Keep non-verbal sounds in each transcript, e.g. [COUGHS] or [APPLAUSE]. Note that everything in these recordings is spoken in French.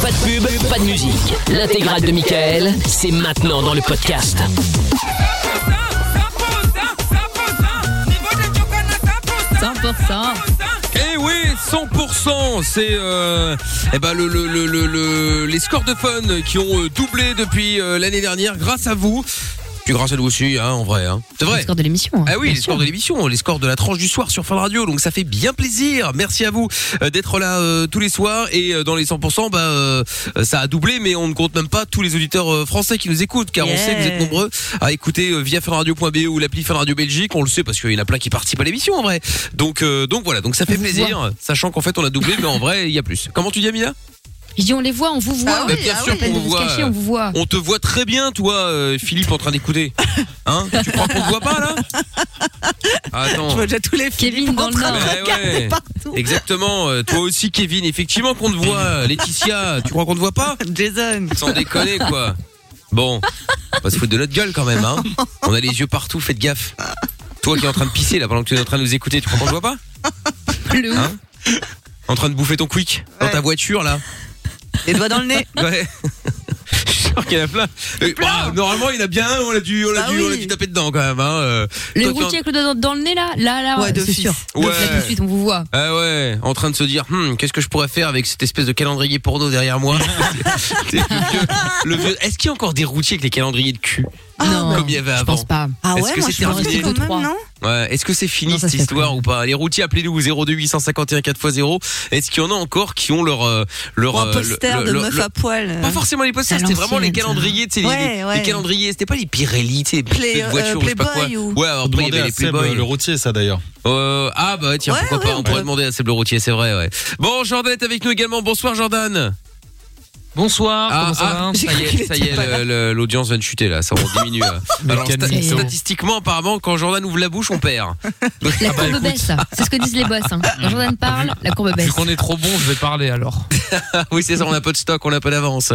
pub, pas de musique. L'intégrale de Michael, c'est maintenant dans le podcast. Eh oui, 100%, c'est euh, eh ben le, le- le- le- le- les scores de fun qui ont euh, doublé depuis euh, l'année dernière grâce à vous. Puis grâce à nous aussi, hein, en vrai. hein. C'est vrai. Le score de l'émission. Ah oui, les scores de l'émission, les scores de la tranche du soir sur Fun Radio, donc ça fait bien plaisir. Merci à vous euh, d'être là euh, tous les soirs et euh, dans les 100%, bah, euh, ça a doublé, mais on ne compte même pas tous les auditeurs euh, français qui nous écoutent, car on Yeah. sait que vous êtes nombreux à écouter euh, via funradio.be ou l'appli Fun Radio Belgique. On le sait parce qu'il y en a plein qui participent à l'émission en vrai. Donc, euh, donc voilà, donc ça fait plaisir, sachant qu'en fait on a doublé, mais en vrai il y a plus. Comment tu dis, Amina Je dis on les voit, on vous voit. Mais bien sûr qu'on Vous vous vous voit. cachez, ah on vous voit. On te voit très bien, toi, euh, Philippe, en train d'écouter. Hein Tu crois qu'on te voit pas là Attends. tous les Kevin dans le Ah Nord. ben ouais. Exactement. Euh, toi aussi, Kevin. Effectivement, qu'on te voit. Laetitia, tu crois qu'on te voit pas Jason. Sans déconner, quoi. Bon, on va se foutre de notre gueule quand même. Hein. On a les yeux partout. Faites gaffe. Toi qui es en train de pisser là pendant que tu es en train de nous écouter, tu crois qu'on te voit [LAUGHS] pas Hein? Le ouf. En train de bouffer ton quick dans ta voiture là. Les doigts dans le nez. [LAUGHS] Ouais. Je suis sûr qu'il y en a plein. Euh, bah, normalement, il y en a bien un, on l'a dû, on l'a Bah dû, on l'a oui. dû taper dedans quand même. Hein. euh. Le Toi qui es en- routier avec le doigt dans, dans le nez là, là, là, Ouais, de c'est fils. sûr. Ouais. Là, tout de suite, on vous voit. Ah ouais, en train de se dire, Hmm, qu'est-ce que je pourrais faire avec cette espèce de calendrier porno derrière moi [LAUGHS] C'est le vieux- le vieux- Est-ce qu'il y a encore des routiers avec les calendriers de cul non, comme il y avait je avant pense pas. Ah Est-ce ouais, que moi c'est je pense terminé que quand Trois. même, non Ouais, Est-ce que c'est fini Non, ça cette se fait histoire ou pas Les routiers, appelez-nous au 02 851 4x0. Est-ce qu'il y en a encore qui ont leur... euh, leur Ou un euh, poster le- de le- meuf le- à poil. euh, Pas forcément les posters, À c'était vraiment les l'ancienne, ça. calendriers, tu sais, les- Ouais, les, ouais. les calendriers, c'était pas les Pirelli, tu sais, les Play- petites voitures, euh, je sais pas quoi. Playboy ou- Ouais, alors après, il y Demandez avait à les Seb, Playboy. le routier, ça d'ailleurs. Euh, ah bah tiens, Ouais, pourquoi ouais, pas, on, on pourrait peut. demander à Seb le routier, c'est vrai, ouais. Bon, Jordan est avec nous également, bonsoir Jordan. Bonsoir, Ah, comment ça ah, va ça y est, ça y est, le- le- l'audience vient de chuter là, ça on diminue. [LAUGHS] là. Alors, quel sta- mytho. statistiquement, apparemment, quand Jordan ouvre la bouche, on perd. ah bah, La courbe baisse, c'est ce que disent les boss. Hein. Quand Jordan parle, la courbe Vu baisse. qu'on est trop bon, je vais parler alors. [LAUGHS] oui, c'est ça, on a pas de stock, on a pas [LAUGHS] d'avance.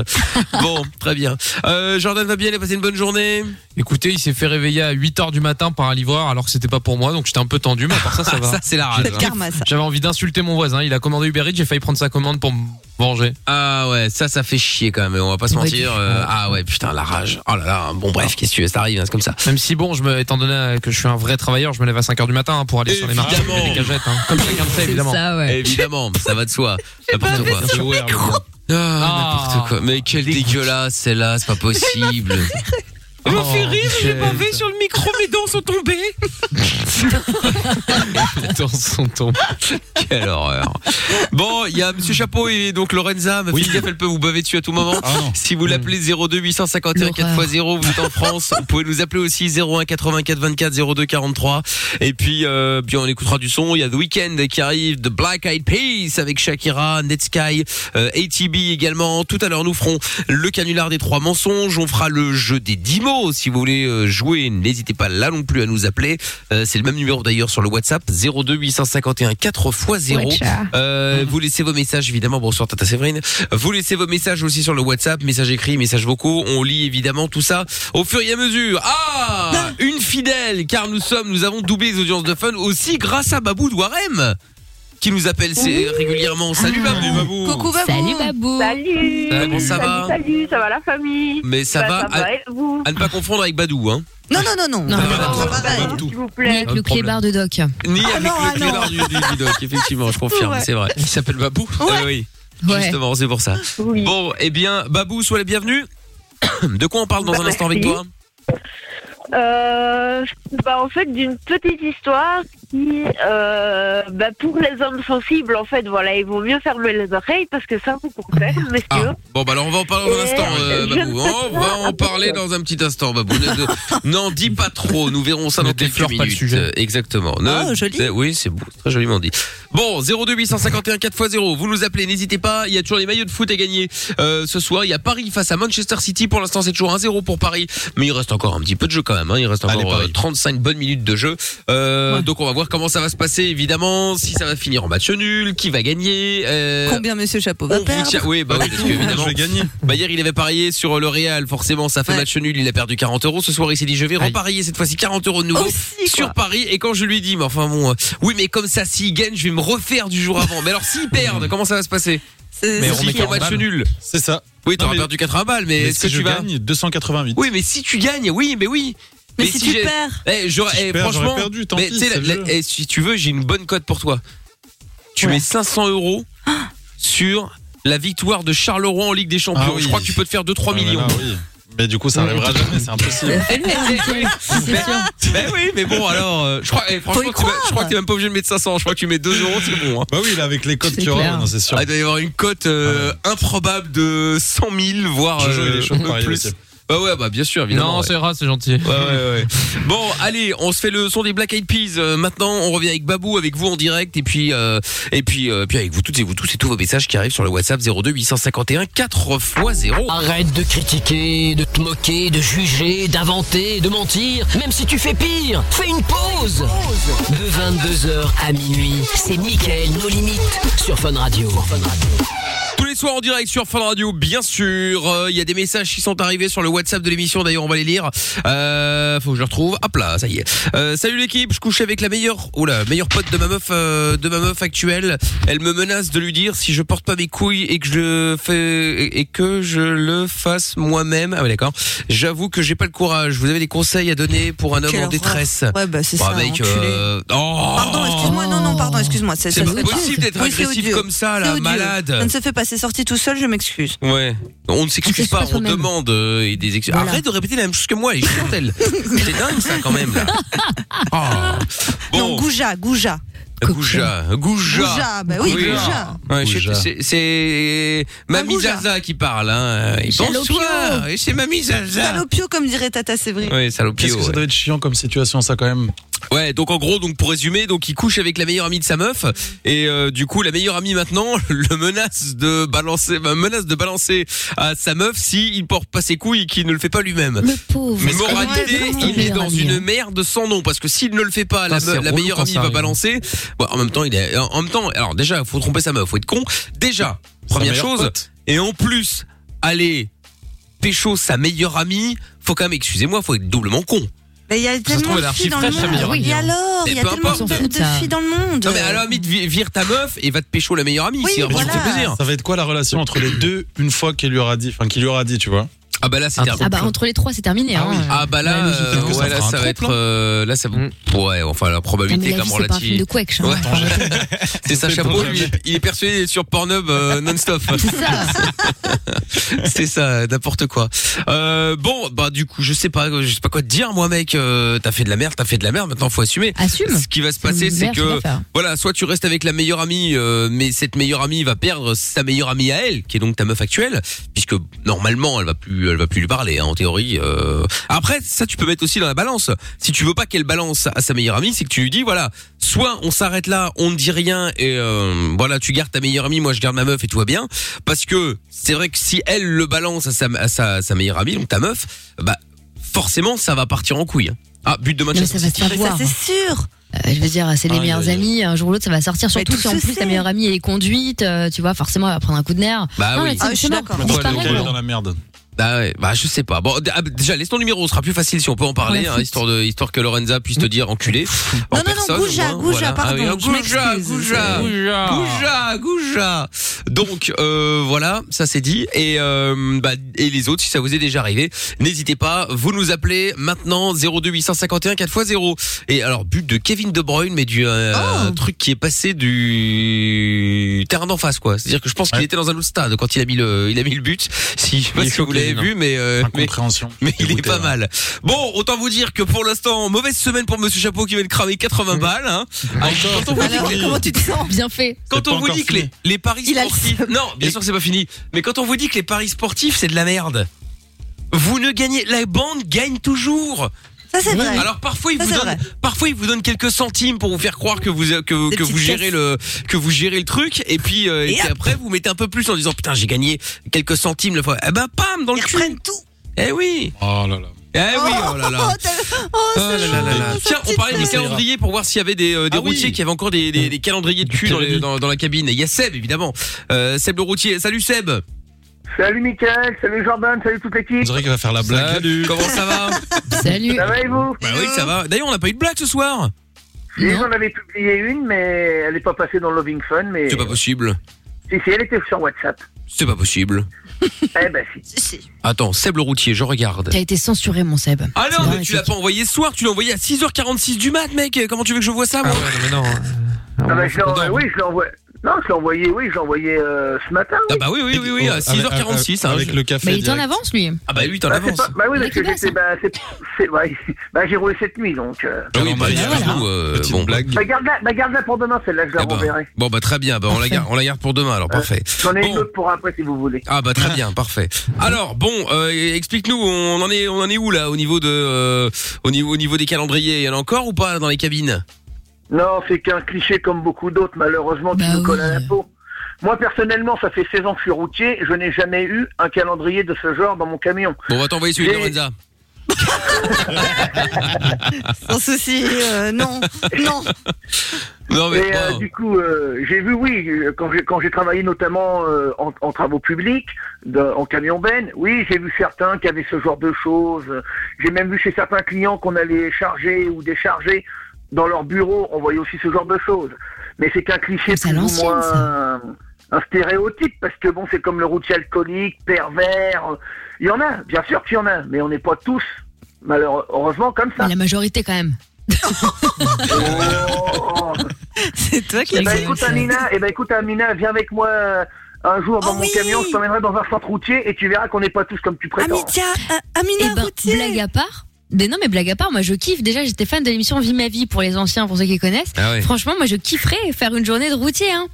bon, très bien. Euh, Jordan va bien, il a passé une bonne journée. Écoutez, il s'est fait réveiller à 8h du matin par un livreur alors que c'était pas pour moi, donc j'étais un peu tendu, mais à part ça, [LAUGHS] ça va. Ça, c'est la rage. C'est le hein. karma, ça. J'avais envie d'insulter mon voisin, il a commandé Uber Eats, j'ai failli prendre sa commande pour me venger. Ah ouais, ça, ça fait chier quand même, on va pas se Ouais, mentir. euh, ah ouais, putain, la rage. Oh là là, bon, Ah. bref, qu'est-ce que tu veux, ça arrive, hein, c'est comme ça. Même si bon, je me, étant donné que je suis un vrai travailleur, je me lève à 5h du matin hein, pour aller sur les marchés, Évidemment. et les cagettes, hein. comme chacun le sait C'est évidemment. ça, ouais. Évidemment, ça va de soi. N'importe quoi. C'est ouvert, mais bon. Ah, Ah. n'importe quoi. Mais quelle dégueulasse celle-là, c'est pas possible. Elle m'a fait rire, j'ai bavé sur le micro, mes dents sont [LAUGHS] tombées. [LAUGHS] Dans son temps. Quelle horreur. Bon, il y a Monsieur Chapeau et donc Lorenza. Ma Oui. fille, elle peut vous baver dessus à tout moment. Ah non. Si vous l'appelez 02 851 L'horreur. 4x0, vous êtes en France. Vous pouvez nous appeler aussi 01 84 24 02 43. Et puis, euh, puis on écoutera du son. Il y a The Weeknd qui arrive, The Black Eyed Peas avec Shakira, Netsky, euh, ATB également. Tout à l'heure, nous ferons le canular des trois mensonges. On fera le jeu des 10 mots. Si vous voulez euh, jouer, n'hésitez pas là non plus à nous appeler. Euh, C'est le même numéro d'ailleurs sur le WhatsApp 02 851 4x0. Watcha. Euh, vous laissez vos messages évidemment. Bonsoir Tata Séverine. Vous laissez vos messages aussi sur le WhatsApp, messages écrits, messages vocaux. On lit évidemment tout ça au fur et à mesure. Ah, une fidèle, car nous sommes, nous avons doublé les audiences de fun aussi grâce à Babou Douarem qui nous appelle c'est régulièrement. Salut Babou. Coucou, Babou. Salut Babou. Salut Comment ça Salut, va salut, ça va la famille Mais ça Bah, va. à- et vous À ne pas confondre avec Badou, hein. Non, non, non, non. Non, Ça non, va, non, ça non, va, pareil. non. S'il vous Ni plaît avec le Pas de clé-barre de Doc. Ni avec non, ah le non. clébard du, du, du doc, effectivement, je confirme, Ouais. c'est vrai. Il s'appelle Babou. Ah oui, Ouais. justement, c'est pour ça. Oui. Bon, eh bien, Babou, sois la bienvenue. [COUGHS] De quoi on parle dans un instant avec toi Euh, bah, en fait, d'une petite histoire qui, euh, bah, pour les hommes sensibles, en fait, voilà, ils vont mieux fermer les oreilles parce que ça vous concerne, [LAUGHS] messieurs. Ah, bon, bah alors on va en parler dans un Et instant, euh, je Babou. ne sais On va pas. en parler dans un petit instant, Babou. Ne- ne- N'en dis pas trop, nous verrons ça Ne dans quelques déflore minutes. pas le sujet. Euh, Exactement. Ah, Ne- joli. euh, Oui, c'est beau, très joliment dit. Bon, 02 851 4x0, vous nous appelez, n'hésitez pas, il y a toujours les maillots de foot à gagner. Euh, ce soir, il y a Paris face à Manchester City, pour l'instant c'est toujours 1-0 pour Paris, mais il reste encore un petit peu de jeu quand même. même. hein. Il reste Allez, encore pareil. euh, 35 bonnes minutes de jeu. Euh, Donc on va voir comment ça va se passer évidemment, si ça va finir en match nul, qui va gagner. euh, Combien Monsieur Chapeau on va vous perdre tient- Oui, bah oui, parce que évidemment. Bah hier, il avait parié sur le Real. Forcément, ça fait Ouais. match nul. Il a perdu 40 euros. Ce soir, il s'est dit, je vais Aïe. reparier cette fois-ci 40 euros de nouveau Aussi, sur quoi. Paris. Et quand je lui dis, mais enfin bon, euh, oui, mais comme ça, s'il gagne, je vais me refaire du jour avant. Mais alors, [LAUGHS] s'il perd, comment ça va se passer C'est- Mais c'est- on S'il met fait 40 match balles. nul. C'est ça. Oui, Non, t'auras mais- perdu 80 balles, mais, Mais est-ce que tu je vas gagne 288. Oui, mais si tu gagnes, oui, mais oui. Mais si tu j'ai- perds Eh, j'aurais- Si je eh, perds, j'aurais franchement, perdu, tant mais pis, tu sais, c'est la- le jeu. la- eh, si tu veux, j'ai une bonne cote pour toi. Tu mets 500 euros sur la victoire de Charleroi en Ligue des Champions. Ah oui. Je crois que tu peux te faire 2-3 Ah, millions. voilà, oui. Mais du coup, ça arrivera jamais, c'est impossible. C'est sûr. [LAUGHS] Ben oui, mais bon, alors, euh, je crois, eh, franchement, Faut y tu vas- je crois croire. que t'es même pas obligé de mettre 500. Je crois que tu mets 2 euros, c'est bon. hein. Bah oui, là, avec les codes C'est qu'il y aura, clair. non, c'est sûr. Ah Ah, il doit y avoir une cote euh, improbable de 100 000, voire Jojo, il euh, est chaud de parier plus. aussi. Bah ouais, bah bien sûr, évidemment. Non, ouais. c'est rare, c'est gentil. Ouais, ouais, ouais. Bon, allez, on se fait le son des Black Eyed Peas. Euh, maintenant, on revient avec Babou, avec vous en direct, et puis, euh, et puis, euh, puis avec vous toutes et vous tous, et tous vos messages qui arrivent sur le WhatsApp 02 851 4 x 0. Arrête de critiquer, de te moquer, de juger, d'inventer, de mentir. Même si tu fais pire, fais une pause. De 22h à minuit, c'est Mickaël, nos limites, sur Fun Radio. Tous les soirs en direct sur Fun Radio, bien sûr. Euh, Il y a des messages qui sont arrivés sur le WhatsApp de l'émission. D'ailleurs, on va les lire. Euh, faut que je retrouve. Hop là, ça y est. Euh, salut l'équipe. Je couche avec la meilleure, oh la meilleure pote de ma meuf, euh, de ma meuf actuelle. Elle me menace de lui dire si je porte pas mes couilles et que je le fais et que je le fasse moi-même. Ah ouais, d'accord. J'avoue que j'ai pas le courage. Vous avez des conseils à donner pour un homme Quelle en horreur. détresse Ouais, bah c'est Bah, ça. mec, enculé. euh, oh Pardon, excuse-moi. Non, non, pardon, excuse-moi. c'est ça pas se fait pas. possible d'être Oui, c'est agressif odieux. comme ça, C'est là, odieux. malade. Ça ne se fait pas. C'est sorti tout seul, je m'excuse. Ouais. On ne s'excuse s'excuse pas, pas on soi-même. demande euh, et des excuses. Voilà. Arrête de répéter la même chose que moi, elle est chiante, elle. C'est dingue ça quand même. Là. Ah. Non, Bon, Gouja, Gouja. Gouja, Gouja. Gouja, bah oui, Oui. Gouja. Ouais, je sais Gouja. plus, c'est- c'est Mamie Gouja. Zaza qui parle. Hein. Et Salopio. Bonsoir, et c'est Mamie Zaza. Salopio, comme dirait Tata Séverine. Ouais, salopio. Qu'est-ce que ça ouais. doit être chiant comme situation, ça, quand même Ouais, donc en gros, donc pour résumer, donc il couche avec la meilleure amie de sa meuf et euh, du coup la meilleure amie maintenant [LAUGHS] le menace de balancer, bah, menace de balancer à sa meuf si il porte pas ses couilles et qu'il ne le fait pas lui-même. Le pauvre. Mais Est-ce qu'on moralité, peut il est vraiment dans dire une merde sans nom parce que s'il ne le fait pas, la, Putain, me- c'est la meilleure relou quand amie ça va arrive. balancer. Bon, en même temps, il est, en même temps, alors déjà, faut tromper sa meuf, faut être con. Déjà, Sa première meilleure chose. pote. Et en plus, aller pécho sa meilleure amie, faut quand même, excusez-moi, faut être doublement con. Mais il y a trouve, tellement elle de a filles dans le archi fraîche, la monde. miroir. Et alors, il y a Mais peu tellement importe. de de filles dans le monde. Non mais alors, amie, vi- vire ta meuf et va te pécho la meilleure amie. Oui, c'est voilà. ça me fait plaisir. Ça va être quoi la relation entre les deux une fois qu'il lui aura dit, enfin, qu'il lui aura dit, tu vois Ah bah là, c'est Ah, terminé. Ah bah entre les trois c'est terminé. Ah oui. hein. Ah bah là, Ouais, logique, euh, peut-être que ça ouais, là, fera un ça va trompe, être, euh, là, ça va- ouais, enfin la Putain, probabilité mais est la quand vie, même c'est pas un film relative. de couèche. Ouais. hein. [LAUGHS] C'est Sacha fait Baron, ton lui, il est persuadé d'être sur Pornhub [LAUGHS] euh, non-stop. C'est ça. [LAUGHS] C'est ça, n'importe quoi. Euh, bon, bah du coup, je sais pas, je sais pas quoi te dire, moi, mec. Euh, t'as fait de la merde, t'as fait de la merde. Maintenant, faut assumer. Assume. Ce qui va se passer, Une c'est merde, tu que vas faire. voilà, soit tu restes avec la meilleure amie, euh, mais cette meilleure amie va perdre sa meilleure amie à elle, qui est donc ta meuf actuelle, puisque normalement elle va plus, elle va plus lui parler hein, en théorie. euh. Après, ça tu peux mettre aussi dans la balance. Si tu veux pas qu'elle balance à sa meilleure amie, c'est que tu lui dis voilà, soit on s'arrête là, on ne dit rien et euh, voilà, tu gardes ta meilleure amie, moi je garde ma meuf et tout va bien, parce que c'est vrai que si elle le balance à sa, à sa, sa meilleure amie, donc ta meuf, bah forcément ça va partir en couille. hein. Ah, but de Non, mais Manchester ça va se City. Mais savoir. ça c'est sûr. Euh, je veux dire, c'est les Aïe, Ah, meilleurs aïe, aïe. amis. Un jour ou l'autre, ça va sortir. Mais Surtout tout si en se plus sait. ta meilleure amie elle est conduite, euh, tu vois, forcément elle va prendre un coup de nerf. Bah Non, oui. mais Ah, c'est- je suis c'est mort. d'accord. Pourquoi Disparaît, elle est gros. dans la merde Bah ouais, bah je sais pas. Bon, d- ah, déjà laisse ton numéro, ce sera plus facile si on peut en parler, Ouais, hein, foot. histoire de histoire que Lorenza puisse te dire enculé. en Non, non, non, personne, au Gouja, moins, Gouja, Ah oui, pardon, oh, je Gouja, m'excuse. Gouja, Gouja, Gouja. Donc euh, voilà, ça c'est dit. Et euh, bah, et les autres, si ça vous est déjà arrivé, n'hésitez pas. Vous nous appelez maintenant 02 851 4x0. Et alors but de Kevin De Bruyne, mais du euh, Oh. un truc qui est passé du terrain d'en face quoi. C'est-à-dire que je pense qu'il Ouais. était dans un autre stade quand il a mis le il a mis le but. Si je sais pas Il est si chaud, vous l'avez Kevin, hein. vu, mais euh, mais- Incompréhension. mais il est Dégoûté, pas ouais. mal. Bon, autant vous dire que pour l'instant, mauvaise semaine pour Monsieur Chapeau qui vient de cramer 80 balles. Hein. Ah, Quand on vous dit Alors, que, comment tu te sens Bien fait. quand pas on vous encore dit que les, fini. les paris Il a le sportifs... Non, bien sûr que c'est pas fini. Mais quand on vous dit que les paris sportifs, c'est de la merde. Vous ne gagnez... La bande gagne toujours. Ça c'est vrai. Alors parfois ils Ça, vous c'est donnent, vrai. parfois ils vous donnent quelques centimes pour vous faire croire que vous que, Des que vous petites gérez pièces. le que vous gérez le truc et puis, euh, et Et puis hop. après vous mettez un peu plus en disant putain j'ai gagné quelques centimes la fois. Eh ben pam dans le Ils cul. reprennent tout. Eh oui. Oh là là. Eh oui, oh là là. Oh, Ah Oh là là là là. mignon, Tiens, cette on parlait des petite blague. calendriers pour voir s'il y avait des, euh, des Ah oui. routiers qui avaient encore des, des- des calendriers de cul dans, les- calendrier. dans- dans la cabine. Et il y a Seb, évidemment. Euh, Seb le routier. Salut Seb. Salut Mickaël, salut Jordan, salut toute On l'équipe. dirait qu'il va faire la blague. Salut. Comment ça [LAUGHS] va Salut. Bah Ça va et vous Bah oui, ça va. D'ailleurs, on n'a pas eu de blague ce soir. Oui, Non. J'en avais publié une, mais elle n'est pas passée dans Loving Fun. Mais C'est pas possible. si, si, elle était sur WhatsApp. C'est pas possible. eh ben si. Si. Attends, Seb le routier, je regarde. T'as été censuré, mon Seb. Ah C'est non, mais dramatique. tu l'as pas envoyé ce soir, tu l'as envoyé à 6h46 du mat, mec. Comment tu veux que je vois ça, moi Ah ouais, euh, non, mais non. hein. Ah ben, je l'ai on envoyé- dort. oui, je l'ai envoyé. Non, je l'ai envoyé. Oui, je l'ai envoyé euh, ce matin. Ah Oui. bah oui, oui, oui, oui, à Avec- 6h46. hein, Avec je- le café. Mais Bah, il est en direct. avance, lui. Ah bah oui, t'en Bah, c'est avances. pas- bah oui, Mais parce que qui j'étais, bah, c'est, c'est, ouais, [LAUGHS] bah, j'ai roulé cette nuit, donc. euh, Ah oui, bah, Calendrier. nous, euh, Petite bon. blague. Bah, garde-la, bah, garde-la pour demain, celle-là, je la Ah bah, renverrai. bon bah très bien, bah, on, la garde, on la garde pour demain alors, parfait. J'en ai une Bon. autre pour après si vous voulez. Ah bah très bien, parfait. Alors bon, euh, explique-nous, on en est, on en est où là au niveau de, euh, au niveau, au niveau des calendriers, il y en a encore ou pas dans les cabines Non, c'est qu'un cliché comme beaucoup d'autres, malheureusement, qui Bah nous colle à oui. la peau. Moi, personnellement, ça fait 16 ans que je suis routier, je n'ai jamais eu un calendrier de ce genre dans mon camion. Bon, on va t'envoyer celui de Et- Lorenza. [LAUGHS] Sans souci, euh, non, non. Non mais Et euh, bon. du coup, euh, j'ai vu, oui, euh, quand j'ai quand j'ai travaillé notamment euh, en, en travaux publics, dans- en camion ben, oui, j'ai vu certains qui avaient ce genre de choses. J'ai même vu chez certains clients qu'on allait charger ou décharger dans leur bureau. On voyait aussi ce genre de choses. Mais c'est qu'un cliché C'est à plus ou l'ancienne, moins ça. un, un stéréotype parce que bon, c'est comme le routier alcoolique, pervers. Il y en a, bien sûr qu'il y en a, mais on n'est pas tous malheureusement comme ça. Mais la majorité, quand même. Oh. [LAUGHS] C'est toi qui Eh ben, Exact. écoute, Amina, eh ben, écoute, Amina, viens avec moi euh, un jour dans Oh mon oui. camion, je t'emmènerai dans un centre routier et tu verras qu'on n'est pas tous comme tu prétends. Amitia, a- Eh Amina ben, Routier. blague à part. Mais non, mais blague à part, moi je kiffe. Déjà, j'étais fan de l'émission Vie ma vie pour les anciens, pour ceux qui connaissent. Ah ouais. Franchement, moi je kifferais faire une journée de routier, hein.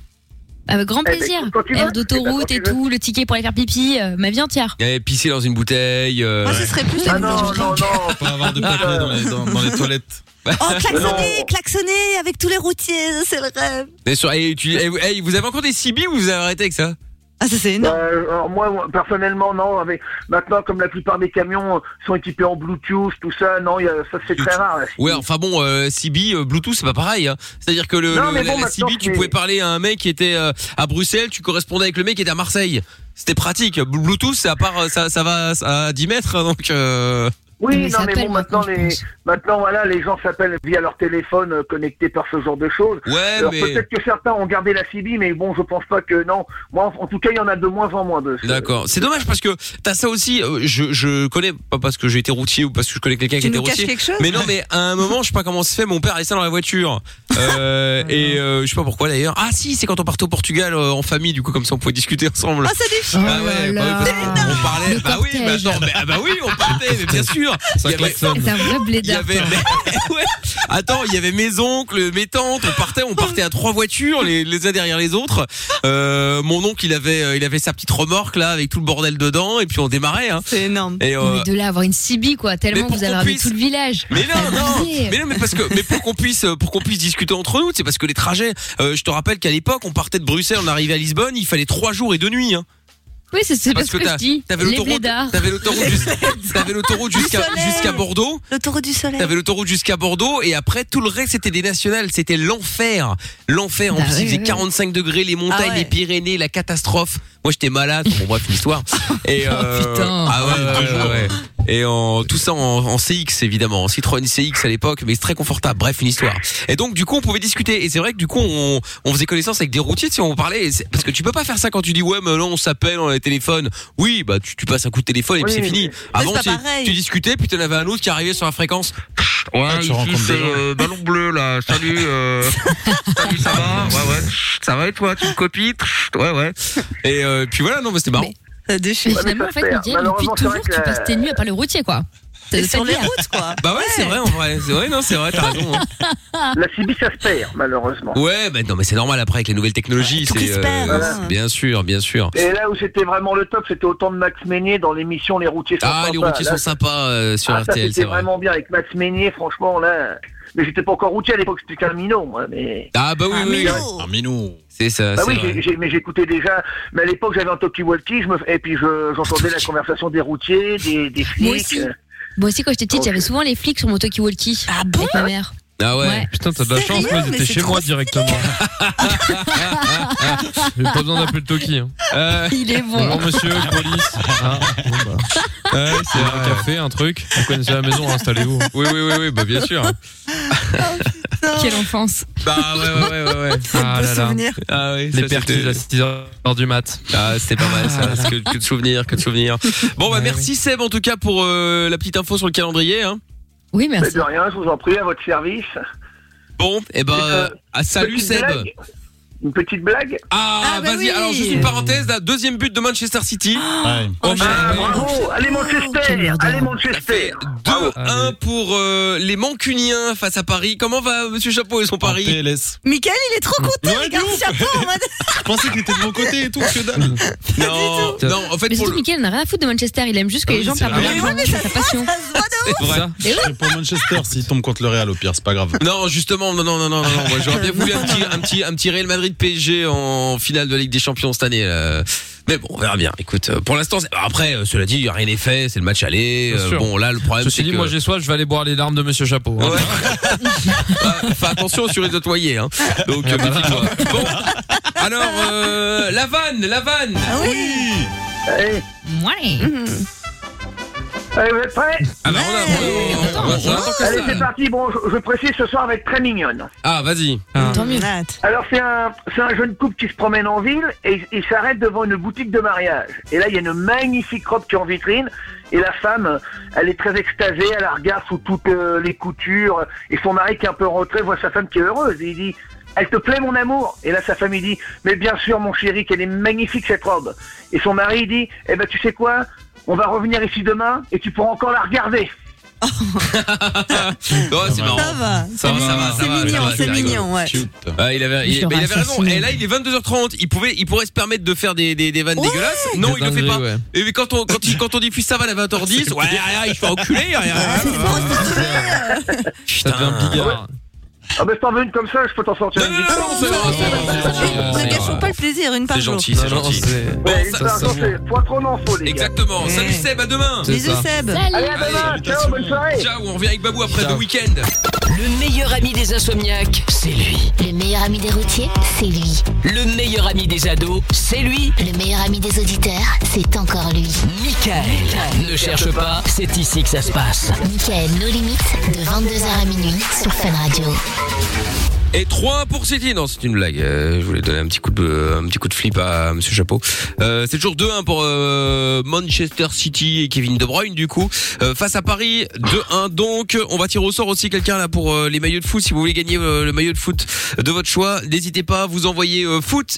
Avec grand Eh ben, plaisir. écoute, quand tu veux. Air d'autoroute Eh et ben, quand tu tout, le ticket pour aller faire pipi, euh, ma vie entière. Eh, pisser dans une bouteille. euh, Moi, ce serait plus la Ah non, musique. non, [LAUGHS] non. Pas avoir de papier dans les, dans, dans les toilettes. Oh, klaxonner, Non. klaxonner avec tous les routiers, c'est le rêve. mais sur- eh, tu- eh, vous- eh, vous avez encore des CB ou vous avez arrêté avec ça Ah, ça, c'est énorme. Euh, alors moi, moi, personnellement, non. Avec, maintenant, comme la plupart des camions euh, sont équipés en Bluetooth, tout ça, non, il y a- ça c'est très rare. là. Ouais, enfin bon, euh, CB, euh, Bluetooth, c'est pas pareil. hein. C'est-à-dire que le, Non, le- mais la, bon, la maintenant, CB, tu c'est- pouvais parler à un mec qui était euh, à Bruxelles, tu correspondais avec le mec qui était à Marseille. C'était pratique. Bluetooth, c'est à part, euh, ça, ça va à 10 mètres, donc. euh, Oui, non, ça mais appelle bon, maintenant, je les, pense. maintenant, voilà, les gens s'appellent via leur téléphone euh, connecté par ce genre de choses. Ouais, Alors, mais. peut-être que certains ont gardé la CB, mais bon, je pense pas que non. Moi, en, en tout cas, il y en a de moins en moins de. [LAUGHS] ce- D'accord. C'est dommage parce que t'as ça aussi. euh, Je, je connais pas parce que j'ai été routier ou parce que je connais quelqu'un qui Tu était nous caches routier. quelque chose Mais non, mais à un moment, je sais pas comment se fait, mon père avait ça dans la voiture. Euh, et euh, je sais pas pourquoi d'ailleurs. Ah si, c'est quand on partait au Portugal euh, en famille, du coup comme ça on pouvait discuter ensemble. Oh, ça déchire. Ah Oh ouais, là bah oui, là. parce qu'on- on parlait. Le bah oui, bah, cortège. non, mais- ah bah oui, [LAUGHS] on partait, mais bien sûr. Ça Il y avait- klaxonne. C'est un vrai il y blédard. hein. avait, ouais. Attends, il y avait mes oncles, mes tantes, on partait, on partait à trois voitures, les, les uns derrière les autres. Euh, mon oncle, il avait, euh, il avait sa petite remorque là, avec tout le bordel dedans, et puis on démarrait. Hein. C'est énorme. Et, euh, Mais de là à avoir une CB, quoi, tellement pour vous avez qu'on ramené puisse- tout le village. euh, Mais non, non, abusé. mais non, mais parce que, mais pour qu'on puisse, pour qu'on puisse discuter entre nous, c'est parce que les trajets. euh, je te rappelle qu'à l'époque, on partait de Bruxelles, on arrivait à Lisbonne, il fallait trois jours et deux nuits. Hein. Oui, c'est c'est Parce parce que que t'as- je dis. T'avais Les l'autoroute, blédards. t'avais [LAUGHS] l'autoroute, jus- t'avais l'autoroute jusqu'à soleil. jusqu'à Bordeaux, L'autoroute du soleil. t'avais l'autoroute jusqu'à Bordeaux, et après tout le reste c'était des nationales, c'était l'enfer, l'enfer. En Bah plus, oui, il faisait oui. 45 degrés, les montagnes, Ah ouais. les Pyrénées, la catastrophe. Moi, j'étais malade. Bon, bref, l'histoire. Et euh, putain. ah ouais, ouais, ouais, ouais. Et en tout ça en, en CX évidemment, en Citroën CX à l'époque, mais c'est très confortable. Bref, une histoire. Et donc du coup, on pouvait discuter. Et c'est vrai que du coup, on, on faisait connaissance avec des routiers. Si on parlait, Et c'est- parce que tu peux pas faire ça quand tu dis ouais, mais non, on s'appelle, on a les téléphones. Oui, bah tu, tu passes un coup de téléphone et puis Oui, c'est fini. oui. Avant, c'est tu, pas pareil. tu discutais, puis t'en avais un autre qui arrivait sur la fréquence. Ouais, euh, Ah, tu ici, rencontres c'est, des gens. ballon bleu là. Salut, euh, salut, ça va Ouais, ouais. Ça va et toi Tu me copies Ouais, ouais. Et euh, puis voilà, non, mais c'était marrant. Ça Mais déchire. Ouais, finalement, mais en ça fait, se perd. Mickaël, depuis Malheureusement, c'est vrai toujours, que tu la- passes tes nuits à part le routier, quoi. Et C'est sur les clair. routes, quoi. Bah ouais, c'est vrai en vrai. C'est vrai, non, c'est vrai. T'as raison. hein. ah. La CB, ça se perd, malheureusement. Ouais, mais non, mais c'est normal après avec les nouvelles technologies. Tout qui c'est euh, se perd, hein. c'est- bien sûr, bien sûr. Et là où c'était vraiment le top, c'était au temps de Max Meignier dans l'émission Les routiers sont Ah, sympas. les routiers Là, sont sympas euh, sur ah, ça, RTL, c'était c'est vrai. vraiment bien avec Max Meignier, franchement, là. Mais j'étais pas encore routier à l'époque, c'était qu'un minot, moi. Mais... Ah bah oui, Ah, oui, mais oui. non. Parmi nous. c'est ça. Bah c'est oui, vrai. j'ai- j'ai- mais j'écoutais déjà. Mais à l'époque, j'avais un talkie-walkie, je me... et puis je- j'entendais la conversation des routiers, des, des Moi flics. aussi. euh, Moi aussi, quand j'étais petite, j'avais souvent les flics sur mon talkie-walkie. Ah bon Avec ma mère. Ah ouais. Ouais. Putain, t'as de la chance, Sérieux moi ils Mais étaient c'est chez trop moi directement. J'ai pas besoin d'appeler le Toki. hein. Euh, Il est Bonjour monsieur, police. Hein, bon, bah. Ouais, c'est un café, un truc. Vous connaissez la maison, installez-vous. oui, oui, oui, oui, bah bien sûr. Quelle enfance. Bah ouais, ouais, ouais, ouais. ouais. Ah Beau là là. souvenir. Ah oui, Les ça, perquises c'était- à 6h du mat. Ah, c'était pas mal ça. Parce Que, que de souvenirs, que de souvenirs. Bon, bah Ouais, merci Seb en tout cas pour euh, la petite info sur le calendrier. Hein. Oui, Mais merci. de rien, je vous en prie, à votre service. Bon, et ben, Et, euh, euh, ah, salut Petite Seb. blague. Une petite blague Ah, Ah, bah vas-y, oui. alors juste une parenthèse, là, deuxième but de Manchester City. Ouais. Oh, Ah, merde. bravo Allez Quel Manchester merdeur. Allez Manchester 2-1 Ah, pour euh, les Mancuniens face à Paris. Comment va euh, Monsieur Chapeau et son Par Paris PLS. Michael, il est trop content, Ouais, regarde de le ouf. chapeau en mode. Je pensais qu'il était de mon côté et tout, que [LAUGHS] dalle. Non, tout. non, en fait, Mais pour surtout, le... Mickaël n'a rien à foutre de Manchester. Il aime juste que Ah les oui, gens c'est perdent de vrai. Mais ouais, l'argent. mais C'est ça sa se passion. voit, ça se voit de ouf. [LAUGHS] c'est vrai. Ça. Je suis pour Manchester s'il tombe contre le Real au pire, c'est pas grave. Non, justement, non, non, non, non, non. non, moi, J'aurais bien voulu un petit, un petit, un petit Real Madrid PSG en finale de la Ligue des Champions cette année. là. Mais bon, on verra bien. Écoute, euh, pour l'instant, c'est- après, euh, cela dit, rien n'est fait. C'est le match aller. Bien Euh, sûr. Bon, là, le problème, Ceci c'est dit, que. moi j'ai soif, je vais aller boire les larmes de monsieur Chapeau. hein. Ouais. Ouais, Fais attention sur les autres loyers, hein. Donc, euh, méfie-toi. Bon. Alors, euh, la vanne, la vanne. Ah oui. Allez, Ouais. allez, vous êtes prêts Ah, bah, on a- on a- on a- on a- on attend que Allez, c'est ça. parti. Bon, je, je précise, ce soir va être très mignonne. Ah, vas-y. Ah. Tant mieux. On a hâte. Alors, c'est un, c'est un jeune couple qui se promène en ville et il- il s'arrête devant une boutique de mariage. Et là, il y a une magnifique robe qui est en vitrine. Et la femme, elle est très extasée, elle la regarde sous toutes euh, les coutures. Et son mari qui est un peu rentré voit sa femme qui est heureuse. Et il dit, elle te plaît mon amour Et là, sa femme, il dit, mais bien sûr mon chéri, qu'elle est magnifique cette robe. Et son mari, il dit, eh ben tu sais quoi On va revenir ici demain et tu pourras encore la regarder. Oh, c'est Ça marrant. Ça va. Ça va, ça va, ça C'est va, ça mignon, va, c'est ça rigole. mignon, ouais. Cute. Ah, il avait, il, leur mais il avait raison. assassiné. Et là, il est 22h30. Il pouvait, il pourrait se permettre de faire des, des, des vannes dégueulasses. Non, Des il le fait dingueries, pas. ouais. Et mais quand on, quand il, quand on diffuse ça vanne à 20h10, ouais, ah, il se fait enculer. ah, ah, ah. Ça devient bigard. Ah ben, si t'en veux une comme ça, je peux t'en sortir Non, une non, victoire. non, c'est bon, c'est bon, c'est bon, Ne c'est bon. gâchons pas le plaisir, une par C'est jour. gentil, c'est Non, non, gentil. c'est- Ouais, Bon, une ça, par ça jour, vaut. c'est Faut être en info, les gars. Exactement. Salut Ouais. Seb, à demain. C'est Bisous ça. Seb. Allez, Salut. à demain. Allez, Ciao, bonne soirée. Ciao, on revient avec Babou après Ciao. The Weekend. Le meilleur ami des insomniaques, c'est lui. Le meilleur ami des routiers, c'est lui. Le meilleur ami des ados, c'est lui. Le meilleur ami des auditeurs, c'est encore lui. Michael. Ne cherche pas, c'est ici que ça se passe. Michael, nos limites, de 22h à minuit sur Fun Radio. Et 3 pour City. Non, c'est une blague. Euh, je voulais donner un petit coup de, euh, un petit coup de flip à Monsieur Chapeau. Euh, c'est toujours 2-1 pour euh, Manchester City et Kevin De Bruyne du coup Euh, face à Paris 2-1. Donc on va tirer au sort aussi quelqu'un là pour euh, les maillots de foot. Si vous voulez gagner euh, le maillot de foot de votre choix, n'hésitez pas. à Vous envoyer euh, foot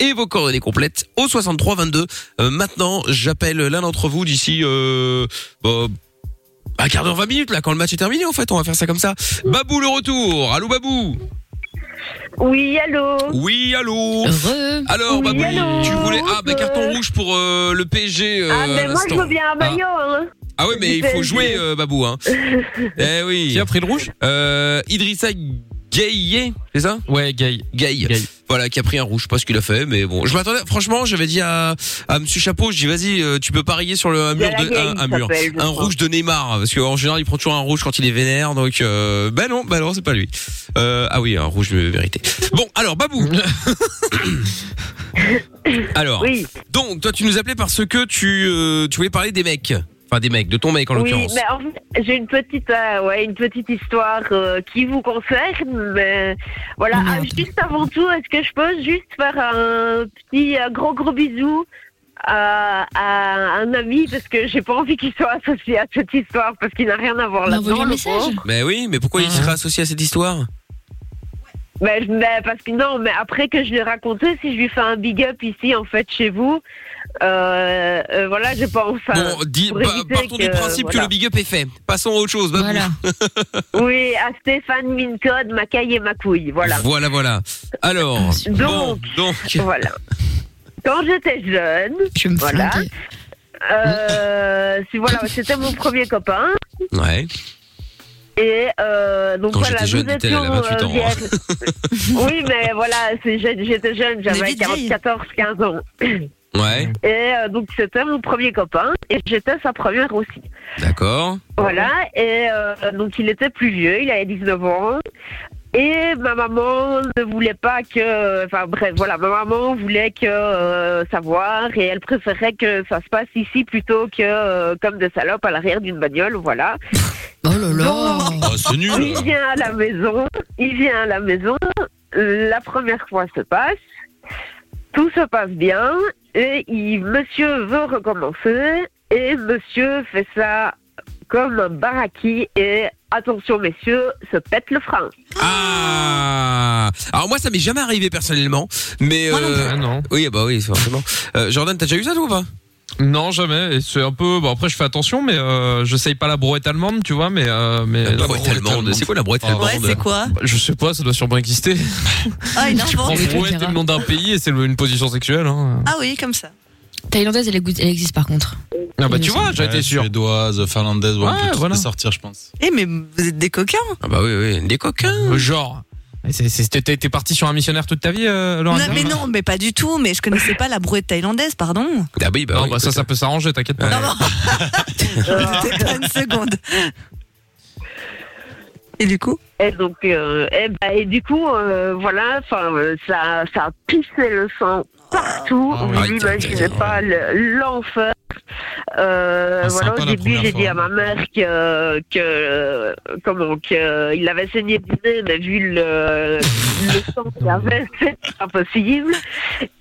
et vos coordonnées complètes au 63 22. Euh, maintenant, j'appelle l'un d'entre vous d'ici euh, bah, un quart d'heure, 20 minutes là quand le match est terminé. En fait, on va faire ça comme ça. Babou le retour. Allô Babou. Oui, allô Oui, allô Heureux. Alors, Oui, Babou, allô tu voulais... Ah, bah, Euh, carton rouge pour euh, le PSG euh, Ah, à mais moi, je l'instant. veux bien un maillot, hein. Ah oui, mais il [LAUGHS] faut PSG. jouer, euh, Babou. Hein. eh oui. Qui a pris le rouge Euh, Idrissa Gueye, c'est ça Ouais, gay. Gueye. Gueye. Voilà, qui a pris un rouge, je sais pas ce qu'il a fait, mais bon. Je m'attendais, franchement, j'avais dit à, à Monsieur Chapeau, je dis, vas-y, euh, tu peux parier sur le un mur, Gueye, de, un, il un mur. s'appelle, je un crois. rouge de Neymar, parce qu'en général, il prend toujours un rouge quand il est vénère, donc, euh, bah non, bah non, c'est pas lui. Euh, ah oui, un rouge de vérité. Bon, alors, Babou. [COUGHS] alors. Oui, Donc, toi, tu nous appelais parce que tu, euh, tu voulais parler des mecs. Enfin, des mecs, de ton mec en oui, l'occurrence. mais en fait, j'ai une petite, euh, ouais, une petite histoire euh, qui vous concerne, mais voilà. Merde. Ah, juste avant tout, est-ce que je peux juste faire un petit, un gros gros bisou à, à un ami parce que j'ai pas envie qu'il soit associé à cette histoire parce qu'il n'a rien à voir On a envoyé là-dedans. un le message. pauvre. Mais Ben oui, mais pourquoi il serait associé à cette histoire Mais, Ben, je- mais parce que non, mais après que je l'ai raconté, si je lui fais un big up ici en fait chez vous, euh, euh, voilà, j'ai pas enfin. Bon, dis, pour pa- éviter partons du que, principe que voilà. le big [LAUGHS] up est fait. Passons à autre chose. Babou. [LAUGHS] Voilà. Oui, à Stéphane Mincode, ma caille et ma couille, voilà. voilà, voilà. Alors, Donc. bon, donc, Voilà. Quand j'étais jeune, Je vais me Voilà. flinguer. euh, si- voilà, c'était mon premier copain. ouais. Et euh, donc Quand voilà, j'étais nous jeune, dit-elle, elle a étions, 28 euh, ans. hein. [LAUGHS] vierges. oui, mais voilà, c'est- j'ai- j'étais jeune, j'avais David J. 14, 15 ans. Ouais, Et euh, donc c'était mon premier copain et j'étais sa première aussi. d'accord. Voilà, et euh, donc il était plus vieux, il avait 19 ans. Et ma maman ne voulait pas que. Enfin bref, voilà, ma maman voulait que euh, savoir et elle préférait que ça se passe ici plutôt que euh, comme des salopes à l'arrière d'une bagnole, voilà. Oh là là là. Ah, c'est nul. Il vient à la maison, il vient à la maison, la première fois se passe, tout se passe bien, et il, monsieur veut recommencer, et monsieur fait ça comme un baraki, et attention messieurs, se pète le frein. Ah Alors moi ça m'est jamais arrivé personnellement, mais euh, Ah non. oui bah oui forcément. Euh, Jordan t'as déjà eu ça toi ou pas Non, jamais. Et c'est un peu. Bon, après, je fais attention, mais euh, j'essaye pas la brouette allemande, tu vois. Mais. euh, mais La brouette allemande, c'est quoi la brouette Ah, allemande Ouais, c'est quoi Je sais pas, ça doit sûrement [LAUGHS] exister. Ah, une Tu prends invente. Oui, tu brouette et verras. le nom d'un pays et c'est le- une position sexuelle. Hein. Ah oui, comme ça. Thaïlandaise, elle, existe- elle existe par contre. Ah bah tu vois, j'ai été Ouais, sûr. Suédoise, finlandaise, ouais, on Ouais, peut tous voilà. les sortir, je pense. Eh, mais vous êtes des coquins. Ah bah oui oui, des coquins. Genre. Et c'est- c'est- T'es t'es parti sur un missionnaire toute ta vie, euh, Non, Laurent mais non, mais pas du tout. Mais je connaissais pas la brouette thaïlandaise, pardon. Ah oui bah, Non, oui, bah ça, ça peut s'arranger, t'inquiète [LAUGHS] pas. [LAUGHS] Oh. C'était pas une seconde. Et du coup Et donc, euh, et, bah, et du coup, euh, voilà, enfin, euh, ça, ça a pissé le sang partout. Ah oui. Vous Arrête, n'imaginez arrête, pas le- l'enfer. Euh, Ah, voilà, sympa au la début, première j'ai fois. dit à ma mère que, que comment, que il avait saigné du nez, mais vu le, [LAUGHS] le sang qu'il avait, [LAUGHS] c'est impossible.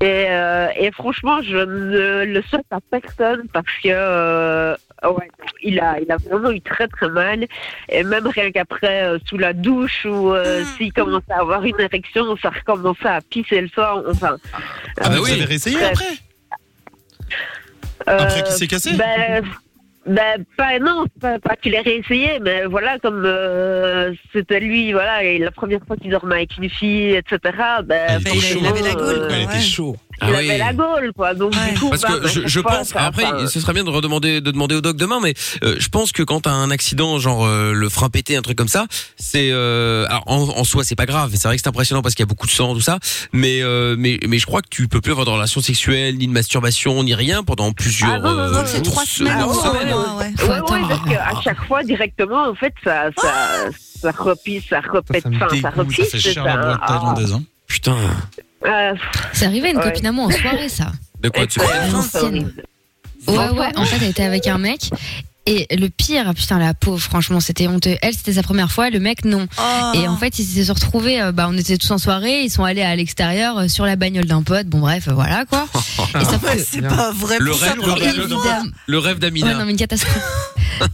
Et, euh, et franchement, je ne le souhaite à personne parce que euh, ouais, il a, il a vraiment eu très très mal. Et même rien qu'après, euh, sous la douche ou euh, Mm. s'il commençait à avoir une érection, ça recommençait à pisser le sang. Enfin, euh, Ah, bah vous oui. avez réessayé après Après qu'il s'est cassé ben, ben, pas, non, pas, pas qu'il ait réessayé, mais voilà, comme euh, c'était lui, voilà, et la première fois qu'il dormait avec une fille, etc., ben, il Ben, il, a- il avait la franchement, gaule. euh, quoi, Ouais, il était ouais. chaud. Ah il oui. avait la gaule, quoi. Donc, Ouais. du coup, Parce ben, que je, ben, je pas, pense, ça, après, euh. enfin, ce serait bien de redemander, de demander au doc demain, mais euh, je pense que quand t'as un accident, genre euh, le frein pété, un truc comme ça, c'est euh, alors, en, en soi c'est pas grave. C'est vrai que c'est impressionnant parce qu'il y a beaucoup de sang, tout ça, mais euh, mais mais je crois que tu peux plus avoir de relation sexuelle, ni de masturbation, ni rien pendant plusieurs. Ah non, non, non, euh, C'est jours, trois semaines Ah, en ouais, semaine. ouais, hein, ouais. Ouais, Faut ouais, attendre. parce qu'à chaque fois, directement, en fait, ça, ça, ça repisse, ça repète, Ça, ça me enfin, ça, Ah. Dégoût, repisse. fait c'est cher la boîte thaïlandaise. hein. Putain, Ah, C'est arrivé à une Ouais. copine à moi en soirée, ça. de quoi tu parles euh, une c'est ancienne. horrible. Ouais, ouais, en fait, elle était avec un mec. Et le pire, ah, putain, la pauvre, franchement, c'était honteux. Elle, c'était sa première fois, le mec, non. Oh. Et en fait, ils se sont retrouvés, euh, bah, on était tous en soirée, ils sont allés à l'extérieur euh, sur la bagnole d'un pote, bon, bref, euh, voilà, [LAUGHS] quoi. Et ça Ouais, fait. c'est pas vrai. Le pour ça, rêve, pour le rêve, évidemment. Évidemment. Le rêve Ouais, d'Amina, non, mais une catastrophe.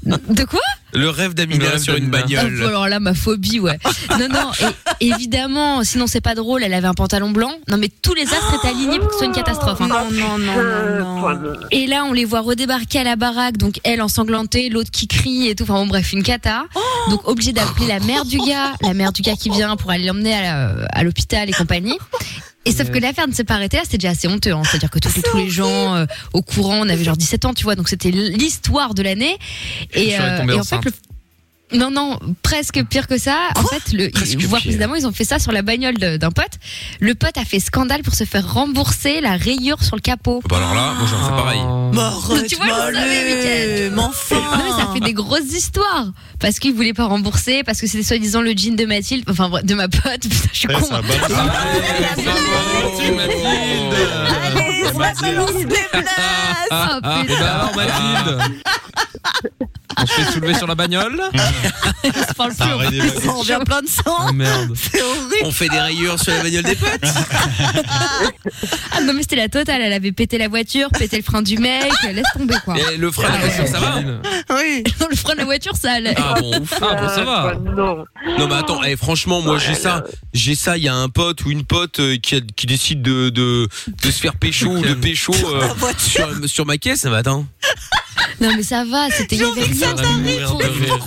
De quoi le rêve d'Amina Le rêve sur une d'Amina. Ah, Oh, bagnole. Alors là, ma phobie, ouais. Non, non, et- évidemment, sinon c'est pas drôle, elle avait un pantalon blanc. Non, mais tous les astres étaient alignés pour que ce soit une catastrophe. hein. Non, non, non, Euh, non, non. enfin, Et là, on les voit redébarquer à la baraque, donc elle ensanglantée, l'autre qui crie et tout. Enfin bon, bref, une cata. Donc obligé d'appeler la mère du gars, la mère du gars qui vient pour aller l'emmener à la- à l'hôpital et compagnie. Et sauf que l'affaire ne s'est pas arrêtée là, c'était déjà assez honteux. hein. C'est-à-dire que tous, tous les gens euh, au courant, on avait genre 17 ans, tu vois, donc c'était l'histoire de l'année. Je Et, euh, serais tombé et en fait, enceinte. le- non, non, presque pire que ça. en fait, le, Presque voire pire. précisément, ils ont fait ça sur la bagnole de- d'un pote. Le pote a fait scandale pour se faire rembourser la rayure sur le capot. Bah alors là, moi j'en Oh. fais pareil. Mais Tu vois, je le savais, arrête, Mickaël. mais enfin. Non, mais ça fait des grosses histoires. Parce qu'il voulait pas rembourser, parce que c'était soi-disant le jean de Mathilde, enfin bref, de ma pote. [LAUGHS] Putain, je suis Ouais, con. ça moi. Ah, balance. Mathilde, Ah, Mathilde. Allez, Mathilde, on se déplace. Eh Ah, ben, Ah, putain, bah alors Mathilde On se fait soulever sur [LAUGHS] la bagnole on se parle Ça plus. aurait des vagues. On revient plein de sang. Oh merde C'est horrible. Ah, On fait des rayures sur la bagnole des potes. Ah, non, mais c'était la totale. Elle avait pété la voiture, pété le frein du mec, euh, laisse tomber quoi. Et le frein, la voiture, ça va [LAUGHS] Oui. Non, le frein de la voiture, ça allait. Ah bon, ouf. Ah bon, ça va enfin, non. Non mais attends, eh, franchement, moi j'ai ça, j'ai ça. Il y a un pote ou une pote euh, qui, a- qui décide de, de de se faire pécho ou de pécho euh, La voiture. sur sur ma caisse. Mais attends, Non, mais ça va, c'était. il y avait envie que ça rien. t'arrive. Trop- Mourir de rire.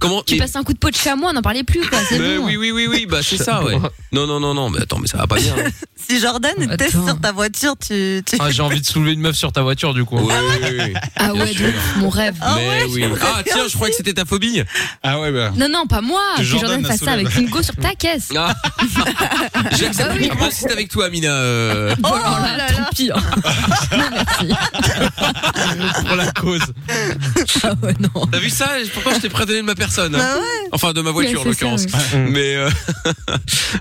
Comment Tu mais- passes un coup de pot de chamois, on n'en parlait plus, quoi. C'est Mais bon. oui, oui, oui, oui, bah c'est ça, [LAUGHS] ouais. Non, non, non, non, mais attends, mais ça va pas bien. hein. Si Jordan était sur ta voiture, tu. tu- Ah, j'ai envie de soulever une meuf sur ta voiture, du coup. Oui, oui, oui, oui. Ah Bien ouais, sûr. de ouf, mon rêve. Ah mais ouais, [LAUGHS] oui. j'aimerais Ah bien tiens, je croyais que c'était ta phobie. Ah ouais, bah. Non, non, pas moi. Que Que Jordan Jordan fasse ça soulève. avec Kingo sur ta caisse. [LAUGHS] Ah. J'accepte Ah oui. uniquement si c'est avec toi, Mina. euh, [LAUGHS] Oh là là. hein. pire. non, merci. Pour la cause. Ah ouais, non. T'as vu ça Pourquoi je t'ai prédonné de ma personne hein. Bah ouais. Enfin, de ma voiture, en Ouais, c'est ça, l'occurrence. ouais. Mais euh,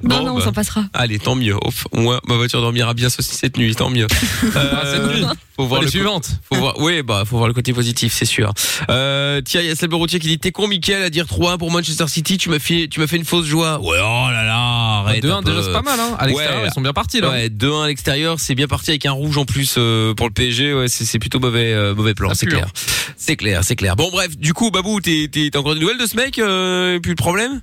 Non, [LAUGHS] Bon, non, on bah. s'en passera. allez, tant mieux. Au f- Au moins, ma voiture dormira bien ceci cette nuit, [LAUGHS] tant mieux. Euh, cette nuit. Faut voir le les co- suivantes. Faut voir, oui, bah, faut voir le côté positif, c'est sûr. Euh, tiens, il y a Salbe Routier qui dit, t'es con, Mickaël, à dire 3-1 pour Manchester City, tu m'as fait, tu m'as fait une fausse joie. Ouais, oh là là, arrête. 2-1, un peu. déjà, c'est pas mal, hein. À l'extérieur, Ouais. ils sont bien partis, là. Ouais, 2-1 à l'extérieur, c'est bien parti avec un rouge en plus euh, pour le PSG. Ouais, c'est c'est plutôt mauvais, euh, mauvais plan, Ça c'est pue, hein. clair. C'est clair, c'est clair. Bon, bref, du coup, Babou, t'es t'es- t'as encore des nouvelles de ce mec euh, Et puis le problème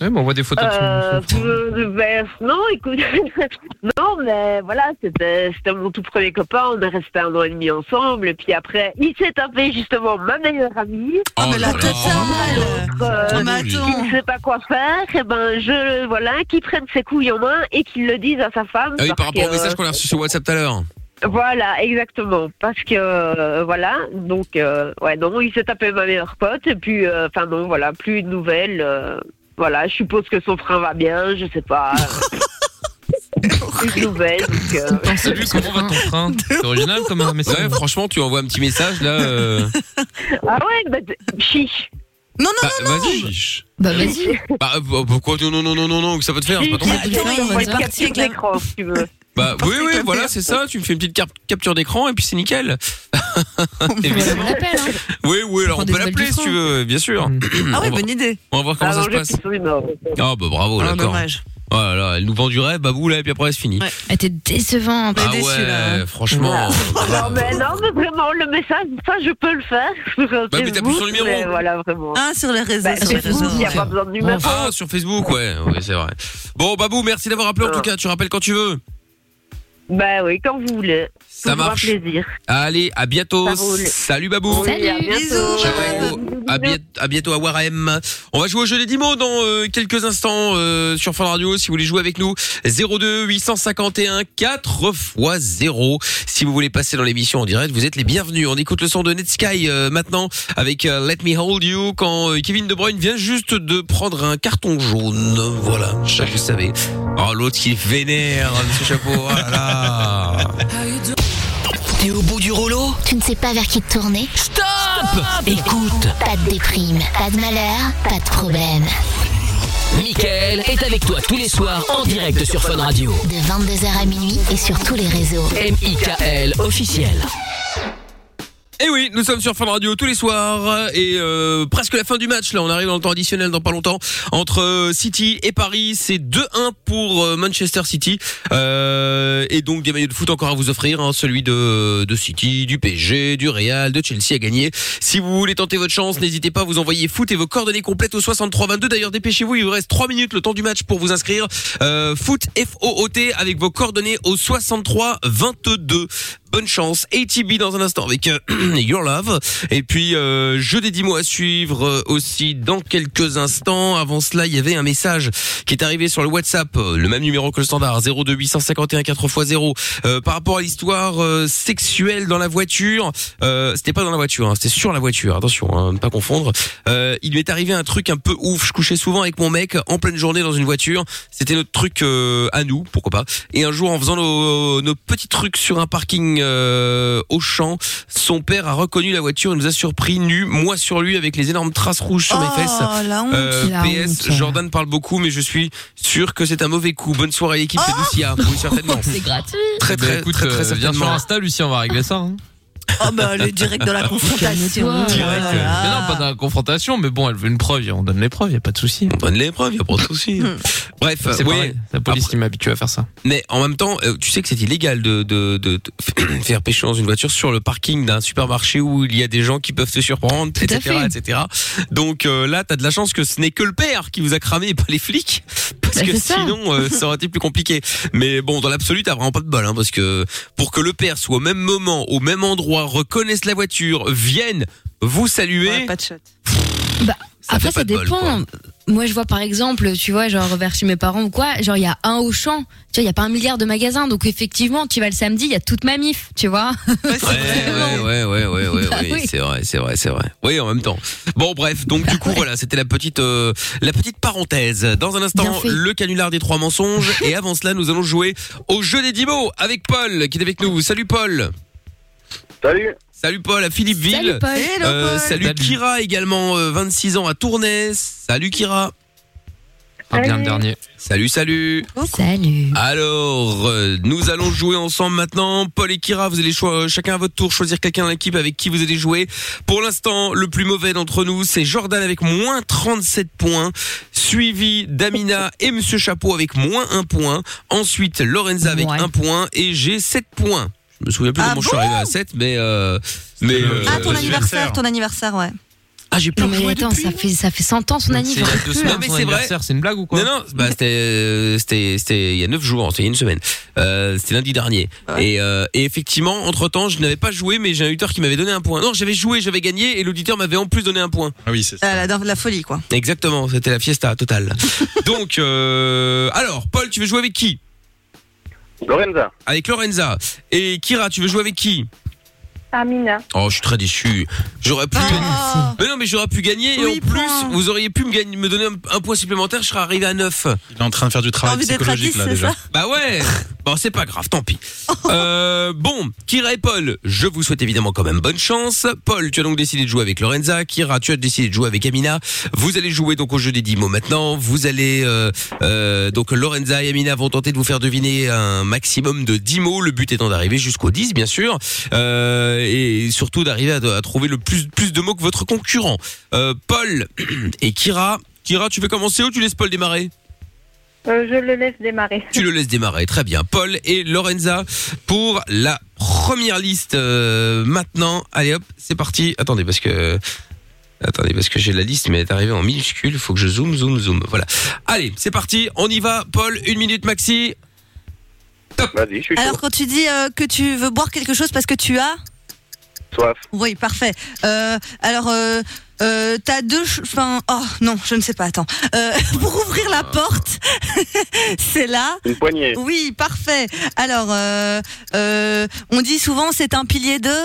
Ouais, mais on voit des photos. Euh, de son- son- euh, ben, non, écoute, [LAUGHS] non, mais voilà, c'était c'était mon tout premier copain, on est resté un an et demi ensemble, et puis après, il s'est tapé justement ma meilleure amie, Ah, mais la là là. totale. euh, Oh, mais lui. qui attends. ne sait pas quoi faire, et ben je, voilà, qui prenne ses couilles en main et qu'il le dise à sa femme. Ah oui, parce par rapport que, au message qu'on a reçu sur WhatsApp tout à l'heure. Voilà, exactement. Parce que euh, voilà, donc euh, ouais, non, il s'est tapé ma meilleure pote et puis, euh, enfin non, voilà, plus de nouvelles. euh, voilà, je suppose que son frein va bien, je [LAUGHS] sais pas. plus de nouvelles. donc, euh, Salut, comment va ton train C'est original comme un message. Ouais, franchement, tu envoies un petit message là. [LAUGHS] euh, [LAUGHS] Ah ouais, bah, t- chiche. Non, non, bah, Vas-y. Bah vas-y. Bah, euh, bah, pourquoi non, non, non, non, non, non, que ça peut te faire, c'est Chiche, pas ton truc. attends, on voit Il est une parti capture avec la- d'écran, si tu veux. Bah Parfait, oui, oui, comme voilà, faire. c'est ça. Tu me fais une petite cap- capture d'écran et puis c'est nickel. Voilà, on Évidemment. l'appelle. Hein. [LAUGHS] Oui, oui, alors prend on des peut nouvelles l'appeler du si tu train. veux, bien sûr. [CLEARS THROAT] Mm. Ah ouais, on, va, bonne idée. on va voir comment Ah ça non, se j'ai passe. plus son numéro. Ah bah bravo, Ah, d'accord. dommage. Oh là là, elle nous vend du rêve, babou là, et puis après c'est fini. Ouais. Elle était décevante. Ah déçu, là, ouais, franchement. [LAUGHS] Non mais non mais vraiment le message ça je peux le faire [LAUGHS] sur euh, Bah, mais t'as plus Facebook, son numéro. mais voilà vraiment. Ah, sur les réseaux. Bah, sur les Facebook, réseaux. il n'y a pas besoin de numéro. Ah, sur Facebook, ouais, oui, c'est vrai. Bon, Babou, merci d'avoir appelé en tout cas, tu rappelles quand tu veux. Bah oui, quand vous voulez. Ça Toujours un marche. plaisir. Allez, à bientôt. Ça roule. Salut Babou. Salut. Oui, à bientôt. Bisous. Ciao, Ouais. Babou. À, biet- à bientôt à Warem. On va jouer au jeu des 10 mots dans euh, quelques instants euh, sur Fun Radio. Si vous voulez jouer avec nous, 02 851 4 x 0. Si vous voulez passer dans l'émission en direct, vous êtes les bienvenus. On écoute le son de Netsky euh, maintenant avec euh, Let Me Hold You quand euh, Kevin De Bruyne vient juste de prendre un carton jaune. Voilà, ça vous savez. Oh, l'autre qui est vénère, ce chapeau. Oh là là. T'es au bout du rouleau Tu ne sais pas vers qui te tourner Stop Écoute, Pas de déprime, pas de malheur, pas de problème. Mickaël est avec toi tous les soirs en direct sur Fun Radio. De 22h à minuit et sur tous les réseaux. M.I.K.L. officiel. Et Eh oui, nous sommes sur Fun Radio tous les soirs et euh, presque la fin du match là, on arrive dans le temps additionnel dans pas longtemps entre euh, City et Paris, c'est 2-1 pour euh, Manchester City Euh, et donc des maillots de foot encore à vous offrir, hein, celui de de City, du PSG, du Real, de Chelsea à gagner. Si vous voulez tenter votre chance, n'hésitez pas, vous envoyez foot et vos coordonnées complètes au 63 22. D'ailleurs, dépêchez-vous, il vous reste 3 minutes le temps du match pour vous inscrire. Euh, foot F O O T avec vos coordonnées au 63 22. Bonne chance. ATB dans un instant avec euh, [CLEARS THROAT] Your Love. Et puis, euh, jeu des 10 mots à suivre euh, aussi dans quelques instants. Avant cela, il y avait un message qui est arrivé sur le WhatsApp, euh, le même numéro que le standard, 02851 4x0. Euh, par rapport à l'histoire euh, sexuelle dans la voiture, euh, c'était pas dans la voiture, hein, c'était sur la voiture, attention, hein, ne pas confondre. Euh, il m'est arrivé un truc un peu ouf, je couchais souvent avec mon mec en pleine journée dans une voiture, c'était notre truc euh, à nous, pourquoi pas. Et un jour, en faisant nos, nos petits trucs sur un parking euh, au champ, son père a reconnu la voiture et nous a surpris nus, moi sur lui, avec les énormes traces rouges sur mes fesses. Oh, la honte. Euh, la PS, honte. Jordan parle beaucoup, mais je suis sûr que c'est un mauvais coup. Bonne soirée, l'équipe, c'est Lucia. Oui, certainement. Oh [LAUGHS] C'est gratuit. Très, Bah, très, écoute, très, très, euh, viens sur certainement. Insta, Lucien, on va régler ça. hein. Oh, bah, le direct [LAUGHS] dans la confrontation. Direct, Oh là là. Mais non, pas dans la confrontation, mais bon, elle veut une preuve, on donne les preuves, y a pas de souci. On donne l'épreuve, y a pas de souci. Hmm. Bref, euh, C'est oui, pareil, la police Après- qui m'habitue à faire ça. Hein. mais en même temps, euh, tu sais que c'est illégal de, de, de, de [COUGHS] faire pécho dans une voiture sur le parking d'un supermarché où il y a des gens qui peuvent se surprendre, à etc., fait. etc. Donc euh, là, t'as de la chance que ce n'est que le père qui vous a cramé et pas les flics, [LAUGHS] parce Bah, que c'est ça. [LAUGHS] sinon euh, ça aurait été plus compliqué. Mais bon, dans l'absolu, t'as vraiment pas de bol, hein, parce que pour que le père soit au même moment, au même endroit, reconnaisse la voiture, vienne vous saluer, Ouais, Pas de shot. Ça Après, fait pas ça de bol, dépend. quoi. Moi, je vois par exemple, tu vois, genre vers chez mes parents ou quoi, genre il y a un Auchan, tu vois, il y a pas un milliard de magasins, donc effectivement, tu vas le samedi, il y a toute ma mif, tu vois. [LAUGHS] Ouais, ouais, ouais, ouais, ouais, ouais, Bah oui, oui. c'est vrai, c'est vrai, c'est vrai. Oui, en même temps. Bon, bref, donc du coup, voilà, c'était la petite, euh, la petite parenthèse. Dans un Bien instant, fait. le canular des trois mensonges. et avant cela, nous allons jouer au jeu des dix mots avec Paul, qui est avec nous. Salut Paul. Salut. Salut Paul à Philippeville. Salut, Paul. Hello, Euh, Paul. salut Kira également, euh, 26 ans à Tournai. Salut Kira. Ah, bien le dernier. Salut, salut. Salut. Alors, euh, nous allons jouer ensemble maintenant. Paul et Kira, vous allez cho- euh, chacun à votre tour choisir quelqu'un dans l'équipe avec qui vous allez jouer. Pour l'instant, le plus mauvais d'entre nous, c'est Jordan avec moins 37 points, suivi d'Amina et Monsieur Chapeau avec moins 1 point. Ensuite, Lorenza avec Ouais. 1 point et j'ai 7 points. Je me souviens plus Ah comment je suis bon arrivé à 7, mais... euh, mais le- Ah, ton Euh, anniversaire, anniversaire. ton anniversaire, ouais. Ah, j'ai plus Non mais joué attends, depuis. ça fait ça fait 100 ans son C'est il y a anniversaire. deux [LAUGHS] Non, semaines mais son c'est anniversaire, c'est une blague ou quoi Mm. Non, non, bah, c'était, euh, c'était, c'était il y a 9 jours, c'était il y a une semaine. Euh, c'était lundi dernier. Ouais. Et, euh, et effectivement, entre temps, je n'avais pas joué, mais j'ai un auditeur qui m'avait donné un point. Non, j'avais joué, j'avais gagné, et l'auditeur m'avait en plus donné un point. Ah oui, c'est ça. Ah, La, la folie, quoi. Exactement, c'était la fiesta totale. Donc, euh, alors, Paul, tu veux jouer avec qui Lorenza. Avec Lorenza. Et Kira, tu veux jouer avec qui Amina. Oh, je suis très déçu. J'aurais pu. gagner- Ah, Mais non, mais j'aurais pu gagner, et Oui, en plus, point. vous auriez pu me, gagner, me donner un, un point supplémentaire, je serais arrivé à 9. Il est en train de faire du T'as travail envie d'être à 10, psychologique là c'est déjà. ça Bah ouais [LAUGHS] Bon, c'est pas grave, tant pis. Euh, bon, Kira et Paul, je vous souhaite évidemment quand même bonne chance. Paul, tu as donc décidé de jouer avec Lorenza. Kira, tu as décidé de jouer avec Amina. Vous allez jouer donc au jeu des 10 mots maintenant. Vous allez... euh, euh, donc Lorenza et Amina vont tenter de vous faire deviner un maximum de 10 mots. Le but étant d'arriver jusqu'au 10, bien sûr. Euh, et surtout d'arriver à, à trouver le plus, plus de mots que votre concurrent. Euh, Paul [CLEARS THROAT] et Kira. Kira, tu veux commencer ou tu laisses Paul démarrer Euh, je le laisse démarrer. tu le laisses démarrer, très bien. Paul et Lorenza pour la première liste euh, maintenant. Allez hop, c'est parti. Attendez parce que attendez parce que j'ai la liste mais elle est arrivée en minuscule, il faut que je zoome zoome zoome. Voilà. Allez, c'est parti, on y va. Paul, une minute maxi. Vas-y, je suis Alors, quand tu dis euh, que tu veux boire quelque chose parce que tu as. soif. Oui, parfait. Euh, alors, euh, euh, t'as deux. ch- Enfin, oh non, je ne sais pas. Attends. Euh, [LAUGHS] pour ouvrir la porte, [LAUGHS] c'est là. Une poignée. Oui, parfait. Alors, euh, euh, on dit souvent c'est un pilier de.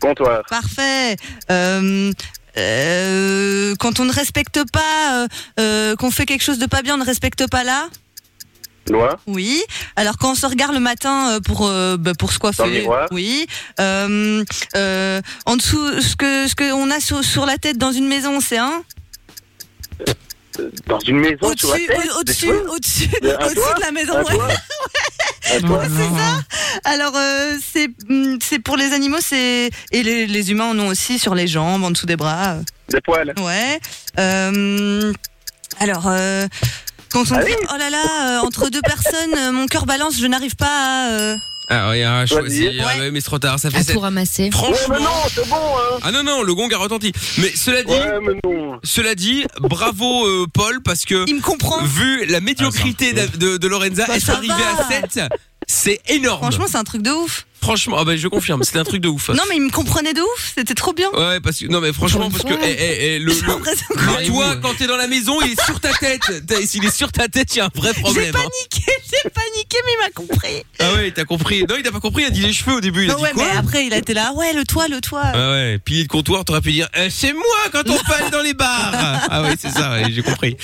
Comptoir. Parfait. Euh, euh, quand on ne respecte pas, euh, euh, qu'on fait quelque chose de pas bien, on ne respecte pas là. Loi. Oui. Alors quand on se regarde le matin euh, pour euh, bah, pour se coiffer. Dans le miroir. Oui. Euh, euh, en dessous, ce que ce que on a sur, sur la tête dans une maison, c'est un. Dans une maison, Au-dessus, sur Ah, la tête, au- des au-dessus, cheveux, au-dessus, Un au-dessus toit de la maison. un ouais. toit, un toit. [LAUGHS] Alors euh, c'est hum, c'est pour les animaux, c'est et les, les humains en ont aussi sur les jambes, en dessous des bras. euh. Des poils. Ouais. Euh, alors, euh, quand Ah on dit oh là là, euh, entre deux personnes, euh, mon cœur balance, je n'arrive pas à. euh, Ah oui, ah, choisi. Vas-y. Ah ouais, mais c'est trop tard, ça fait À tout sept. ramasser. Ouais, Franchement. mais non, c'est bon, hein. Ah non non, le gong a retenti. Mais cela dit, Ouais, mais non. cela dit, bravo euh, Paul parce que Il me comprend. vu la médiocrité Ah, ça. d'A- de, de Lorenza, Bah, être ça arrivée va. à 7, c'est énorme. Franchement, c'est un truc de ouf. Franchement, ah bah, je confirme, c'est un truc de ouf. Non, mais il me comprenait de ouf. C'était trop bien. Ouais, ouais, parce que non mais franchement parce que eh, eh, eh, le, J'ai le, l'impression que le Parlez-vous, doigt ouais. quand t'es dans la maison il est sur ta tête. T'as- S'il est sur ta tête, il y a un vrai j'ai problème. hein. paniqué, [LAUGHS] j'ai paniqué, mais il m'a compris. Ah ouais, t'as compris. Non, il t'a pas compris. Il a dit les cheveux au début. Il a Non, dit Bah ouais, quoi mais après, il a été là. Ouais, le toit, le toit. Ah ouais, pilier de comptoir, t'aurais pu dire Eh, c'est moi quand on parle dans les bars. Ah ouais, c'est ça. ouais, j'ai compris.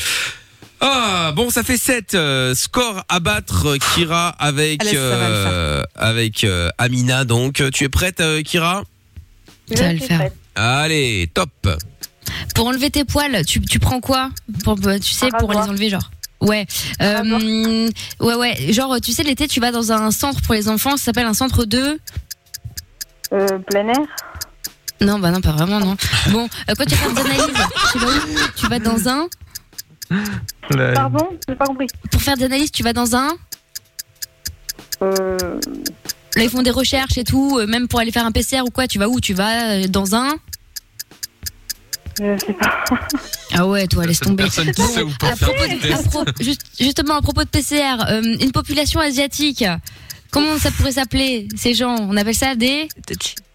Ah bon, ça fait 7 score à battre euh, Kira avec Allez, ça va le faire. euh, avec euh, Amina donc Euh, tu es prête euh, Kira Je Ça va le suis faire. prête. Allez, top. Pour enlever tes poils, tu, tu prends quoi pour, bah, Tu sais, Un pour les rasoir. enlever, genre. Ouais. Euh, rasoir. ouais, ouais. Genre, tu sais, l'été, tu vas dans un centre pour les enfants, ça s'appelle un centre de. Euh, plein air. Non, bah non, pas vraiment, non. Bon, euh, quand tu vas dans des analyses, tu vas où Tu vas dans un. Pardon, j'ai pas compris. Pour faire des analyses, tu vas dans un. Euh, Là, ils font des recherches et tout, euh, même pour aller faire un PCR ou quoi, tu vas où Tu vas euh, dans un. je sais pas. Ah ouais, toi, laisse tomber. Personne qui sait où pour À faire propos des de- tests. à pro- juste- justement, à propos de PCR, euh, une population asiatique, comment ça pourrait s'appeler ces gens On appelle ça des.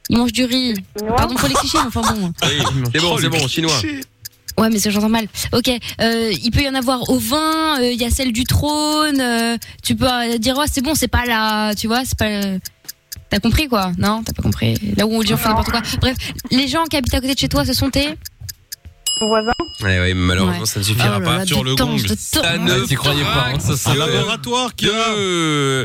Ils mangent du riz. Chinois. Pardon pour les clichés, mais enfin bon. [LAUGHS] C'est bon, Oh, c'est le bon, chinois. Ouais, mais c'est j'entends mal. Ok, euh, il peut y en avoir au vin, euh, il y a celle du trône. euh, tu peux euh, dire, ouais, c'est bon, c'est pas là, tu vois, c'est pas. euh, T'as compris quoi Non, t'as pas compris. Là où on dit on fait n'importe quoi. Bref, les gens qui habitent à côté de chez toi, ce sont tes voisins. Ouais, ouais, Eh malheureusement, Ouais. ça ne suffira Oh là pas. là, Sur de le temps, gong. de temps. Ça Ouais, ne t'y croyais pas, hein, ça, c'est- Un laboratoire, Kira.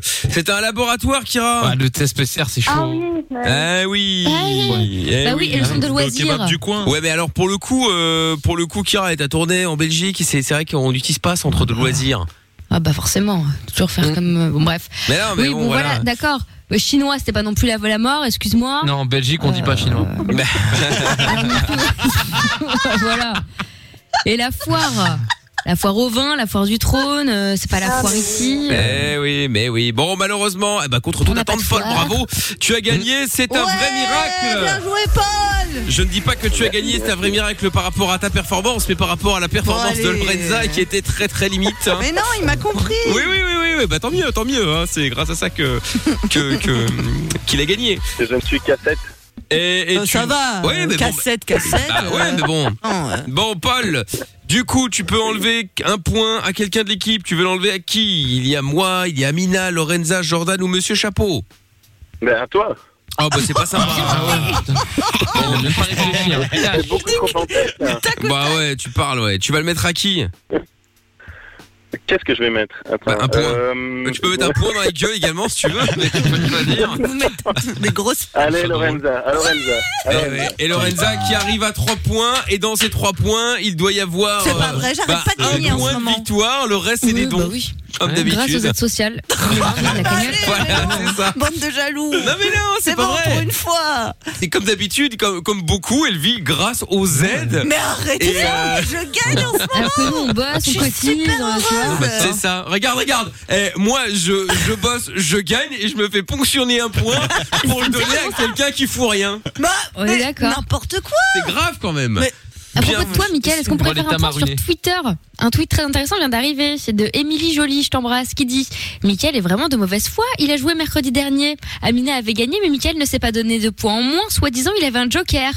C'est un laboratoire, Kira. le test PCR, c'est Ah oui, mais- Eh Ah oui. Bah oui, et le centre de loisirs. Ouais, mais alors pour le coup, euh, pour le coup, Kira est à tourner en Belgique. et C'est c'est vrai qu'on n'utilise pas centre de loisirs. Ah bah forcément, toujours faire Mm. comme. euh, Bon, bref. Mais non, mais oui, bon, bon, voilà, voilà. d'accord. Le chinois, c'était pas non plus la, la mort, excuse-moi. Non, en Belgique, on dit Euh, [LAUGHS] pas chinois. [LAUGHS] voilà. Et la foire La foire au vin, la foire du trône, euh, c'est pas la foire ici. euh. Eh oui, mais oui. Bon, malheureusement, eh ben, contre toute attente, Paul, bravo. Tu as gagné, c'est un vrai miracle. Joué Paul Je ne dis pas que tu as gagné, c'est un vrai miracle par rapport à ta performance, mais par rapport à la performance Bon, de allez. Lorenza qui était très très limite. hein. Mais non, il m'a compris Oui, oui, oui, oui, oui, bah tant mieux, tant mieux. hein. C'est grâce à ça que que que- qu'il a gagné. Je ne suis qu'à 7. Et, et Euh, tu- ça va, Ouais, euh, mais bon. cassette, cassette, Bah ouais, euh, mais bon. non, euh. Bon, Paul. Du coup, tu peux enlever un point à quelqu'un de l'équipe. Tu veux l'enlever à qui Il y a moi, il y a Mina, Lorenza, Jordan ou Monsieur Chapeau. Ben à toi. Ah bah c'est pas [LAUGHS] sympa. Ah [LAUGHS] Bah ouais, tu parles ouais. Tu vas le mettre à qui Qu'est-ce que je vais mettre Attends, un point. euh, Bah, Tu peux mettre un point dans la gueule également si tu veux, mais tu peux pas [LAUGHS] dire. Des grosses. Allez, Lorenza, à Lorenza. à Eh Lorenza. ouais. Et Lorenza qui arrive à 3 points et dans ces 3 points, il doit y avoir C'est pas euh, vrai, j'arrête bah, pas de gagner un en ce point moment. de bah victoire, le reste c'est des dons. Comme Grâce aux d'habitude. aides sociales. la cagnotte. Voilà, c'est ça. Bande de jaloux Non mais non, c'est pas bon vrai. pour une fois Et comme d'habitude, comme, comme beaucoup, elle vit grâce aux aides. Mais arrêtez Et, euh, Je gagne en ce moment Alors que nous, on bosse, on cotise. euh, tu vois. Ah bah, c'est ça. Regarde, regarde. Eh, moi, je, je bosse, je gagne et je me fais ponctionner un point pour le donner à quelqu'un qui fout rien. Bah, On est d'accord. N'importe quoi C'est grave quand même. À propos de toi, Mickaël, est-ce qu'on pourrait Bon, faire un l'état point mariné. sur Twitter Un tweet très intéressant vient d'arriver. C'est de Émilie Jolie, je t'embrasse, qui dit Mickaël est vraiment de mauvaise foi. Il a joué mercredi dernier. Amina avait gagné, mais Mickaël ne s'est pas donné de points en moins. Soi-disant, il avait un joker.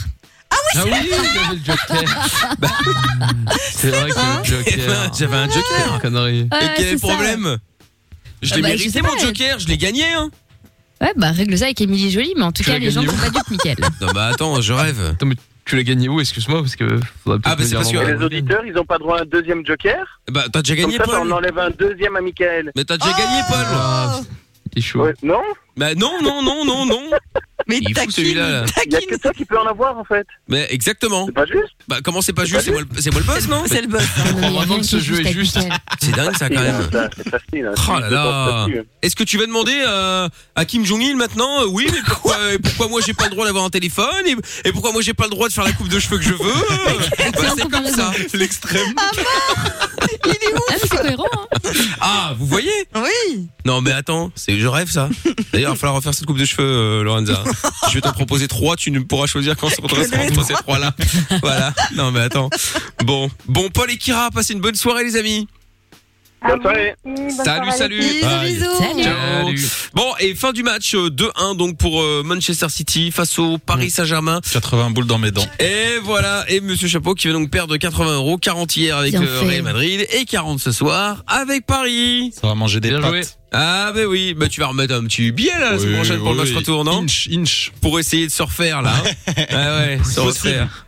Ah oui, j'avais le joker. C'est vrai que le joker. J'avais un joker. Connerie. Ouais, et quel est le c'est ça. problème Je Ah l'ai bah, je mérité sais mon pas, joker, je l'ai gagné. Hein. Ouais, bah règle ça avec Émilie Jolie, mais en tout Tu cas, l'as les gens ne gagné sont pas dupes, Mickaël. Non bah attends, je rêve. Attends, mais tu l'as gagné où Excuse-moi, parce que. Ah bah c'est parce que- Et les auditeurs, ils n'ont pas droit à un deuxième joker Bah t'as déjà gagné Comme ça, Paul. on enlève un deuxième à Michael. Mais t'as déjà gagné Ah. Paul. T'es chaud. non Bah non non non non non. [LAUGHS] Mais il est fou celui-là. là. Il n'y a que toi qui peux en avoir, en fait. Mais exactement. C'est pas juste. Bah comment c'est pas juste C'est moi le c'est moi le boss non C'est le boss. [LAUGHS] Vraiment que ce jeu est juste. C'est dingue ça quand même. C'est facile. hein. Oh C'est là juste de là penser dessus. Est-ce que tu vas demander euh, à Kim Jong-il maintenant euh, Oui, [LAUGHS] mais pourquoi, euh, pourquoi moi j'ai pas le droit d'avoir un téléphone et, et pourquoi moi j'ai pas le droit de faire la coupe de cheveux que je veux [LAUGHS] Euh, bah, C'est comme ça, l'extrême. Ah bah, Il est où Ah, mais c'est cohérent, hein. Ah, vous voyez Oui Non mais attends, c'est je rêve ça. D'ailleurs, il va falloir refaire cette coupe de cheveux, euh, Lorenza. Je vais t'en proposer trois, tu ne pourras choisir quand se retrouvera entre ces trois-là. Voilà. Non mais attends. Bon, bon Paul et Kira, passez une bonne soirée les amis. Bonne soirée. Salut, salut. Bye. Salut. Ciao. Bon, et fin du match euh, 2-1 donc pour euh, Manchester City face au Paris Saint-Germain. 80 Mm. boules dans mes dents. Et voilà, et Monsieur Chapeau qui va donc perdre 80 euros, 40 hier avec Bien le fait. Real Madrid et 40 ce soir avec Paris. Ça va manger des pâtes. Ah bah oui, bah tu vas remettre un petit billet là la semaine Oui, prochaine pour le oui, match oui. retour, non Inch, inch. Pour essayer de se [LAUGHS] refaire là. hein. ah ouais, se Possible. refaire.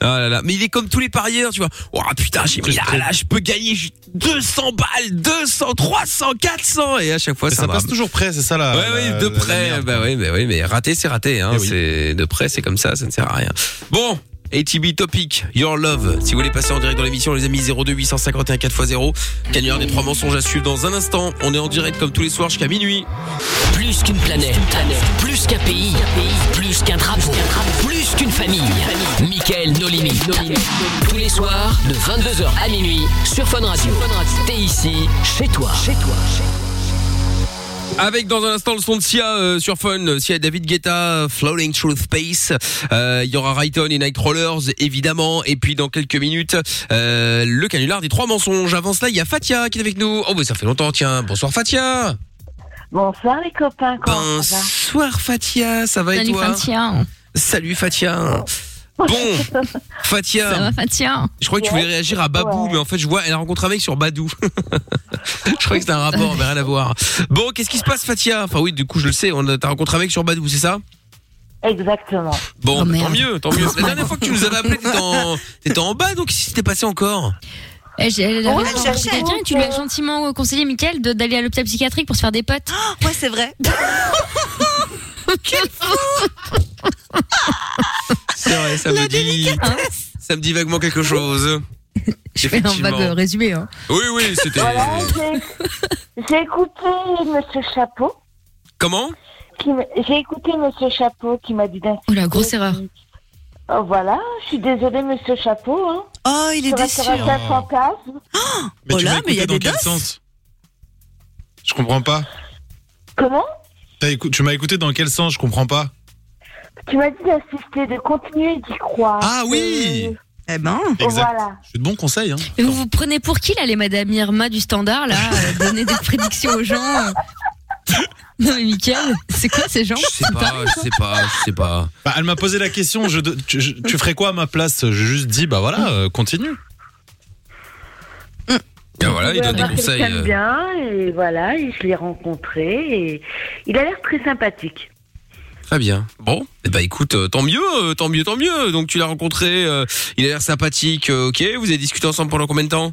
Ah là là, mais il est comme tous les parieurs, tu vois. Oh putain, j'ai mis là, là, je peux gagner 200 balles, 200, 300, 400 et à chaque fois Mais c'est ça un drame. passe toujours près, c'est ça là. Ouais, oui, de près, bah oui, bah oui, mais raté, c'est raté, hein. Eh oui. C'est de près, c'est comme ça, ça ne sert à rien. Bon. ATB Topic, Your Love. Si vous voulez passer en direct dans l'émission, les amis, 02 851 4x0. Cagnard des trois mensonges à suivre dans un instant. On est en direct comme tous les soirs jusqu'à minuit. Plus qu'une planète, plus qu'un pays, plus qu'un drapeau, plus qu'une famille. Michael No Limit. Tous les soirs, de 22h à minuit, sur Fun Radio. T'es ici, chez toi. Chez toi. Avec dans un instant le son de Sia euh, sur Fun, Sia et David Guetta, Floating Through Space. Euh, Il y aura Rayton et Nightcrawlers évidemment. Et puis dans quelques minutes, euh, le canular des trois mensonges. Avant cela, il y a Fatia qui est avec nous. Oh, mais ça fait longtemps, tiens. Bonsoir Fatia. Bonsoir les copains, comment ça va Bonsoir Fatia, ça va et Salut, toi Fatia. Salut Fatia. [LAUGHS] Bon, Ça Fatia, va, Fatia je crois que tu voulais réagir à Babou, mais en fait, je vois, elle a rencontré un mec sur Badou. [LAUGHS] je crois que c'était un rapport, mais rien à voir. Bon, qu'est-ce qui se passe, Fatia Enfin, oui, du coup, je le sais, on a- t'as rencontré un mec sur Badou, c'est ça Exactement. Bon, Oh, bah, tant merde. mieux, tant mieux. La dernière fois que tu nous avais appelé, t'étais en, t'étais en bas, donc qu'est-ce qui s'était passé encore Elle, elle, Oh, avait elle rencontré cherchait. quelqu'un et tu lui as gentiment conseillé, Michael, de- d'aller à l'hôpital psychiatrique pour se faire des potes. Oh, ouais, c'est vrai. [LAUGHS] Quel C'est vrai, ça me dit, ça me dit vaguement quelque chose. Je fais un Effectivement. vague résumé. Hein. Oui, oui, c'était. Voilà, j'ai- j'ai écouté Monsieur Chapeau. Comment qui m'a- J'ai écouté Monsieur Chapeau qui m'a dit d'un. Oh, Oh la grosse erreur. voilà, je suis désolée, Monsieur Chapeau. Hein. Oh, il est Ça déçu. restera qu'un fantasme. Mais Oh tu là, m'as mais il y a écouté dans des quel doses. sens Je comprends pas. Comment T'as écou- tu m'as écouté dans quel sens Je comprends pas. Tu m'as dit d'insister, de continuer d'y croire. Ah oui Eh ben. Exact. Voilà. Je suis de bons conseils. Hein. Mais vous vous prenez pour qui, là, les Madame Irma du Standard, là euh, Donner des prédictions aux gens euh. Non, mais Michael, c'est quoi ces gens Je sais pas, je sais pas, je sais pas. Bah, elle m'a posé la question. Je, de- tu, je- tu ferais quoi à ma place J'ai juste dit, bah voilà, euh, continue. Ben voilà, il donne des avoir conseils. quelqu'un de euh. bien et voilà, et je l'ai rencontré et il a l'air très sympathique. Très bien. Bon, eh ben écoute, euh, tant mieux, euh, tant mieux, tant mieux. Donc tu l'as rencontré, euh, il a l'air sympathique, euh, ok. Vous avez discuté ensemble pendant combien de temps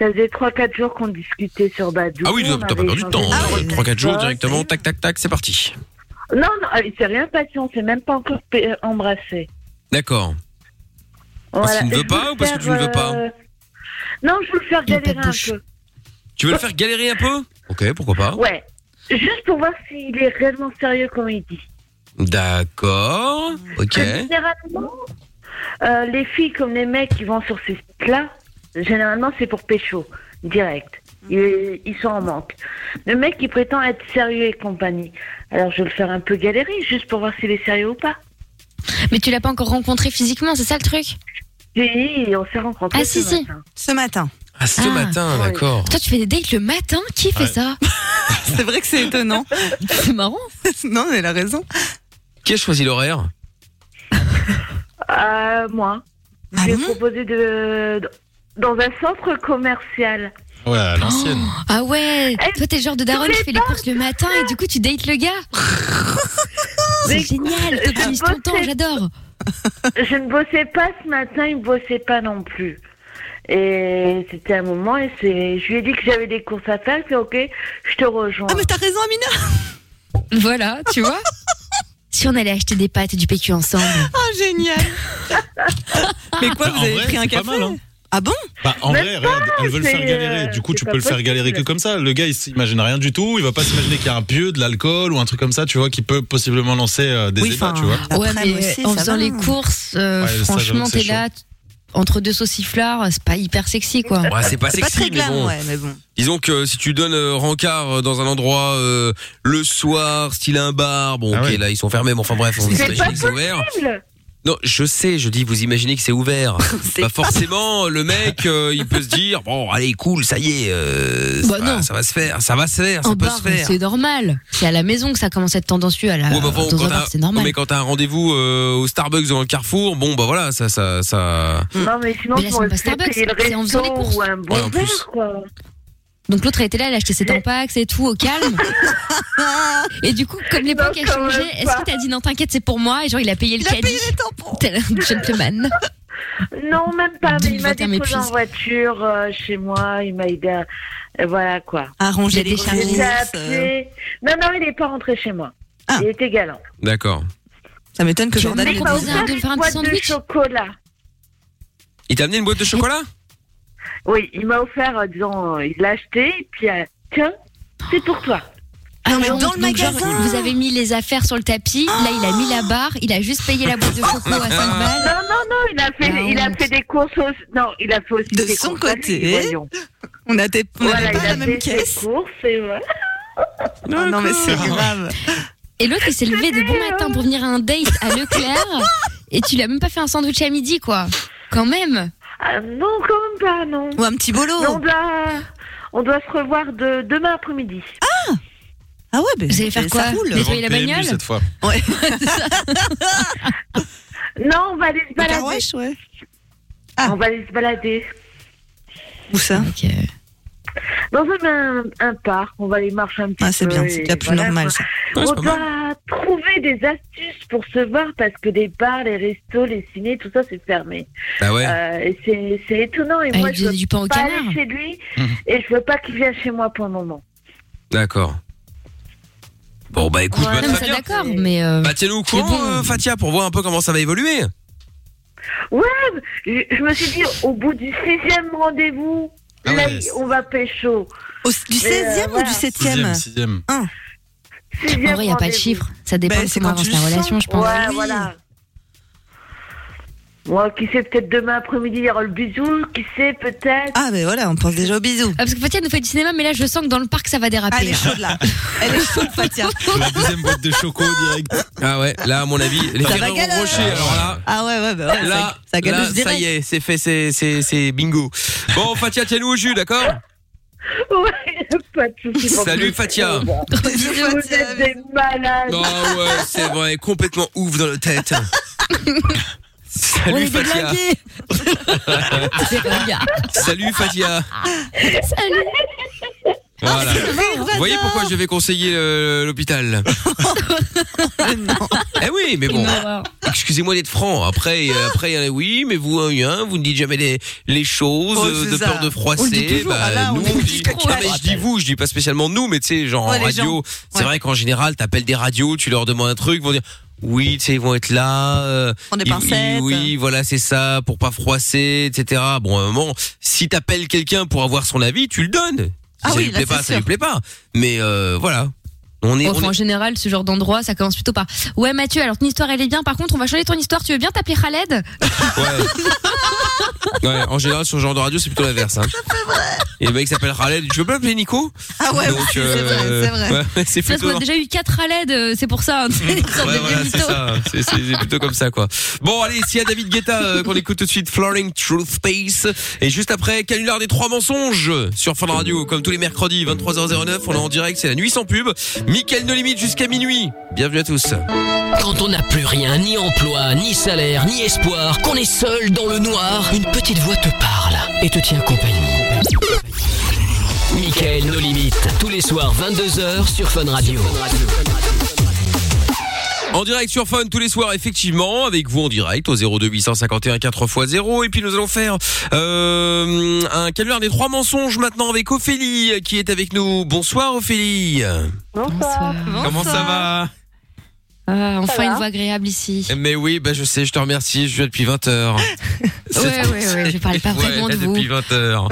Ça faisait 3-4 jours qu'on discutait sur Badou. Ah oui, on t'as t'as pas avait perdu de échangé temps. des euh, messages. 3-4 jours directement, tac, tac, tac, c'est parti. Non, non, il s'est rien passé, on s'est même pas encore pe- embrassé. D'accord. Parce qu'il Ah, ne Et veut je pas veux ou parce que tu ne veux faire, pas euh, Non, je veux le faire galérer un peu. Tu veux le faire galérer un peu Ok, pourquoi pas. Ouais. Juste pour voir s'il est réellement sérieux comme il dit. D'accord, ok. Généralement, euh, les filles comme les mecs qui vont sur ces sites-là, généralement c'est pour pécho, direct. Mhm. Ils, ils sont en manque. Le mec il prétend être sérieux et compagnie. Alors je vais le faire un peu galérer, juste pour voir s'il est sérieux ou pas. Mais tu l'as pas encore rencontré physiquement, c'est ça le truc Et on s'est rencontrés Ah, si, ce si. matin. Ce matin. Ah, ce Ah, matin, oui. d'accord. Toi, tu fais des dates le matin Qui fait Ouais. ça [LAUGHS] C'est vrai que c'est étonnant. C'est marrant. [LAUGHS] non, mais elle a raison. Qui a choisi l'horaire Euh, moi, Ah j'ai bon proposé de, de- dans un centre commercial. Ouais, à l'ancienne. Ah ouais Toi, t'es le genre de daronne qui fait les courses le matin et du coup, tu dates le [LAUGHS] gars. C'est Mais- génial, t'optimises ton temps, j'adore. Je ne bossais pas ce matin, il ne bossait pas non plus. Et c'était un moment, et c'est, je lui ai dit que j'avais des courses à faire, c'est ok, je te rejoins. Ah, mais t'as raison, Amina. Voilà, tu vois Si on allait acheter des pâtes et du PQ ensemble. Oh, [LAUGHS] génial. mais quoi, Bah, vous en avez vrai, pris un c'est pas café mal, hein. Ah bon Bah, en Même vrai, regarde, elle veut le c'est, faire galérer. euh, Du coup, c'est tu pas peux le faire possible. galérer que comme ça. Le gars, il s'imagine rien du tout. Il va pas s'imaginer qu'il y a un pieu, de l'alcool ou un truc comme ça, tu vois, qui peut possiblement lancer euh, des Oui, ébats, enfin, tu vois. Après, ouais, mais moi aussi, en ça faisant va. les courses, euh, Ouais, ça, j'avoue franchement, que t'es c'est là, t- entre deux sauciflards, c'est pas hyper sexy, quoi. Ouais, c'est pas C'est sexy, pas mais très glam, bon. ouais, mais bon. Disons que si tu donnes euh, rencard euh, dans un endroit euh, le soir, style un bar, bon, Ah ok, ouais. là, ils sont fermés, mais enfin bref, on C'est imagine pas [LAUGHS] que c'est ouvert. Possible. Non, je sais, je dis, vous imaginez que c'est ouvert. [LAUGHS] C'est bah forcément, le mec, euh, il peut se dire, bon, allez, cool, ça y est, euh, Bah ça, va- non. ça va se faire, ça va se faire, ça En peut bar, se faire. c'est normal. C'est à la maison que ça commence à être tendancieux. À la, Ouais, bah, bon, dans quand un t'as- bar, c'est non, normal. mais quand t'as un rendez-vous euh, au Starbucks ou dans le Carrefour, bon bah voilà, ça, ça, ça. Mm. Non, mais sinon, Mais là, je c'est m'aurais pas fait Starbucks, payer le c'est en faisant les courses. resto ou un bon Ouais, en verre, plus. quoi. Donc l'autre a été là, elle a acheté ses tampax et tout, au calme. et du coup, comme l'époque a Non, quand changé, même est-ce pas. que t'as dit non, t'inquiète, c'est pour moi Et genre, il a payé le Il a caddie. payé les tampons. Tel un gentleman. Non, même [LAUGHS] pas, mais il m'a 2021 déposé en m'épuise. voiture euh, chez moi, il m'a aidé à. et Voilà, quoi. Il y Arranger a les des courses. charrettes. J'étais à euh, pied. Non, non, il n'est pas rentré chez moi. Ah. Il était galant. D'accord. Ça m'étonne que Tu Jordan veux ait Il qu'on dit m'a propose ça. un- offert hein, de une faire petit boîte de sandwich chocolat. Il t'a amené une boîte de chocolat Oui, il m'a offert, euh, disons, euh, il l'a acheté, et puis, euh, tiens, c'est pour toi. Ah mais dans le donc, genre, magasin. vous avez mis les affaires sur le tapis, là, il a mis la barre, il a juste payé la boîte de coco à 5 balles. Oh. Non, non, non, il a fait, La il a honte. fait des courses aussi. Non, il a fait aussi Ah, De des son courses à lui, côté, voyons. On n'avait Voilà, pas il la a même fait ses caisse. courses et voilà. Oh non, mais c'est grave. Et l'autre, il s'est levé de bon matin pour venir à un date à Leclerc, [LAUGHS] et tu lui as même pas fait un sandwich à midi, quoi. Quand même. Ah, non, quand même pas, non. bah, Ou un petit Mais bolo. on doit, on doit se revoir de, demain après-midi. Ah ouais, mais Vous allez faire ça quoi roule. [LAUGHS] Mais- nettoyer la Avant le PMU bagnole cette fois. Non, Non, on va aller se balader. Carouèche, ouais. Ah. On va aller se balader. Où ça Dans un, un, un parc, on va aller marcher un petit Ah, c'est peu. bien, c'est et la plus voilà, normale, quoi. ça. on doit trouver des astuces pour se voir parce que les bars, les restos, les ciné, tout ça, c'est fermé. Bah ouais. Euh, et c'est- c'est étonnant. Et Ah, moi, il je veux faisait du pain au pas aller canard. chez lui Mhm. et je veux pas qu'il vienne chez moi pour le moment. D'accord. Bon, bah écoute, bah, Non, mais très ça, bien. d'accord, mais. euh, Bah tiens-nous au courant, bon. euh, Fatia, pour voir un peu comment ça va [LAUGHS] évoluer. Ouais, je, je me suis dit, au bout du sixième rendez-vous, Ah là, ouais. on va pécho. euh, du 16e ou du 7e? Sixième. En vrai, il n'y a pas de chiffre. Ça dépend Bah, de c'est comment quand avance tu la le sens. relation, je pense. Ouais, voilà. Moi, qui sait, peut-être demain après-midi, il y aura le bisou. Qui sait, peut-être. Ah, ben voilà, on pense déjà aux bisous. Ah, parce que Fatia nous fait du cinéma, mais là, je sens que dans le parc, ça va déraper. Ah, Elle est chaude là. Elle est chaude, Fatia. La deuxième boîte de choco direct. Ah ouais, là à mon avis, les Ça va Ferrero galérer. Rocher, alors là. Ah ouais, ouais, bah ouais, Là, ça, ça là, galoche ça direct. y est, c'est fait, c'est, c'est, c'est bingo. Bon, Fatia, tiens-nous au jus, d'accord Ouais, pas de soucis. Salut, Fatia. Vous êtes des Ah malades. ouais, c'est vrai, complètement ouf dans la [LAUGHS] tête. Salut, Fatia. [LAUGHS] Salut, Fatia. Ah, Voilà. Vous voyez pourquoi je vais conseiller euh, [LAUGHS] l'hôpital Ah Eh oui, mais bon. Excusez-moi d'être franc. Après, euh, après, euh, oui, mais vous, hein, hein, vous ne dites jamais les, les choses Oh, euh, c'est de ça. peur On de le froisser. dit toujours. Bah, Ah là, on nous, est on dit- discret. Non, mais je dis vous, je dis pas spécialement nous, mais tu sais, genre Ouais, en les radio, gens. c'est vrai qu'en général, t'appelles des radios, tu leur demandes un truc, ils vont dire. Oui, tu sais, ils vont être là. euh, Prendre des ils- pincettes. ils- oui, voilà, c'est ça, pour pas froisser, etc. Bon, à un moment, si t'appelles quelqu'un pour avoir son avis, tu le donnes. Si Ah ça oui, lui là, plaît c'est pas, ça sûr. lui plaît pas. Mais euh, voilà, on est, Enfin, on en est- général, ce genre d'endroit, ça commence plutôt par Ouais, Mathieu, alors ton histoire, elle est bien. Par contre, on va changer ton histoire. Tu veux bien t'appeler Khaled [LAUGHS] Ouais, en général, sur ce genre de radio, c'est plutôt l'inverse. Hein. Et le mec s'appelle Khaled. Tu veux pas appeler Nico Ah ouais, Donc, [LAUGHS] euh, c'est vrai, c'est vrai. ouais, ouais, [LAUGHS] c'est Parce plutôt. qu'on a déjà eu 4 Khaled, euh, c'est pour ça. hein, c'est une sorte Ouais, de voilà, vieux c'est mytho. ça. C'est- C'est c'est plutôt comme ça, quoi. Bon, allez, s'il y a David Guetta euh, qu'on écoute tout de suite, Flooring Truth Space. Et juste après, canular des trois mensonges sur Fun Radio, comme tous les mercredis, 23h09. On est en direct, c'est la nuit sans pub. Mickaël No Limite jusqu'à minuit. Bienvenue à tous. Quand on n'a plus rien, ni emploi, ni salaire, ni espoir, qu'on est seul dans le noir, une petite voix te parle et te tient compagnie. Michael nos limites, tous les soirs 22h sur Fun Radio. En direct sur Fun tous les soirs, effectivement, avec vous en direct au 02851 4x0. Et puis nous allons faire euh, un canular des trois mensonges maintenant avec Ophélie euh, qui est avec nous. Bonsoir Ophélie. Bonsoir. Comment ça va Ah, Ça enfin, une va voix agréable ici. Mais oui, bah je sais, je te remercie, je suis là depuis 20 [LAUGHS] heures. Ouais, ouais, ouais, je parle pas vraiment là, de vous. depuis [LAUGHS] 20 heures.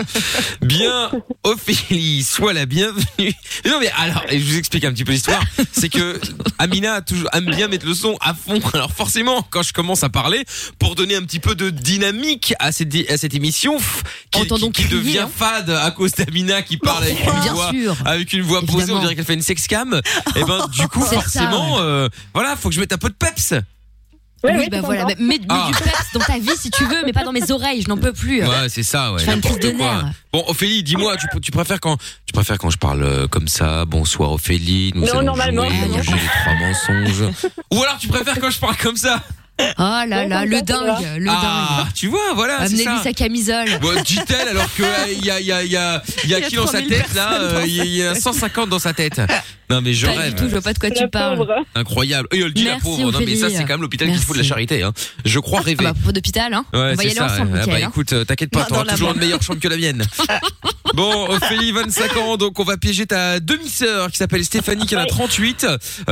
Bien, Ophélie, sois la bienvenue. Non mais alors, et je vous explique un petit peu l'histoire. C'est que Amina a toujours, aime bien mettre le son à fond. Alors forcément, quand je commence à parler, pour donner un petit peu de dynamique à cette, à cette émission pff, qui, Entendons qui- qui crier, devient hein. fade à cause d'Amina qui parle avec une Bien voix, sûr. avec une voix posée, on Évidemment. dirait qu'elle fait une sexcam. Et ben du coup, C'est ça, forcément, euh, voilà, faut que je mette un peu de peps. oui, bah voilà. Mais, mais- mais Ah. du peps dans ta vie si tu veux, mais pas dans mes oreilles, je n'en peux plus. Ouais, c'est ça, ouais. Je fais une n'importe prise de quoi. nerfs. Bon, Ophélie, dis-moi, tu, tu préfères quand tu préfères quand je parle euh, comme ça, bonsoir Ophélie, nous Non, allons normalement, jouer, non. manger les trois mensonges. [LAUGHS] Ou alors tu préfères quand je parle comme ça Oh là là, le dingue, le Ah, tu vois, dingue. voilà, c'est Amenez-lui ça. sa camisole. Bon, dit-elle alors que euh, il y a il y a il y a il y a Il y a qui dans sa 3000 tête là, personnes euh, dans il y, a- il y a sa tête. 150 dans sa tête. Non mais je Pas rêve. du tout, je vois pas de quoi tu parles. Incroyable. Et elle dit la Merci, pauvre. Non mais ça Ophélie. c'est quand même l'hôpital qui fout de la charité hein. Je crois Ah rêver. bah, pour d'hôpital, hein. Ouais, On va y c'est aller ça. ensemble, Ah bah Mickaël, hein. écoute, euh, t'inquiète pas, Non, t'auras dans la toujours main. une meilleure chambre que [LAUGHS] la mienne. bon, Ophélie, 25 ans, donc on va piéger ta demi-sœur qui s'appelle Stéphanie, qui en a 38.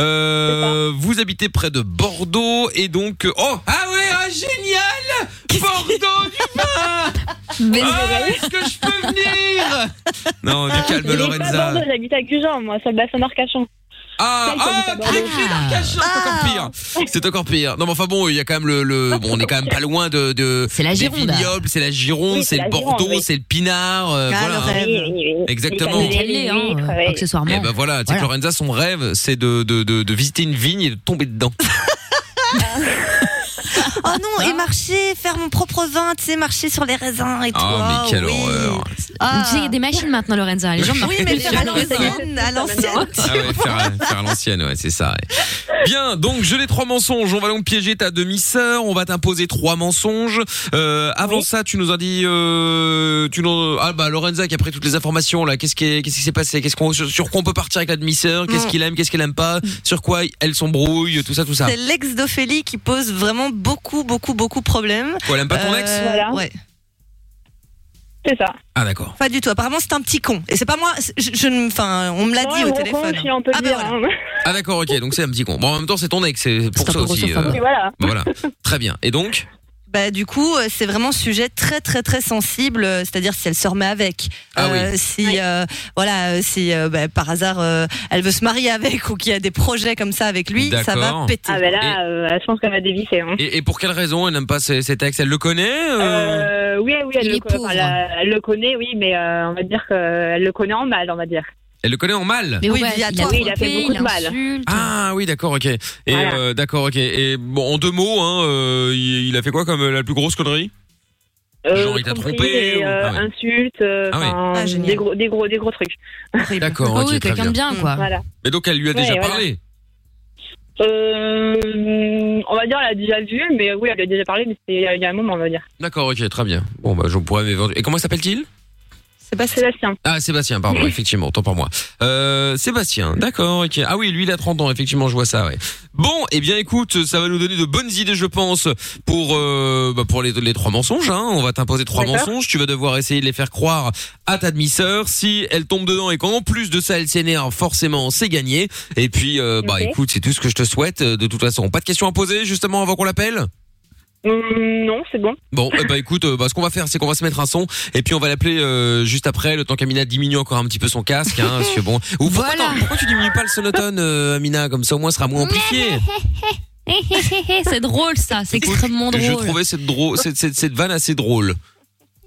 Euh, vous habitez près de Bordeaux et donc... euh, Oh Ah ouais, ah, génial Bordeaux du vin Ah, Est-ce que je peux venir Non, du calme, Je vis Ah, pas à Lorenza. Bordeaux, J'habite à Gujan, moi, sur le bassin d'Arcachon. Ah, Celle qui habite ah, à Bordeaux. Cricri d'Arcachon, Ah. c'est encore pire. C'est encore pire. Non, mais enfin bon, il y a quand même le, le- bon, on est quand même pas loin de, de c'est la Gironde. c'est la Gironde, Oui, c'est c'est le la Gironde, Bordeaux, oui. c'est le Pinard, euh, Ah, voilà. Oui, oui, oui. Exactement. Les cannelés, Cannelés, hein, les huîtres, euh, ouais. accessoirement. Et ben voilà, tu sais que Lorenza, son [LAUGHS] rêve, c'est de, de, de, de visiter une vigne et de tomber dedans. Oh non, et Hein marcher, faire mon propre vin, tu sais, marcher sur les raisins et Ah. tout. Ah, mais quelle oui. horreur. Tu sais, il y a des machines maintenant, Lorenza. Les gens Oui, mais faire à l'ancienne, à l'ancienne. Ah ouais, faire, à- faire à l'ancienne, ouais, c'est ça. ouais. Bien, donc je les trois mensonges. On va donc piéger ta demi-sœur. On va t'imposer trois mensonges. Euh, avant ça, tu nous as dit, euh, tu nous, ah bah Lorenza qui a pris toutes les informations là. Qu'est-ce qui, est- qu'est-ce qui s'est passé Qu'est-ce qu'on, sur, sur quoi on peut partir avec la demi-sœur Qu'est-ce Mm. qu'il aime Qu'est-ce qu'elle aime pas Sur quoi elle s'embrouille Tout ça, tout ça. C'est l'ex d'Ophélie qui pose vraiment beaucoup, beaucoup, beaucoup de problèmes. Quoi, elle aime pas ton ex Ouais. C'est ça. Ah d'accord. Pas du tout. Apparemment, c'est un petit con. Et c'est pas moi. c'est- Je, je ne- enfin, on me l'a Ouais, dit au gros téléphone. con, si on peut ah, le dire, ben voilà. hein. Ah d'accord, ok. Donc c'est un petit con. Bon, en même temps, c'est ton ex, c'est pour C'est un ça peu aussi. grossophobe. Oui, voilà. bah, voilà. Très bien. Et donc Bah, du coup, euh, c'est vraiment sujet très, très, très sensible. euh, C'est-à-dire si elle se remet avec, Ah Euh, si euh, voilà, euh, si euh, bah, par hasard euh, elle veut se marier avec ou qu'il y a des projets comme ça avec lui, ça va D'accord. péter. Ah, ben là, euh, je pense qu'elle va dévisser. Hein. et, et pour quelle raison elle n'aime pas ce- cet ex Elle le connaît euh Euh, oui, oui, elle le, co- enfin, la- elle le connaît, oui, mais euh, on va dire qu'elle le connaît en mal, on va dire. Elle le connaît en mal. oui, il, a fait beaucoup de mal. Ah oui, d'accord, ok. Et euh, d'accord, ok. Et bon, en deux mots, hein, euh, il, il a fait quoi comme euh, la plus grosse connerie Genre, il t'a Tromperie, trompé et, ou- euh, Ah ouais. Insultes, euh, Ah ouais. enfin, Ah, génial. des, gros, des, gros, des gros trucs. D'accord, Oh, ok, très Voilà. Mais donc, elle lui a Ouais, déjà voilà. parlé. Euh, on va dire, elle a déjà vu, mais oui, elle a déjà parlé, mais c'était il y a- il y a un moment, on va dire. D'accord, ok, très bien. Bon, bah, je pourrais m'éventuer- Et comment s'appelle-t-il Sébastien. Ah, Sébastien, pardon, effectivement, tant pour moi. Euh, Sébastien, d'accord, ok. Ah oui, lui, il a 30 ans, effectivement, je vois ça, ouais. Bon, eh bien, écoute, ça va nous donner de bonnes idées, je pense, pour euh, bah, pour les, les trois mensonges. Hein. On va t'imposer trois D'accord. mensonges. Tu vas devoir essayer de les faire croire à ta demi-sœur. Si elle tombe dedans et qu'en plus de ça, elle s'énerve, forcément, c'est gagné. Et puis, euh, bah, Ok. écoute, c'est tout ce que je te souhaite, euh, de toute façon. Pas de questions à poser, justement, avant qu'on l'appelle Hum, non, c'est bon. Bon, eh ben, écoute, euh, bah, ce qu'on va faire, c'est qu'on va se mettre un son et puis on va l'appeler euh, juste après, le temps qu'Amina diminue encore un petit peu son casque. Hein, parce que bon. Ou pourquoi, attends, pourquoi tu diminues pas le sonotone, euh, Amina Comme ça, au moins, ce sera moins amplifié. [LAUGHS] C'est drôle ça, c'est extrêmement Je drôle. trouvais cette, drôle, cette, cette, cette vanne assez drôle.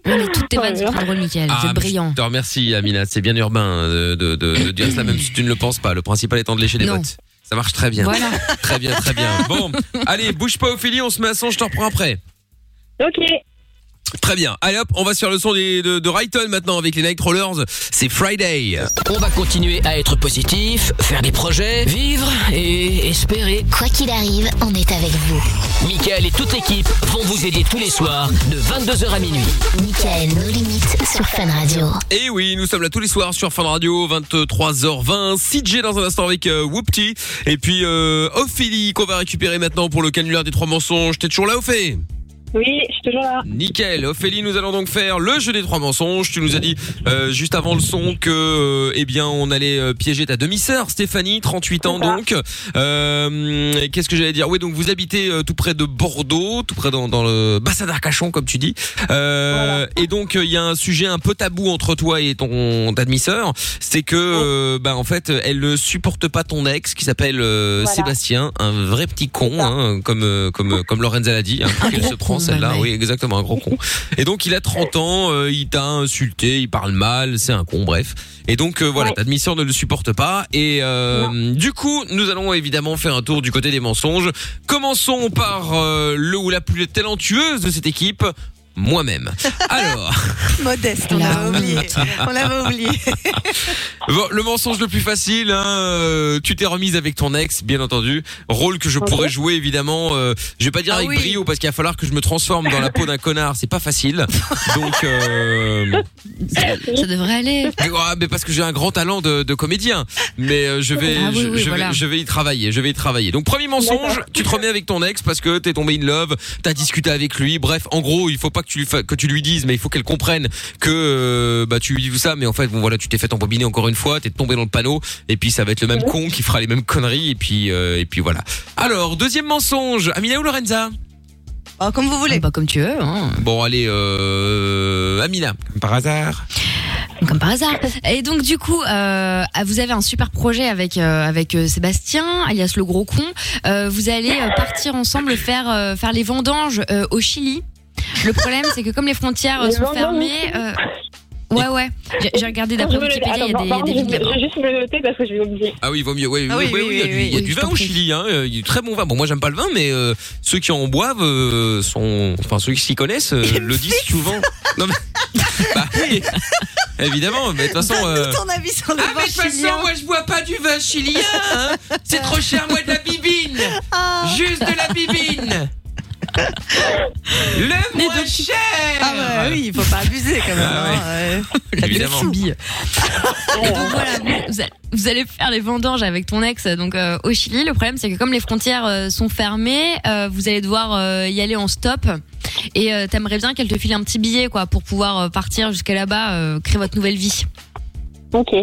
Oui, mais toutes tes vannes Ah, sont très drôles, Michael. Vous Ah, mais êtes brillant. [LAUGHS] Je te remercie, Amina. C'est bien urbain euh, de, de, de dire cela, même si tu ne le penses pas. Le principal étant de lécher des Non. bottes. Ça marche très bien. Voilà. Très bien, [LAUGHS] très bien. Bon, allez, bouge pas, Ophélie, on se met à son, je te reprends après. Ok. Très bien. Allez hop, on va sur le son des- de, de Ryton maintenant avec les Night Rollers. C'est Friday. On va continuer à être positif, faire des projets, vivre et espérer. Quoi qu'il arrive, on est avec vous. Michael et toute l'équipe vont vous aider tous les soirs de 22h à minuit. Michael, nos limites sur Fun Radio. Et oui, nous sommes là tous les soirs sur Fun Radio, 23h20. CJ dans un instant avec euh, Whoopty. Et puis euh, Ophélie qu'on va récupérer maintenant pour le canular des trois mensonges. T'es toujours là, Ophé Oui, je suis toujours là. Nickel. Ophélie, nous allons donc faire le jeu des trois mensonges. Tu nous as dit euh, juste avant le son que, euh, eh bien, on allait euh, piéger ta demi-sœur, Stéphanie, 38 ans donc. Euh, Qu'est-ce que j'allais dire Oui, donc vous habitez euh, tout près de Bordeaux, tout près dans, dans le bassin d'Arcachon, comme tu dis. Euh, Et donc euh, il y a un sujet un peu tabou entre toi et ton ta demi-sœur, c'est que, euh, bah, en fait, elle ne supporte pas ton ex qui s'appelle euh, Voilà. Sébastien, un vrai petit con, hein, comme euh, comme euh, comme Lorenza l'a dit. hein, qu'elle se prend celle-là, Ah oui exactement un gros con. Et donc il a 30 ans, euh, il t'a insulté, il parle mal, c'est un con, bref. Et donc euh, voilà, ta demi-sœur ne le supporte pas. Et euh, du coup, nous allons évidemment faire un tour du côté des mensonges. Commençons par euh, le ou la plus talentueuse de cette équipe, moi-même. [LAUGHS] Alors, Modeste, on l'avait oublié. On l'avait oublié. bon, le mensonge le plus facile, hein, euh, tu t'es remise avec ton ex, bien entendu. Rôle que je pourrais jouer évidemment. euh, je vais pas dire avec brio parce qu'il va falloir que je me transforme dans la peau d'un connard. C'est pas facile. Donc. euh, Ça devrait aller. Mais, ouais, mais parce que j'ai un grand talent de, de comédien. Mais euh, je vais, Ah oui, je, oui, je voilà. vais, je vais y travailler. Je vais y travailler. Donc premier mensonge, tu te remets avec ton ex parce que t'es tombé in love, t'as discuté avec lui. Bref, en gros, il faut pas que tu lui fa- que tu lui dises, mais il faut qu'elle comprenne que euh, bah tu lui dis tout ça. Mais en fait, bon voilà, tu t'es fait embobiner encore une fois, t'es tombé dans le panneau. Et puis ça va être le même con qui fera les mêmes conneries. Et puis euh, et puis voilà. Alors deuxième mensonge, Amina ou Lorenza comme vous voulez. Pas Euh, comme tu veux. hein. Bon allez, euh, Amina. Par hasard. Comme par hasard. Et donc du coup, euh, vous avez un super projet avec euh, avec euh, Sébastien, alias le gros con. Euh, vous allez euh, partir ensemble faire euh, faire les vendanges euh, au Chili. Le problème, c'est que comme les frontières euh, Les sont vendanges fermées, euh, Ouais, ouais. J'ai- J'ai regardé d'après Je me le- Wikipédia, il y a attends, des- il y a par des contre, vidéos. Je vais juste me le noter parce que je vais oublier. Ah oui, vaut mieux. Ouais, Ah oui, oui, oui, oui, oui, il y a du, il y a oui, du je vin t'en au Chili, hein. euh, Il y a du très bon vin. Bon, moi, j'aime pas le vin, mais euh, ceux qui en boivent, euh, sont, enfin ceux qui s'y connaissent, euh, le disent souvent. Non mais, [LAUGHS] bah oui, évidemment. Mais de toute façon, euh, avis sur le Ah, mais de toute façon, moi, je bois pas du vin chilien. hein. C'est trop cher, moi, de la bibine. Juste de la bibine. [LAUGHS] Le moins cher. Ah bah oui, il faut pas abuser quand même. Ah ouais. hein, ouais. [LAUGHS] évidemment. Et donc voilà, vous- vous allez, vous allez faire les vendanges avec ton ex donc euh, au Chili. Le problème c'est que comme les frontières euh, sont fermées, euh, vous allez devoir euh, y aller en stop. Et euh, t'aimerais bien qu'elle te file un petit billet quoi pour pouvoir euh, partir jusqu'à là-bas, euh, créer votre nouvelle vie. Ok.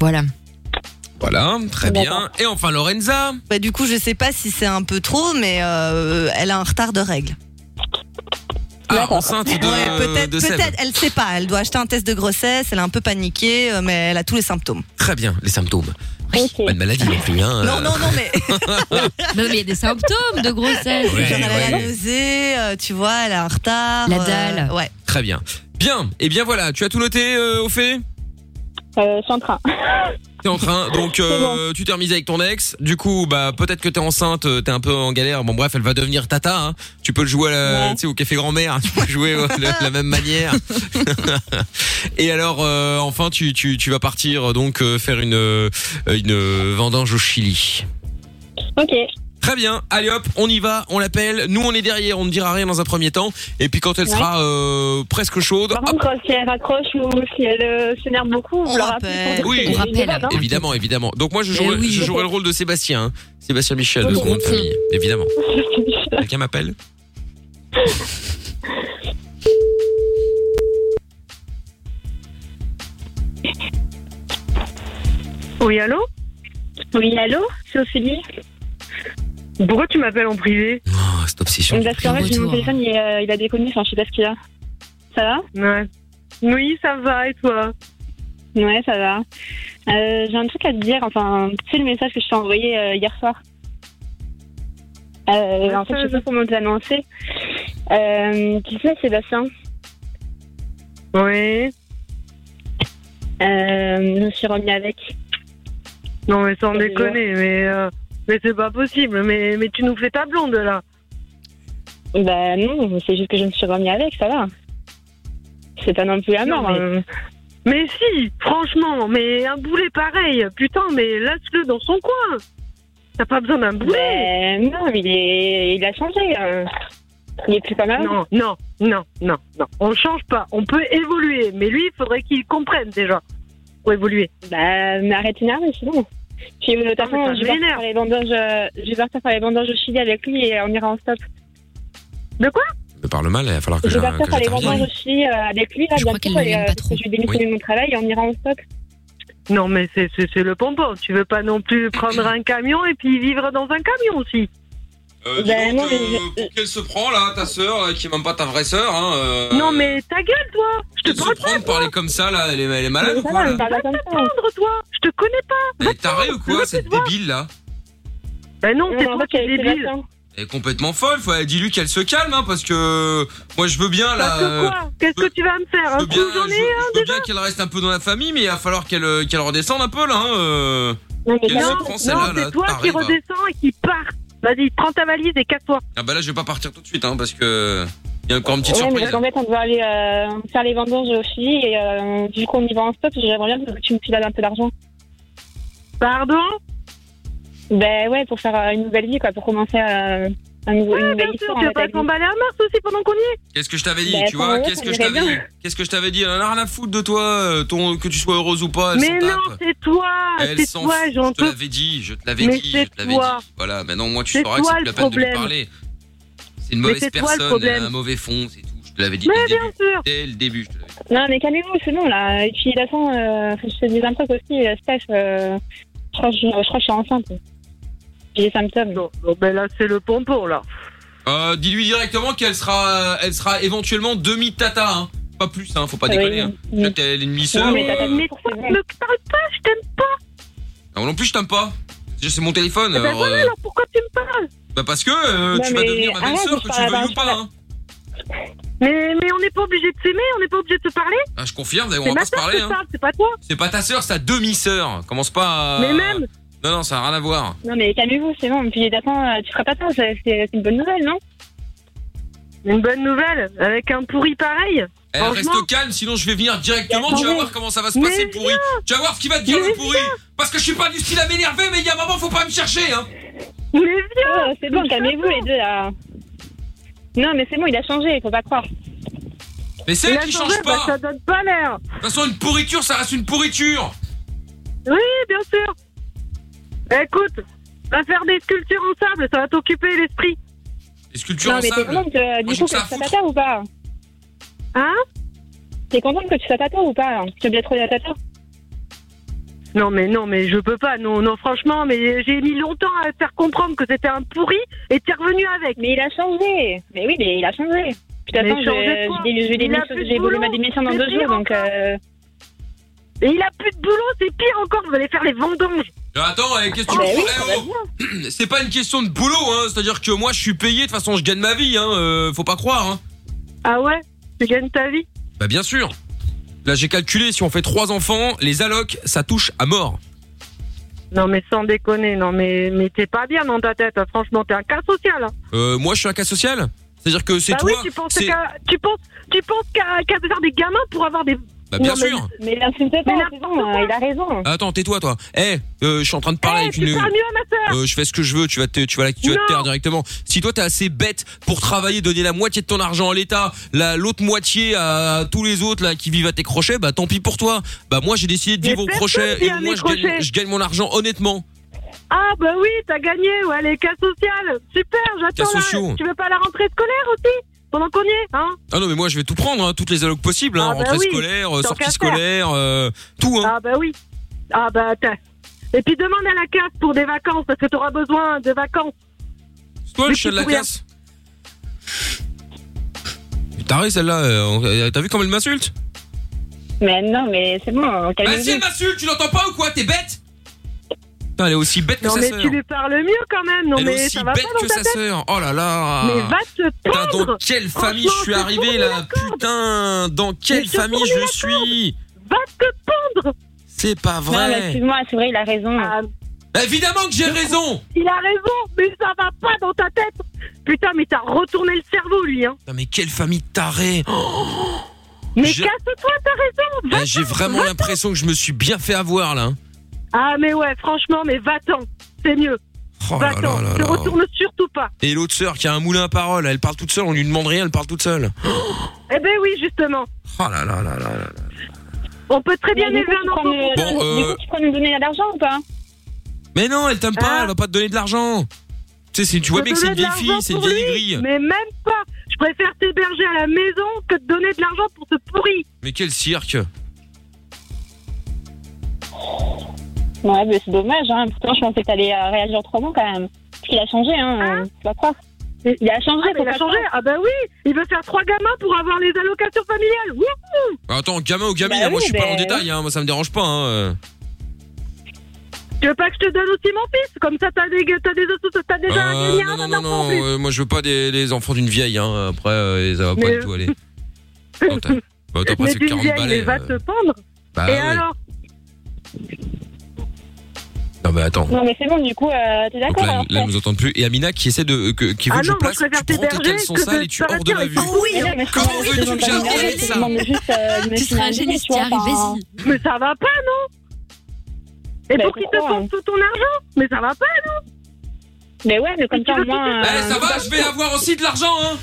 Voilà. Voilà, très bien. Et enfin, Lorenza. Bah, du coup, je sais pas si c'est un peu trop, mais euh, elle a un retard de règles. Ah, enceinte de, Ouais, peut-être, de Seb. peut-être, elle sait pas. Elle doit acheter un test de grossesse. Elle a un peu paniqué, euh, mais elle a tous les symptômes. Très bien, les symptômes. Pas de maladie non plus, hein. euh. Non, non, non, mais Non, mais il y a des symptômes de grossesse. Ouais, genre, elle a la ouais. nausée, euh, tu vois, elle a un retard. La euh, dalle. ouais. [LAUGHS] Très bien. Bien, et bien voilà, tu as tout noté, euh, au fait Euh, je suis en train. T'es en train, donc euh, tu t'es remise avec ton ex. Du coup, bah peut-être que t'es enceinte, euh, t'es un peu en galère. Bon bref, elle va devenir tata. hein. Tu peux le jouer à la- tu sais, au café grand-mère. Tu peux jouer euh, de la même manière. [LAUGHS] Et alors, euh, enfin, tu, tu, tu vas partir donc euh, faire une euh, une euh, vendange au Chili. Ok. Très bien, allez hop, on y va, on l'appelle. Nous, on est derrière, on ne dira rien dans un premier temps. Et puis quand elle sera euh, presque chaude, Par contre, si elle raccroche ou si elle euh, s'énerve beaucoup, on, leur rappelle. pour Oui, dire qu'elle est malade, hein. évidemment, évidemment. Donc moi, je Eh jouerai, oui. je jouerai le rôle de Sébastien, hein. Sébastien Michel, de son nom de famille, [LAUGHS] évidemment. Quelqu'un m'appelle Oui, allô Oui, allô C'est Ophélie Pourquoi tu m'appelles en privé Oh, cette obsession. Parce qu'en fait, hein. mon téléphone, il, euh, il a déconné. Enfin, je sais pas ce qu'il a. Ça va Ouais. Oui, ça va, et toi Ouais, ça va. Euh, J'ai un truc à te dire. Enfin, tu sais le message que je t'ai envoyé euh, hier soir euh, En fait, je sais pas comment te l'annoncer. Euh, tu sais, Sébastien Oui. Euh, je me suis remis avec. Non, mais sans Ça veut déconner, mais, euh, mais c'est pas possible. Mais, mais tu nous fais ta blonde, là. Bah non, c'est juste que je me suis remis avec, ça va. C'est pas non plus la Non, mort. mais- euh, Mais si, franchement, mais un boulet pareil, putain, mais laisse-le dans son coin. T'as pas besoin d'un boulet. Ben, non, il, est, il a changé. euh. Il est plus comme avant. Non, non, non, non, non. On change pas. On peut évoluer, mais lui, il faudrait qu'il comprenne déjà pour évoluer. Bah, mais arrête d'énerver, sinon. Puis, euh, de toute Ah, mais façon, ça je vais m'énerve. refaire les bandages, euh, je vais refaire les bandages au Chili avec lui et on ira en stop. De quoi Me parle mal, il va falloir Ah, que Je je vais refaire les bandages j'intervienne. au Chili euh, avec lui, là, bientôt, et, euh, parce que je vais démissionner de mon travail et on ira en stop. Non, mais c'est c'est- c'est le pompon. Tu veux pas non plus prendre un camion et puis vivre dans un camion aussi. Euh, Ben dis donc, non, mais euh, pour qu'elle se prend là, ta sœur, euh, qui est même pas ta vraie sœur, hein. euh, Non, mais ta gueule, toi Je qu'elle se prend de parler comme ça euh, Bah là, elle est, elle est malade ou Ça quoi va, là mais va pas te prendre, toi Je te connais pas Elle est tarée ou quoi cette débile là Ben non, Non, c'est mais en toi fait, qui es avec débile Sébastien. Elle est complètement folle. Faut, dis-lui qu'elle se calme, hein, parce que moi je veux bien là. Parce que euh, quoi Qu'est-ce que tu vas me faire je Un veux coup bien, de je, journée hein je veux bien qu'elle reste un peu dans la famille, mais il va falloir qu'elle euh, qu'elle redescende un peu là. Hein, euh. Non, Qu'elle se Non, prend non, celle-là là. c'est toi qui tarée, va. redescends et qui part Vas-y, prends ta valise et casse-toi Ah bah là je vais pas partir tout de suite, hein, parce que il y a encore une petite Ouais, mais surprise. parce qu'en fait, on doit aller euh, faire les vendanges au Chili et euh, vu qu'on y va en stop, j'aimerais bien que tu me files un peu d'argent. Pardon Ben ouais, pour faire euh, une nouvelle vie, quoi, pour commencer euh, un nouveau, une Ouais, nouvelle bien sûr, histoire tu vas avec pas la vie. s'emballer à Mars aussi pendant qu'on y est Qu'est-ce que je t'avais dit, Bah, tu vois attends, Qu'est-ce on que je verra t'avais dit bien. Qu'est-ce que je t'avais dit Elle en a rien à foutre de toi, euh, ton, que tu sois heureuse ou pas. Elle Mais s'en non, tape. c'est toi Bah, Elle Ah, C'est s'en toi, fout, j'en je te peux l'avais dit, je te l'avais Mais dit, c'est je te l'avais toi. dit. Voilà, maintenant moi tu C'est sauras que toi c'est plus le la peine de lui problème. parler. C'est une Mais mauvaise c'est toi le personne, elle problème. a un mauvais fond, c'est tout. Je te l'avais dit Mais dès le bien début. sûr. Dès le début, je te l'avais dit. Non, mais calmez-vous, c'est bon là. Et puis, de toute façon, euh, faut que je te dis un truc aussi, euh, Steph. euh, je, crois que je, je crois que je suis enceinte. J'ai des symptômes. Bon, bon, ben là, c'est le pompon, là Euh, dis-lui directement qu'elle sera, elle sera éventuellement demi-tata, hein. Pas plus, hein, faut pas Oui, déconner. Hein. oui. Peut-être qu'elle est une demi-sœur. Non, mais euh, t'as pas de pour c'est bon. Ah, moi non plus, je t'aime pas. Déjà, C'est mon téléphone. Ben alors, voilà, euh, alors pourquoi tu me parles bah parce que euh, Non, tu vas mais devenir ma arrête, belle-sœur, je que parle tu veuilles pas, ou je pas. parle- hein. Mais, mais on n'est pas obligé de s'aimer, on n'est pas obligé de se parler. Ah, je confirme, d'ailleurs, on C'est va ma pas se sœur parler. qui hein. parle, c'est pas toi. C'est pas ta sœur, c'est ta demi-sœur. Commence pas à... Mais même. Non, non, ça a rien à voir. Non, mais calmez-vous, c'est bon. Puis d'attends, euh, tu feras pas tard, c'est c'est une bonne nouvelle, non Une bonne nouvelle, avec un pourri pareil. Eh, reste calme, sinon je vais venir directement. Mais Tu vas attendez. voir comment ça va se Mais passer, le pourri. viens. Tu vas voir ce qu'il va te dire, Mais le pourri. Parce que je suis pas du style à m'énerver, mais il y a un moment, faut pas me chercher, hein. Mais viens Ah, C'est bon, calmez-vous les deux, là. Non, mais c'est bon, il a changé, faut pas croire. Mais c'est Il elle a qui changé, change bah, pas. ça donne pas l'air. De toute façon, une pourriture, ça reste une pourriture. Oui, bien sûr. Bah, écoute, va faire des sculptures en sable, ça va t'occuper l'esprit. Les sculptures non, en mais t'es sable. contente euh, Moi, du j'ai coup que que ça à tu sois foutre. tata ou pas Hein T'es contente que tu sois tata ou pas hein Tu as bien trouvé la tata Non, mais non, mais je peux pas. Non, non, franchement, mais j'ai mis longtemps à te faire comprendre que c'était un pourri et t'es revenu avec. Mais il a changé. Mais oui, mais il a changé. Puis attends, Mais je, changer je, quoi dé- je Il a démissionne- plus de j'ai volé ma boulot, démission dans c'est deux pire jours, donc... encore. euh, Et il a plus de boulot, c'est pire encore, vous allez faire les vendanges. Mais Attends, eh, qu'est-ce que tu Bah me oui, prends- eh, oh. [CLEARS THROAT] C'est pas une question de boulot, hein. C'est-à-dire que moi, je suis payé, de toute façon, je gagne ma vie, hein. euh, faut pas croire, hein. Ah ouais Tu gagnes ta vie Bah, bien sûr. Là, j'ai calculé, si on fait trois enfants, les allocs, ça touche à mort. Non, mais sans déconner, non, mais, mais t'es pas bien dans ta tête. hein. Franchement, t'es un cas social. hein. Euh, moi, je suis un cas social. C'est-à-dire que c'est bah toi. oui, tu penses c'est- qu'à tu penses, tu penses qu'à qu'à faire des gamins pour avoir des. Bah, bien sûr. Mais l'insulte pas, hein, c'est bon, euh, il a raison. Attends, tais-toi, toi. Eh, euh, je suis en train de parler Eh, avec une. parles mieux à ma sœur. Euh, je fais ce que je veux. Tu vas te, tu vas, la- tu vas te Non. taire directement. Si toi t'es assez bête pour travailler, donner la moitié de ton argent à l'État, la l'autre moitié à tous les autres là qui vivent à tes crochets, bah tant pis pour toi. Bah moi j'ai décidé de Mais vivre au personne crochet vit et à moi mes je crochets. gagne, je gagne mon argent honnêtement. Ah bah oui, t'as gagné, ouais, les cas sociales. Super, j'attends Cas sociaux. là. Tu veux pas la rentrée scolaire aussi Pendant qu'on y est, hein Ah non mais moi je vais tout prendre, hein, toutes les allocs possibles, hein, Ah bah rentrée oui, scolaire, euh, tant sortie qu'à faire. scolaire, euh, tout. Hein. Ah bah oui. Ah bah attends. Et puis demande à la casse pour des vacances, parce que t'auras besoin de vacances. C'est toi le Mais chien de tu la pourrais- casse. Taré celle-là, euh, t'as vu comme elle m'insulte Mais non, mais c'est bon, Bah si calmez-vous. elle m'insulte, tu l'entends pas ou quoi T'es bête Putain, elle est aussi bête que Non sa mais sœur. tu lui parles mieux quand même, non elle mais est aussi ça va pas bête dans que ta sa tête. sœur. Oh là là. Mais va te Putain, pendre. dans quelle famille je suis Franchement, c'est arrivé tourner là Putain, dans quelle Mais c'est famille tourner je la suis Va te Bah, pendre C'est pas Non, mais vrai. Bah, excuse-moi, c'est vrai, il a raison. Évidemment que j'ai raison. Ah, Il a raison, mais ça va pas dans ta tête. Putain, mais t'as retourné le cerveau lui, hein. Putain, mais quelle famille de tarés. Oh, Mais Je- casse-toi, t'as raison. eh, J'ai vraiment l'impression que je me suis bien fait avoir là. Ah mais ouais, franchement, mais va-t'en, c'est mieux. Oh là va-t'en, là là te là. retourne surtout pas. Et l'autre sœur qui a un moulin à parole, elle parle toute seule, on lui demande rien, elle parle toute seule. Eh ben oui, justement. Oh là là là là là. On peut très bien Mais du élever coup, tu un prends enfant. me- Bon, Du euh, coup, tu prends me donner l'argent ou pas Mais non, elle t'aime pas, elle va pas te donner de l'argent. Tu sais, c'est- tu vois Ah. Je bien que c'est une donnais de vieille fille, l'argent c'est une pour vieille lui, grille. Mais même pas. Je préfère t'héberger à la maison que de donner de l'argent pour ce pourri. Mais quel cirque Ouais, mais c'est dommage, hein. Pourtant, je pensais que t'allais euh, réagir autrement quand même. Parce qu'il a changé, hein. euh, tu vas croire. Il a changé, Ah, mais faut il a pas changé. croire. Ah bah oui, il veut faire trois gamins pour avoir les allocations familiales. Wouhou Bah Attends, gamin ou gamine, Bah hein, moi oui, je suis pas bah en détail, hein, moi ça me dérange pas. Hein. euh. tu veux pas que je te donne aussi mon fils Comme ça, t'as des, t'as des, t'as déjà Euh, gagné non, un non, non, enfant en non, plus. euh, moi je veux pas des, des enfants d'une vieille, hein. après euh, ça va pas Mais- du tout aller. Non, t'as- bah, t'as mais presque d'une 40 vieille, mais balais. va euh. te pendre. Bah Et ouais. alors Non, mais attends. Non, mais c'est bon, du coup, euh, t'es Donc d'accord là, alors là, elle nous entend plus. Et Amina qui essaie de. euh, que- qui veut Ah que non, je moi place. je préfère tu prends tes t'héberger caleçons que sales de et tu es hors de ma vue. Ah oui, Comment veux-tu que j'arrête ça euh, Tu seras un génie si t'y arrives, vas-y. Mais ça va pas, non Et Bah, pour qu'il te pourquoi, pompe tout ton argent Mais ça va pas, non Mais ouais, mais comme Tu ça, au veux moins. Eh, euh, ça bah, va, je vais avoir aussi de l'argent, hein.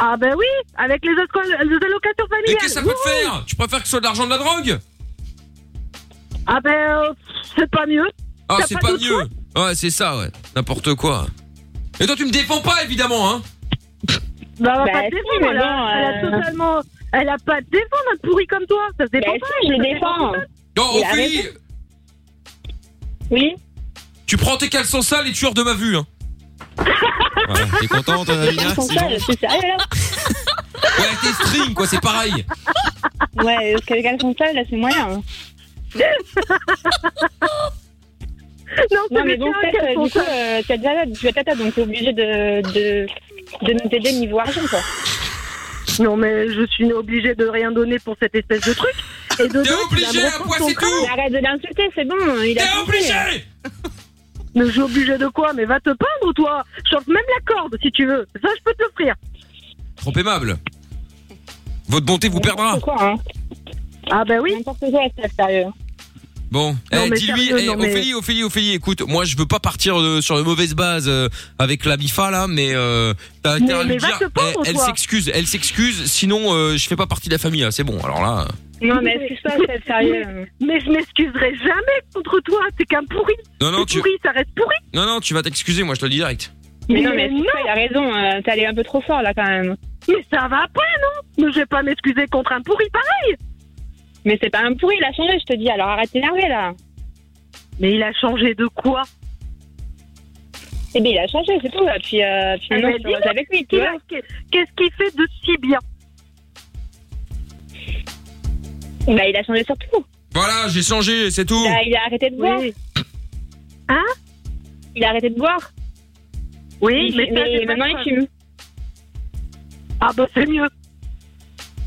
Ah ben oui, avec les, alco- les allocations Et familiales. qu'est-ce que ça peut te faire Tu préfères que ce soit de l'argent de la drogue Ah ben, euh, c'est pas mieux. Ah, T'as c'est pas d'autre choix mieux. Ouais, c'est ça, ouais. N'importe quoi. Et toi, tu me défends pas, évidemment, hein. Bah, elle va Bah, pas te si, défendre, mais elle, a- bon, elle a euh, totalement... Elle a pas de défendre un pourri comme toi, ça se Bah, défend si, pas. je ça se les défend défends. pas. Non, Il a Ophélie, Oui. tu prends tes caleçons sales et tu es hors de ma vue, hein. Voilà, t'es contente, euh, Amina Ils sont C'est sales, bon je suis sérieux là. Ouais, tes strings, quoi, c'est pareil. Ouais, euh, parce que les gars sont sales, là, c'est moyen. hein. Non, c'est Non, mais les bon, tiens peut-être, qu'elles euh, sont du coup, sales. euh, t'as déjà, tu as tata, donc t'es obligé de, de, de nous aider niveau argent, quoi. Non, mais je suis obligée de rien donner pour cette espèce de truc. Et de T'es obligée, à quoi, c'est tout Arrête de l'insulter, c'est bon. hein, T'es obligée Mais je suis obligée de quoi Mais va te peindre, toi Chante même la corde, si tu veux. Ça, je peux te l'offrir. Trop aimable. Votre bonté vous perdra. Quoi, hein Ah, ben oui. N'importe quoi, c'est sérieux. Bon, Non, Eh, mais dis-lui, sérieux, eh, non, mais- Ophélie, Ophélie, Ophélie, écoute, moi je veux pas partir de- sur de mauvaises bases euh, avec la Bifa là, mais euh, t'as Mais- intérêt à lui mais va dire, te pendre, eh, elle toi. s'excuse, elle s'excuse, sinon euh, je fais pas partie de la famille, là, c'est bon, alors là. euh. Non, mais excuse-toi, c'est sérieux. Mais, mais je m'excuserai jamais contre toi. T'es qu'un pourri. Non, non, tu, Pourri, ça reste pourri. non, non, tu vas t'excuser, moi je te le dis direct. Mais non, mais excuse-toi, il a raison. euh, T'es allé un peu trop fort, là, quand même. Mais ça va pas, non Mais je vais pas m'excuser contre un pourri pareil. Mais c'est pas un pourri, il a changé, je te dis. Alors arrête d'énerver, là. Mais il a changé de quoi Eh bien, il a changé, c'est tout. Là. Puis, euh, puis Eh maintenant, ben, tu dis-moi, roses avec lui, tu qu'il vois. a- qu'est- Qu'est-ce qu'il fait de si bien Bah, il a changé sur tout. Voilà, j'ai changé, c'est tout. Il a, il a arrêté de boire. Hein Il a arrêté de boire. Oui, Il- mais, ça, j'ai pas maintenant, de il preuve. fume. Ah bah c'est mieux.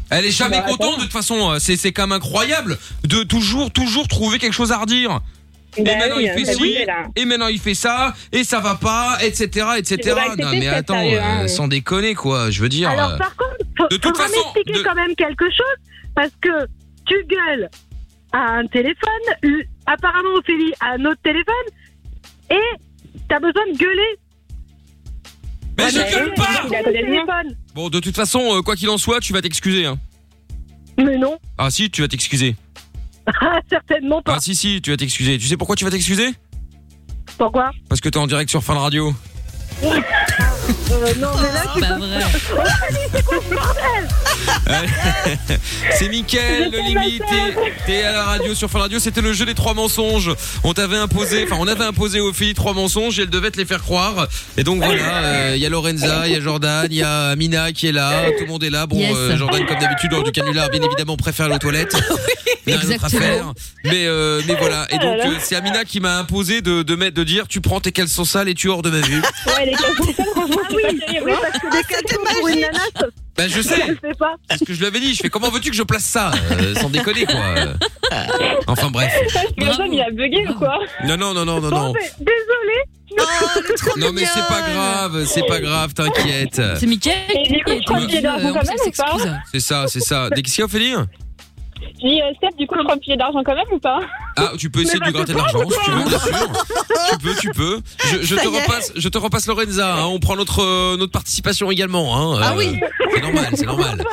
Elle est jamais Bah, contente de toute façon, euh, c'est c'est quand même incroyable de toujours toujours trouver quelque chose à redire. Eh Et ben Bah maintenant oui, il hein, fait ça ci, lui fait, là. et maintenant il fait ça, et ça va pas, etc. etc. faudrait accepter Non que mais ça attends, sérieux, hein. euh, sans déconner quoi, je veux dire. Alors euh, par contre, faut, de toute faudra façon, m'expliquer de- quand même quelque chose parce que tu gueules à un téléphone, l- apparemment Ophélie à un autre téléphone, et t'as besoin de gueuler. Mais je gueule pas Il a ton téléphone. Bon, de toute façon, euh, quoi qu'il en soit, tu vas t'excuser. Hein. Mais non, Ah si, tu vas t'excuser. [LAUGHS] Ah, certainement pas. Ah si, si, tu vas t'excuser. Tu sais pourquoi tu vas t'excuser Pourquoi [LAUGHS] Parce que t'es en direct sur Fun Radio. Euh, Non mais là c'est pas vrai. Ophélie, c'est quoi ce bordel Allez. [LAUGHS] C'est Mickaël, le limite. T'es- T'es à la radio sur Fun Radio. C'était le jeu des trois mensonges. On t'avait imposé, enfin, on avait imposé aux filles trois mensonges et elles devaient te les faire croire. Et donc voilà, euh, il y a Lorenza, il y a Jordan, il y a Amina qui est là. Tout le monde est là. Bon, Yes. euh, Jordan, comme d'habitude, lors du canular, bien évidemment, on préfère aller aux toilettes. Il y a rien d'autre à exactement. faire. Mais, euh, mais voilà. Et donc, Ah là là. euh, c'est Amina qui m'a imposé de, de, mettre- de dire tu prends tes caleçons sales et tu es hors de ma vue. Ouais, les questions, ça, franchement, Ah c'est pas Oui, terrible. oui, hein. parce que des questions pour une nana, ça- Bah, je sais. ça le fait pas. C'est ce que je lui avais dit. Je fais comment veux-tu que je place ça Euh, Sans déconner quoi. Euh, Enfin bref. [LAUGHS] Mais Antoine, il a bugué ou quoi Non non non non non ben, non. ben, Désolée. Non mais c'est pas grave, c'est pas grave, t'inquiète. C'est Mickaël Et du coup, je crois qu'il est d'argent Euh, quand on même ou pas s'excuse. C'est ça, c'est ça. Dès qu'il y a Ophélie Je dis, euh, Steph, du coup, je crois qu'il est d'argent quand même ou pas Ah, tu peux essayer de lui gratter de l'argent si tu veux, bien sûr. Tu peux, tu peux. Je, je te repasse, je te repasse Lorenza. hein. On prend notre euh, notre participation également. Hein. Euh, Ah oui. C'est normal, c'est normal.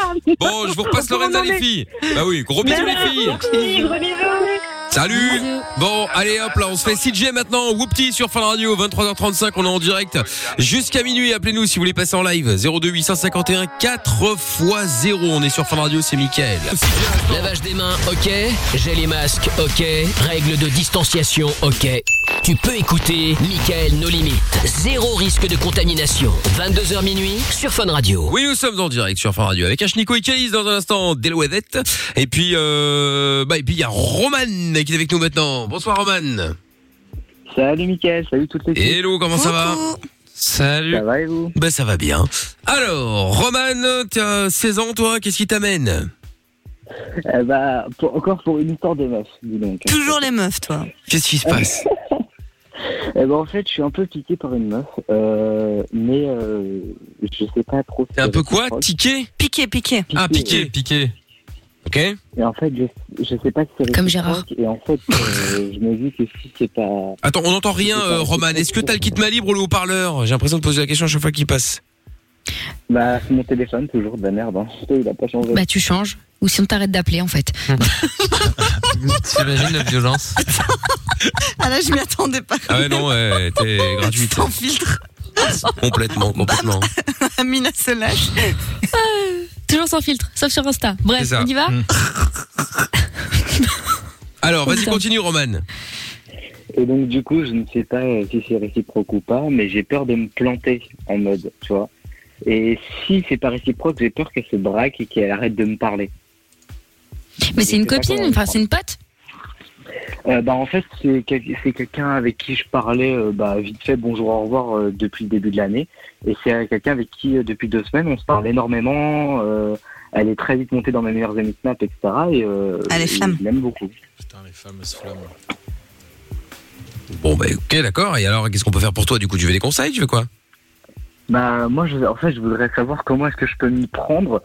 Bon, je vous repasse Lorenza les filles. Bah oui, gros bisous les filles. Oui, gros bisous. Salut Bon, allez hop là, on se fait CJ maintenant, Whoopty sur Fun Radio, 23h35, on est en direct jusqu'à minuit, appelez-nous si vous voulez passer en live, 02 851 4 x 0, on est sur Fun Radio, c'est Mickaël. Lavage des mains, ok. Gel et masque, ok. Règles de distanciation, ok. Tu peux écouter Michael No Limit. Zéro risque de contamination. 22h minuit sur Fun Radio. Oui, nous sommes en direct sur Fun Radio avec H. Nico et Calice dans un instant, Delouadette, et puis euh, bah, et puis il y a Roman qui est avec nous maintenant, bonsoir Roman Salut Mickaël, salut toutes les filles. Hello, comment ça va Salut Ça va et vous Bah ça va bien. Alors, Roman, t'as 16 ans toi, qu'est-ce qui t'amène Eh bah, pour- encore pour une histoire de meuf, dis donc. Toujours les meufs, toi. Qu'est-ce qui se passe [LAUGHS] Eh bah, en fait, je suis un peu piqué par une meuf, euh, mais euh, je sais pas trop. T'es un peu quoi Tiqué Piqué, piqué. Ah, piqué, piqué. Ok. Et en fait, je, je sais pas si c'est Comme Gérard. réciproque, Et en fait, [LAUGHS] euh, je me dis que si c'est pas. Attends, on n'entend rien, euh, Roman. Est-ce que t'as le kit ma libre ou le haut-parleur J'ai l'impression de poser la question à chaque fois qu'il passe. Bah, c'est mon téléphone, toujours de la merde. Hein. [LAUGHS] Putain, Il a pas changé. Bah tu changes. Ou si on t'arrête d'appeler en fait. [LAUGHS] T'imagines la violence Ah là, je m'y attendais pas. Ah ouais, non, ouais, t'es Ah, gratuite. [LAUGHS] Sans filtre. Complètement, complètement. [LAUGHS] Amina se [LAUGHS] lâche. Toujours sans filtre, sauf sur Insta. Bref, C'est ça. Hmm. on y va Hmm. [LAUGHS] Alors, vas-y, Putain. continue, Roman. Et donc, du coup, je ne sais pas euh, si c'est réciproque ou pas, mais j'ai peur de me planter en mode, tu vois. Et si c'est pas réciproque, j'ai peur qu'elle se braque et qu'elle arrête de me parler. Mais c'est une Je sais pas copine, comment enfin c'est une pote Euh, bah, en fait, c'est quel- c'est quelqu'un avec qui je parlais euh, bah, vite fait bonjour au revoir euh, depuis le début de l'année. Et c'est euh, quelqu'un avec qui, euh, depuis deux semaines, on se parle énormément. euh, elle est très vite montée dans mes meilleurs amis Snap, etc. Et, euh, Ah, les et flammes. Je l'aime beaucoup. Bon, bah, ok, d'accord. Et alors, qu'est-ce qu'on peut faire pour toi Du coup, tu veux des conseils Tu veux quoi Bah, moi, je, en fait, je voudrais savoir comment est-ce que je peux m'y prendre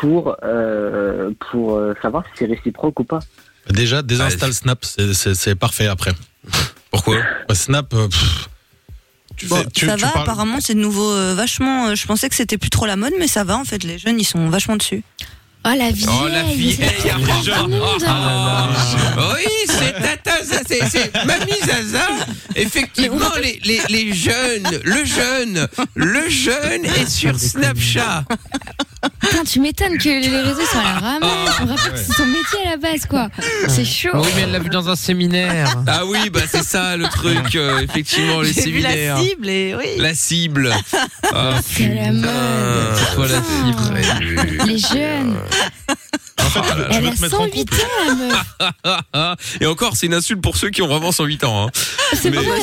pour, euh, pour euh, savoir si c'est réciproque ou pas. Déjà, désinstalle Snap, c'est- c'est c'est parfait après. Pourquoi Snap, euh, pff, tu Bon, fais- tu- ça tu va, parles- [LAUGHS] apparemment, c'est de nouveau euh, vachement. euh, je pensais que c'était plus trop la mode, mais ça va en fait. Les jeunes, ils sont vachement dessus. Oh la vie Oh la fille, [LAUGHS] hein. Ah Oui, c'est tata, ça, c'est c'est mamie Zaza. Effectivement, les, les, les jeunes, le jeune, le jeune Ah, est sur Snapchat. Putain, tu m'étonnes que les réseaux soient à la ramasse. On rappelle que c'est son métier à la base, quoi. C'est chaud. Oui, mais elle l'a vu dans un séminaire. Ah oui, bah c'est ça le truc, euh, effectivement, les J'ai vu la séminaires. cible et oui. La cible. Ah, putain, C'est toi la [LAUGHS] cible. Les jeunes. Ah là là. Elle a 108 ans, la meuf. Et encore, c'est une insulte pour ceux qui ont vraiment 108 ans. Hein. C'est Mais- pas vrai.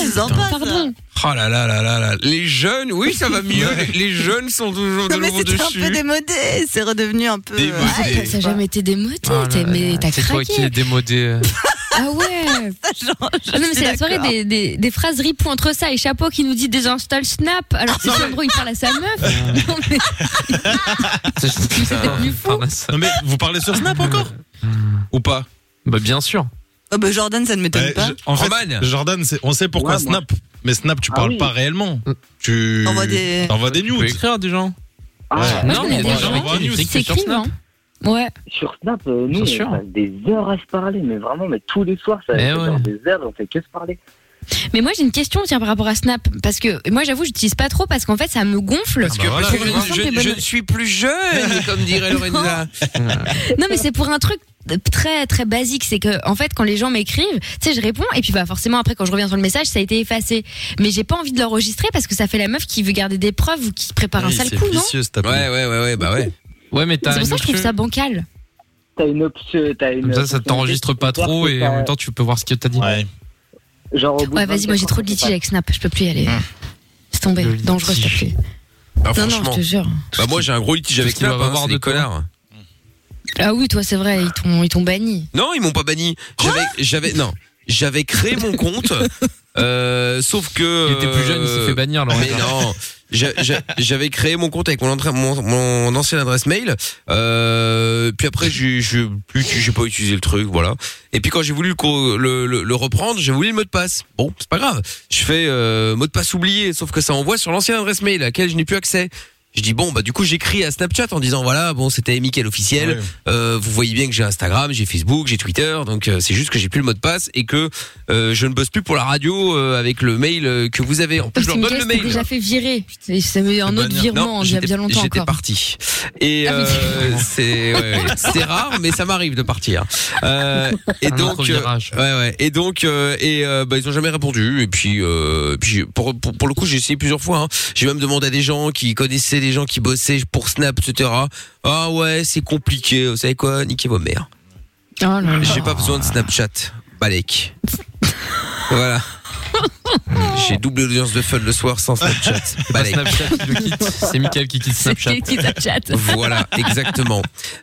Pardon. Oh là là là là là. Les jeunes, oui, ça va mieux. Ouais. Les, les jeunes sont toujours de Non, mais nouveau c'était un dessus. peu démodé. C'est redevenu un peu. euh, Démodé. ah, Ah, ça n'a jamais été démodé. Ah t'es- mais t'as C'est toi qui craqué. es démodé. euh. Ah ouais. [LAUGHS] Ah non, mais suis c'est la soirée d'accord. des, des, des phrases ripou entre ça et chapeau qui nous dit désinstalle Snap alors Ah que Sandro il parle à sa meuf. Non, mais Non, mais vous parlez sur Snap encore Ou pas Bah bien sûr. Ah, bah, Jordan, ça ne m'étonne Ouais, pas. je- en fait, Jordan, c'est- on sait pourquoi Ouais, moi. Snap. Mais Snap, tu Ah parles oui. pas réellement. Tu T'envoies des- t'envoies des news. Tu peux écrire à des gens. Ah, Moi, je connais des gens qui- c'est crime, hein. Ouais. Sur Snap, euh, Bien nous, sûr. on passe des heures à se parler, mais vraiment, mais tous les soirs, ça Eh fait ouais. genre des heures, on fait que se parler. Mais moi j'ai une question tiens par rapport à Snap parce que moi j'avoue j'utilise pas trop parce qu'en fait ça me gonfle. Parce que, parce que pour une simple et Ah bah je, je- bonne- je ne suis [LAUGHS] plus jeune, comme [LAUGHS] dirait Lorenza. Non mais c'est pour un truc très très basique c'est que en fait quand les gens m'écrivent tu sais je réponds et puis bah forcément après quand je reviens sur le message ça a été effacé mais j'ai pas envie de l'enregistrer parce que ça fait la meuf qui veut garder des preuves ou qui prépare un sale coup non c'est Ouais, ouais, ouais, ouais, bah ouais. Ouais, mais t'as pour ça que je trouve ça bancal T'as une option, t'as une. Comme ça, ça option- t'enregistre pas trop et en même temps, tu peux voir ce que t'as dit. Ouais. Genre, au bout ouais de vas-y moi j'ai 24 trop de litiges avec Snap je peux plus y aller Hein c'est tombé dangereux s'il te plaît Bah, non non franchement. je te jure Bah moi, j'ai un gros litige avec Tout ce qu'il Snap, va hein, avoir c'est de des toi. connards. ah oui toi c'est vrai ils t'ont ils t'ont banni Non, ils m'ont pas banni. J'avais, j'avais, non, j'avais créé mon [LAUGHS] compte. euh, sauf que. Il était plus jeune, il s'est euh, fait bannir, Laurent. Mais non. j'a- j'a- J'avais créé mon compte avec mon, entra- mon, mon ancienne adresse mail. Euh, puis après, j'ai j'ai plus- j'ai pas utilisé le truc, voilà. Et puis quand j'ai voulu le, co- le, le- le reprendre, j'ai voulu le mot de passe. Bon, c'est pas grave. Je fais euh, mot de passe oublié, sauf que ça envoie sur l'ancienne adresse mail à laquelle je n'ai plus accès. Je dis bon bah du coup j'écris à Snapchat en disant voilà bon c'était Mickaël officiel Euh, vous voyez bien que j'ai Instagram j'ai Facebook j'ai Twitter donc euh, c'est juste que j'ai plus le mot de passe et que euh, je ne bosse plus pour la radio euh, avec le mail euh, que vous avez en plus je leur donne le c'était mail déjà fait virer C'est- c'est un autre Bannir. virement Non, il y a j'étais- bien longtemps J'étais encore parti. Et Ah oui, c'est euh, vrai. c'est ouais, ouais. C'est rare, mais ça m'arrive de partir. Euh, et, Un donc, autre euh, virage. ouais, ouais. et donc, euh, et euh, bah, ils ont jamais répondu. Et puis, euh, puis j'ai- pour, pour, pour le coup, j'ai essayé plusieurs fois. hein. J'ai même demandé à des gens qui connaissaient des gens qui bossaient pour Snap, etc. Ah ouais, c'est compliqué. Vous savez quoi Niquez vos mères. Oh là là. J'ai pas besoin de Snapchat. Balek. [LAUGHS] voilà. J'ai double audience de fun le soir sans [LAUGHS] Snapchat. Balek. Snapchat, il le quitte. C'est Mickaël qui quitte Snapchat. [LAUGHS] Voilà, exactement.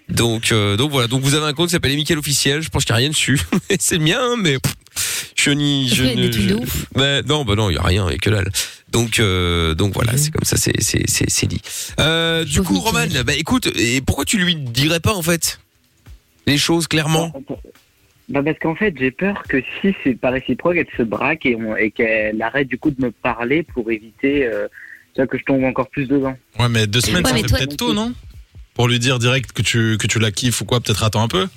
Donc, euh, donc voilà. Donc vous avez un compte qui s'appelle Michael officiel. Je pense qu'il n'y a rien dessus. [LAUGHS] c'est le mien, hein, mais pff, je n'y. Est-ce Je qu'il y a ne- des trucs de je- ouf Bah, non, bah non, il y a rien, il y a que dalle. Donc, euh, donc voilà, c'est comme ça, c'est c'est c'est c'est dit. Euh, du coup, Roman, bah écoute, et pourquoi tu lui dirais pas en fait les choses clairement Bah parce qu'en fait, j'ai peur que si c'est pas réciproque, elle se braque et, on- et qu'elle arrête du coup de me parler pour éviter euh, tu vois, que je tombe encore plus dedans. Ouais, mais deux semaines, Ouais, ça mais fait toi- peut-être tôt, non Pour lui dire direct que tu, que tu la kiffes ou quoi, peut-être attends un peu.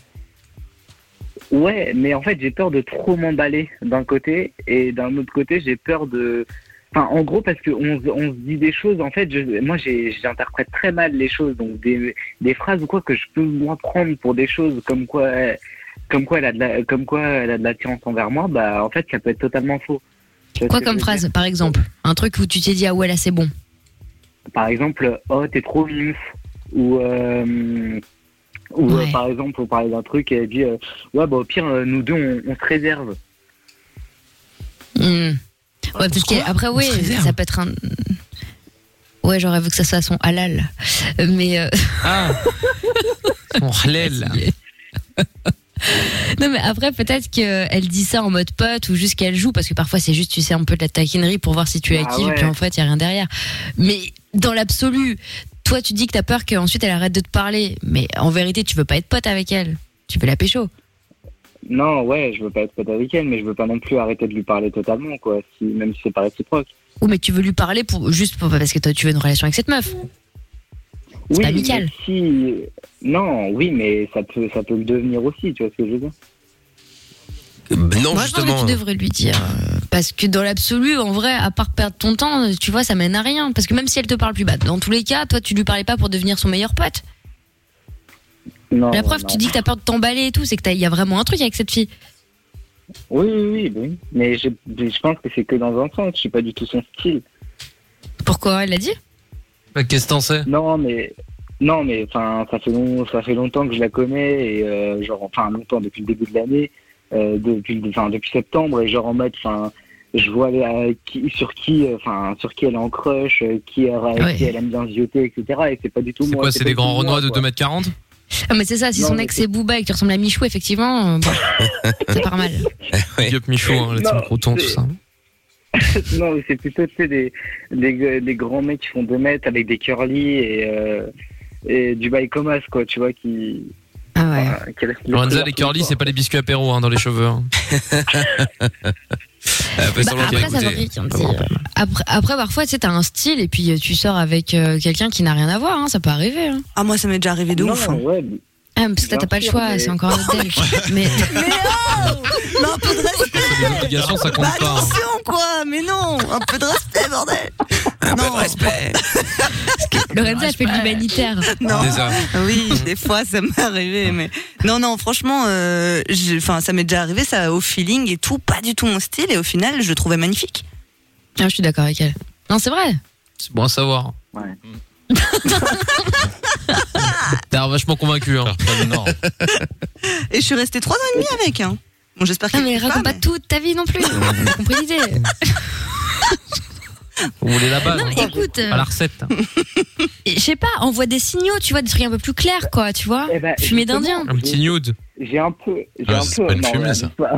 Ouais, mais en fait, j'ai peur de trop m'emballer d'un côté et d'un autre côté, j'ai peur de. Enfin, en gros, parce qu'on on se dit des choses, en fait, je, moi, j'ai- j'interprète très mal les choses. Donc, des, des phrases ou quoi que je peux moi prendre pour des choses comme quoi, comme quoi elle a de la- comme quoi elle a de l'attirance envers moi, bah, en fait, ça peut être totalement faux. Tu vois quoi ce que je comme veux dire phrase par exemple un truc où tu t'es dit ah ouais là c'est bon par exemple oh t'es trop mignon ou euh, ou euh, Ouais. par exemple on parlait d'un truc et elle dit euh, ouais bah au pire euh, nous deux on, on se réserve Hmm. Ouais, parce que après, oui, ça peut être un. Ouais, j'aurais vu que ça soit son halal. Euh, Mais. euh, Ah Mon halal. non, mais après, peut-être qu'elle dit ça en mode pote ou juste qu'elle joue, parce que parfois, c'est juste, tu sais, un peu de la taquinerie pour voir si tu es Ah active, ouais. et puis en fait, il n'y a rien derrière. Mais dans l'absolu, toi, tu dis que t'as peur qu'ensuite elle arrête de te parler, mais en vérité, tu veux pas être pote avec elle. Tu veux la pécho. Non, ouais, je veux pas être pote avec elle, mais je veux pas non plus arrêter de lui parler totalement, quoi, si, même si c'est pas réciproque. Ou mais tu veux lui parler pour, juste pour- parce que toi, tu veux une relation avec cette meuf. Oui, pas amical. mais si... Non, oui, mais ça peut, ça peut le devenir aussi, tu vois ce que je veux dire non, Moi, je pense que tu devrais lui dire. euh, Parce que dans l'absolu, en vrai, à part perdre ton temps, euh, tu vois, ça mène à rien. Parce que même si elle te parle plus bas, dans tous les cas, toi, tu lui parlais pas pour devenir son meilleur pote. Non, la preuve, non. tu dis que t'as peur de t'emballer et tout, c'est que t'as- il y a vraiment un truc avec cette fille. Oui, oui, oui, oui. mais je, je pense que c'est que dans un sens, je suis pas du tout son style. Pourquoi Elle l'a dit Bah, qu'est-ce que t'en sais Non, mais... Non, mais enfin, ça fait long- ça fait longtemps que je la connais et euh, genre enfin longtemps depuis le début de l'année, euh, depuis le- enfin depuis septembre et genre en mode enfin je vois euh, qui, sur qui euh, enfin sur qui elle est en crush, euh, qui, elle- qui elle aime bien zioter, etc. Et c'est pas du tout C'est moi. quoi, c'est pas des du grands tout moi, renois de quoi. [LAUGHS] 2m40 Ah, mais c'est ça, si Non, son mais ex est Booba et que tu ressembles à Michou, effectivement, euh, bon, c'est pas mal. Yop Michou, hein, la Non, team Crouton, tout c'est- ça. [LAUGHS] non, mais c'est plutôt tu sais, des, des, des grands mecs qui font 2 mètres avec des curly et, euh, et du bail comas, quoi, tu vois, qui. Ah ouais. qui laissent le Lorenza, couleur les tout le curly, corps. c'est pas les biscuits apéro hein, dans les [LAUGHS] cheveux. hein. Bah, après, ça varie, on Ah, dit, euh, après, après, parfois, tu sais, t'as un style et puis euh, tu sors avec euh, quelqu'un qui n'a rien à voir, hein, ça peut arriver. hein. Ah, moi, ça m'est déjà arrivé de Non, ouf. non, hein. Ouais, Ah, mais parce que là, t'as pas le Bien choix, sûr, mais- c'est [LAUGHS] encore un hôtel. mais... oh Mais un peu de respect Les obligations, ça compte pas. hein. Bah, Attention, quoi Mais non Un peu de respect, bordel Non respect hein, Lorenza, elle fait de l'humanitaire. [LAUGHS] Non. Déjà. Oui, des fois, ça m'est arrivé, mais non, non, franchement, euh, j'ai- enfin, ça m'est déjà arrivé, ça, au feeling et tout, pas du tout mon style, et au final, je le trouvais magnifique. Ah, je suis d'accord avec [LAUGHS] elle. Non, c'est vrai. C'est bon à savoir. Ah. T'as l'air vachement convaincu. Hein. Et je suis restée trois ans et demi avec. Hein. Bon, j'espère Ah, mais raconte pas, toute ta vie non [LAUGHS] plus. J'ai compris l'idée. Vous voulez la base Non, mais hein. écoute, euh, À la recette. Et Je sais pas, envoie des signaux, tu vois, des trucs un peu plus clairs, quoi, tu vois. Fumée d'Indien. Un petit nude. J'ai un peu. J'ai Ah, un c'est peu. pas une non, fumée, ouais, ça. pas-